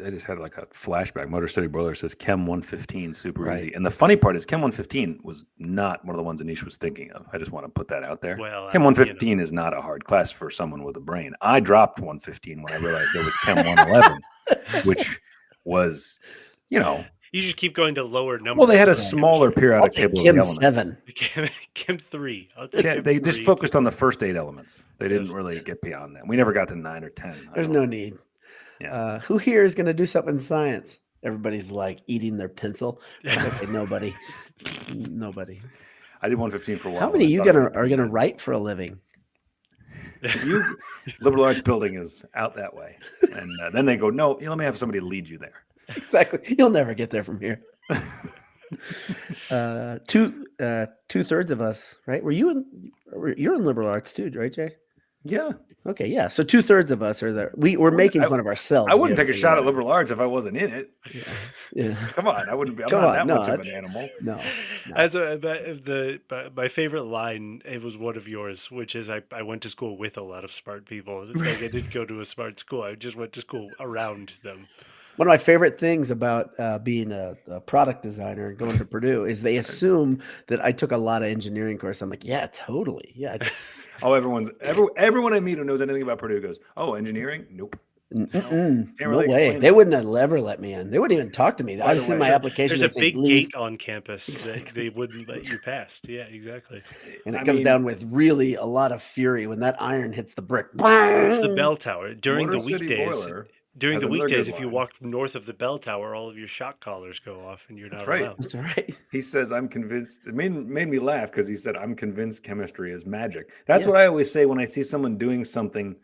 S1: I just had like a flashback. Motor City Boiler says Chem 115 super
S2: Right.
S1: easy. And the funny part is Chem 115 was not one of the ones Anish was thinking of. I just want to put that out there.
S3: Well,
S1: Chem
S3: I- you know,
S1: 115 is not a hard class for someone with a brain. I dropped 115 when I realized there was Chem 111, which was, you know,
S3: you should keep going to lower numbers.
S1: well, they had a
S3: Right.
S1: smaller
S2: I'll
S1: periodic
S2: take
S1: table of the
S2: Kim
S1: elements.
S2: seven.
S3: Chem, Chem three. I'll take
S1: Yeah,
S3: Chem
S1: they just
S3: three.
S1: focused on the first eight elements. They didn't
S3: Yes.
S1: really get beyond that. We never got to nine or ten. I
S2: There's
S1: don't-
S2: no need.
S1: Yeah.
S2: Uh, who here is going to do something in science? Everybody's like eating their pencil. Okay, nobody, nobody.
S1: I did 115 for a while.
S2: How
S1: and
S2: many
S1: I
S2: you
S1: thought it
S2: gonna
S1: was
S2: are gonna
S1: bad.
S2: write for a living?
S1: you liberal arts building is out that way and uh, then they go no you let me have somebody lead you there
S2: Exactly. You'll never get there from here. uh, two uh, two thirds of us, right? Were you in? were- You're in liberal arts too, right, Jay?
S1: yeah
S2: Okay, yeah. So two thirds of us are there. We we're making
S1: I-
S2: fun of ourselves.
S1: i
S2: if you
S1: wouldn't
S2: ever
S1: take a
S2: think
S1: shot at
S2: about
S1: liberal arts if i wasn't in it
S2: it. Yeah. Yeah.
S1: come on i wouldn't be i'm
S2: Come
S1: not that
S2: on, no,
S1: much of
S2: that's-
S1: an animal
S2: No. No.
S3: As a, the, the but my favorite line, it was one of yours, which is I, I went to school with a lot of smart people. Like I didn't go to a smart school. I just went to school around them.
S2: One of my favorite things about uh, being a, a product designer and going to Purdue is they assume that I took a lot of engineering course. I'm like, yeah, totally. Yeah. I-
S1: oh everyone's every, everyone i meet who knows anything about purdue goes oh engineering nope
S2: n- mm-mm,
S1: they
S2: No,
S1: were like,
S2: way.
S1: "Explain
S2: They
S1: it."
S2: wouldn't have ever let me in. They wouldn't even talk to me.
S1: By
S2: I
S1: the
S2: sent
S1: way,
S2: my
S1: there-
S2: application.
S3: There's a
S2: that said,
S3: big
S2: "Leave,"
S3: gate on campus that they wouldn't let you past. Yeah, exactly.
S2: and it
S1: I
S2: comes
S1: mean,
S2: down with really a lot of fury when that iron hits the brick.
S3: It's
S2: Mm.
S3: the bell tower during the
S1: Motor City
S3: weekdays.
S1: Boiler
S3: During
S1: has
S3: the
S1: another
S3: weekdays,
S1: good
S3: if you
S1: line.
S3: walked north of the bell tower, all of your shock collars go off, and you're not
S1: That's right.
S3: allowed.
S2: That's right.
S1: he says i'm convinced it made, made me laugh because he said i'm convinced chemistry is magic that's
S2: Yeah.
S1: what i always say when i see someone doing something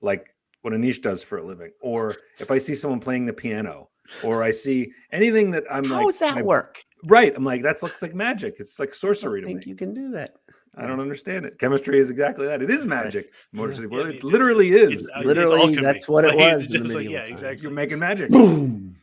S1: like what anish does for a living or if i see someone playing the piano or i see anything that i'm
S2: How
S1: like
S2: does that
S1: my-
S2: work?
S1: right i'm like that looks like magic it's like
S2: I don't
S1: sorcery to me
S2: think you can do that.
S1: i don't understand it chemistry is exactly that it is magic motor
S2: Yeah.
S1: city
S3: Yeah,
S1: Boiler,
S3: it's-
S1: it literally is
S3: It's- it's
S2: Literally,
S3: alchemy.
S2: that's what it
S3: Like, it's
S2: was in the
S3: just like,
S2: medieval
S3: yeah,
S2: times.
S3: exactly.
S1: you're making magic
S2: Boom.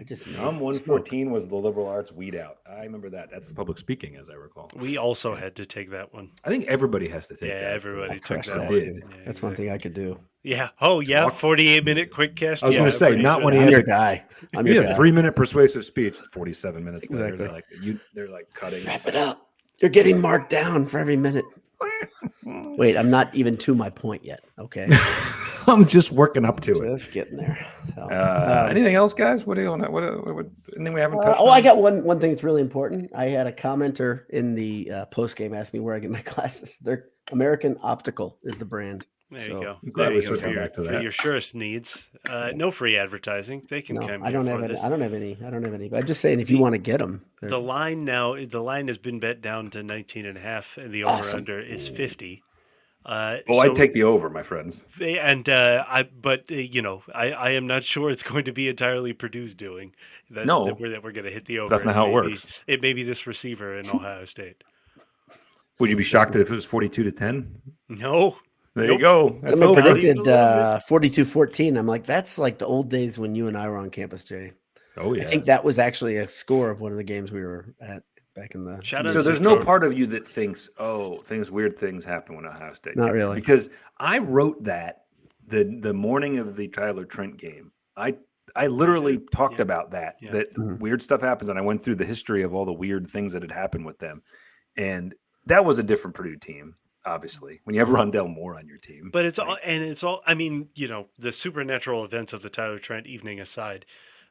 S2: I just made
S1: Um,
S2: it.
S1: 114 was the liberal arts weed out. I remember that. That's the public speaking, as I recall.
S3: We also had to take that one.
S1: I think everybody has to take
S3: Yeah,
S1: that.
S3: everybody
S2: I
S3: took
S2: crushed
S3: that
S2: that.
S3: one.
S1: did.
S3: Yeah,
S2: That's one
S3: exactly.
S2: thing I could do.
S3: Yeah. Oh yeah.
S1: Walk-
S3: Forty-eight minute quick cast.
S1: I was
S3: yeah,
S1: gonna
S3: I'm
S1: say,
S3: pretty
S1: not
S3: sure
S1: when he
S3: that-
S1: had
S2: I'm your
S1: to-
S2: guy. I'm
S1: You
S2: your
S1: had
S2: guy.
S1: a three-minute persuasive speech. Forty-seven minutes later,
S2: Exactly.
S1: they're like you, they're like cutting.
S2: Wrap it up. You're getting marked down for every minute. Wait, I'm not even to my point yet. Okay,
S1: I'm just working up to it.
S2: just getting there. So,
S1: Uh,
S2: um,
S1: anything else, guys? What do you want? to- What, what, what anything we haven't
S2: Uh,
S1: touched?
S2: oh,
S1: on?
S2: I got one one thing that's really important. I had a commenter in the uh, post game ask me where I get my glasses. They're American Optical is the brand.
S3: There
S2: So,
S3: you go.
S1: I'm glad
S3: There
S1: we
S3: you go
S1: circled
S3: for your,
S1: back to
S3: for
S1: that.
S3: your surest needs. Uh, no free advertising. They can
S2: No,
S3: come.
S2: I don't have any. I don't have any. I don't have any. But I'm just saying, if you want to get them,
S3: The line now, the line has been bet down to 19 and a half, and the over
S2: Awesome.
S3: under is 50. Uh,
S1: Oh, I'd
S3: so-
S1: take the over, my friends.
S3: and uh, I, but uh, you know, I, I am not sure it's going to be entirely Purdue's doing. That,
S1: No.
S3: that we're, that we're going to hit the over.
S1: That's not how it
S3: may be-
S1: works.
S3: it may be this receiver in Ohio State.
S1: Would you be shocked if it was 42 to 10?
S3: No,
S1: There
S3: Nope.
S1: you go. That's
S2: Someone
S1: over.
S2: predicted
S3: Little
S2: uh, 42-14. I'm like, that's like the old days when you and I were on campus, Jay.
S1: Oh yeah.
S2: I think that was actually a score of one of the games we were at back in the.
S3: Shout out
S1: so
S3: to
S1: there's no
S3: Jordan.
S1: part of you that thinks, oh, things weird things happen when Ohio State.
S2: Not
S1: gets-"
S2: really.
S1: Because I wrote that the the morning of the Tyler Trent game. I I literally talked
S3: Yeah.
S1: about that
S3: Yeah.
S1: that
S2: Mhm.
S1: weird stuff happens, and I went through the history of all the weird things that had happened with them, and that was a different Purdue team, obviously. When you have Rondell Moore on your team,
S3: But it's
S1: Right.
S3: all, and it's all. I mean, you know, the supernatural events of the Tyler Trent evening aside,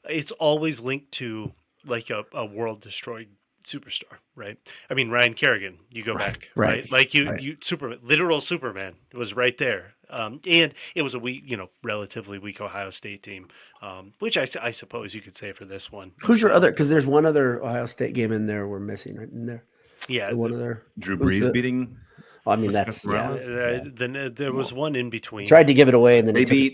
S3: it's always linked to like a, a world destroying superstar, right? I mean, Ryan Kerrigan. You go back, right?
S2: right,
S3: Like you,
S2: right.
S3: you Superman, literal Superman was right there, um, and it was a weak, you know, relatively weak Ohio State team, um, which I, s- I suppose you could say for this one.
S2: Who's your other? Because there's one other Ohio State game in there we're missing, right in there.
S3: Yeah,
S2: The one other.
S1: Drew
S2: who's
S1: Brees
S2: the-
S1: beating
S2: I mean, that's
S3: uh,
S2: yeah.
S1: Morales?
S2: yeah.
S3: Then uh, there was one in between.
S2: Tried to give it away and then
S1: they
S2: he took it
S1: beat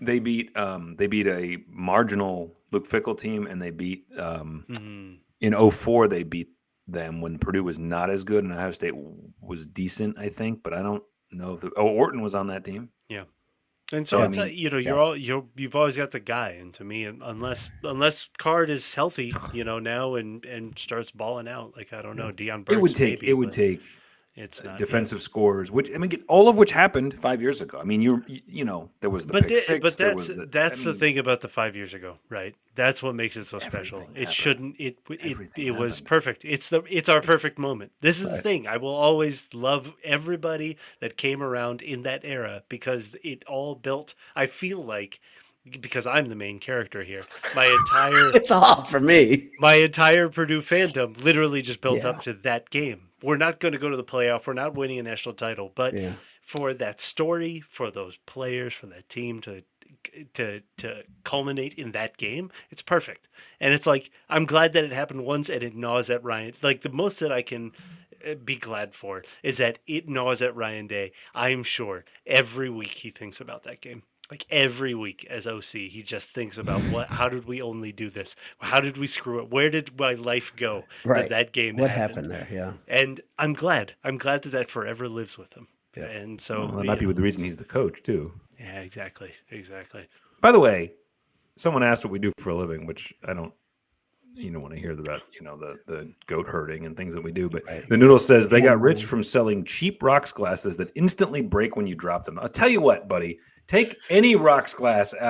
S1: they beat um they beat a marginal Luke Fickle team, and they beat um
S3: Mhm.
S1: in 04 they beat them when Purdue was not as good and Ohio State w- was decent, I think, but I don't know if the, oh Orton was on that team.
S3: And so
S1: Yeah, I
S3: it's uh
S1: mean,
S3: you know you're all you're you've always got the guy, and to me, un- unless unless Card is healthy, you know now and and starts balling out, like I don't know, Dion. Burks,
S1: it would take
S3: maybe,
S1: it would
S3: but
S1: take
S3: it's
S1: uh,
S3: not yeah.
S1: defensive scores, which I mean, get- all of which happened five years ago. I mean, you you you know there was the
S3: But
S1: pick
S3: the-
S1: six,
S3: but
S1: there
S3: that's
S1: was the, I
S3: that's the
S1: mean,
S3: thing about the five years ago, right? That's what makes it so special.
S1: Everything
S3: It
S1: happened.
S3: shouldn't. It w- it
S1: Everything
S3: it was
S1: happened.
S3: perfect. It's the it's our perfect moment. This is the
S1: Right.
S3: thing. I will always love everybody that came around in that era because it all built. I feel like because I'm the main character here, my entire.
S2: It's all for me.
S3: my entire Purdue fandom literally just built
S2: Yeah.
S3: up to that game. We're not going to go to the playoff. We're not winning a national title, but
S2: Yeah.
S3: for that story, for those players, for that team to to to culminate in that game, it's perfect. And it's like I'm glad that it happened once, and it gnaws at Ryan. Like the most that I can uh, be glad for is that it gnaws at Ryan Day. I'm sure every week he thinks about that game. Like every week as OC, he just thinks about what. How did we only do this? How did we screw it? Where did my life go? that
S2: Right.
S3: That game.
S2: What happened there? Yeah.
S3: And I'm glad. I'm glad that that forever lives with him.
S2: Yeah.
S3: And so
S1: Well, that might be with the reason he's the coach too.
S3: yeah, exactly, exactly.
S1: By the way, someone asked what we do for a living, which I don't. You don't want to hear about, you know, the the goat herding and things that we do. But
S2: Right.
S1: the noodle says they got rich
S2: Gambling.
S1: from selling cheap rocks glasses that instantly break when you drop them. I'll tell you what, buddy, take any rocks glass out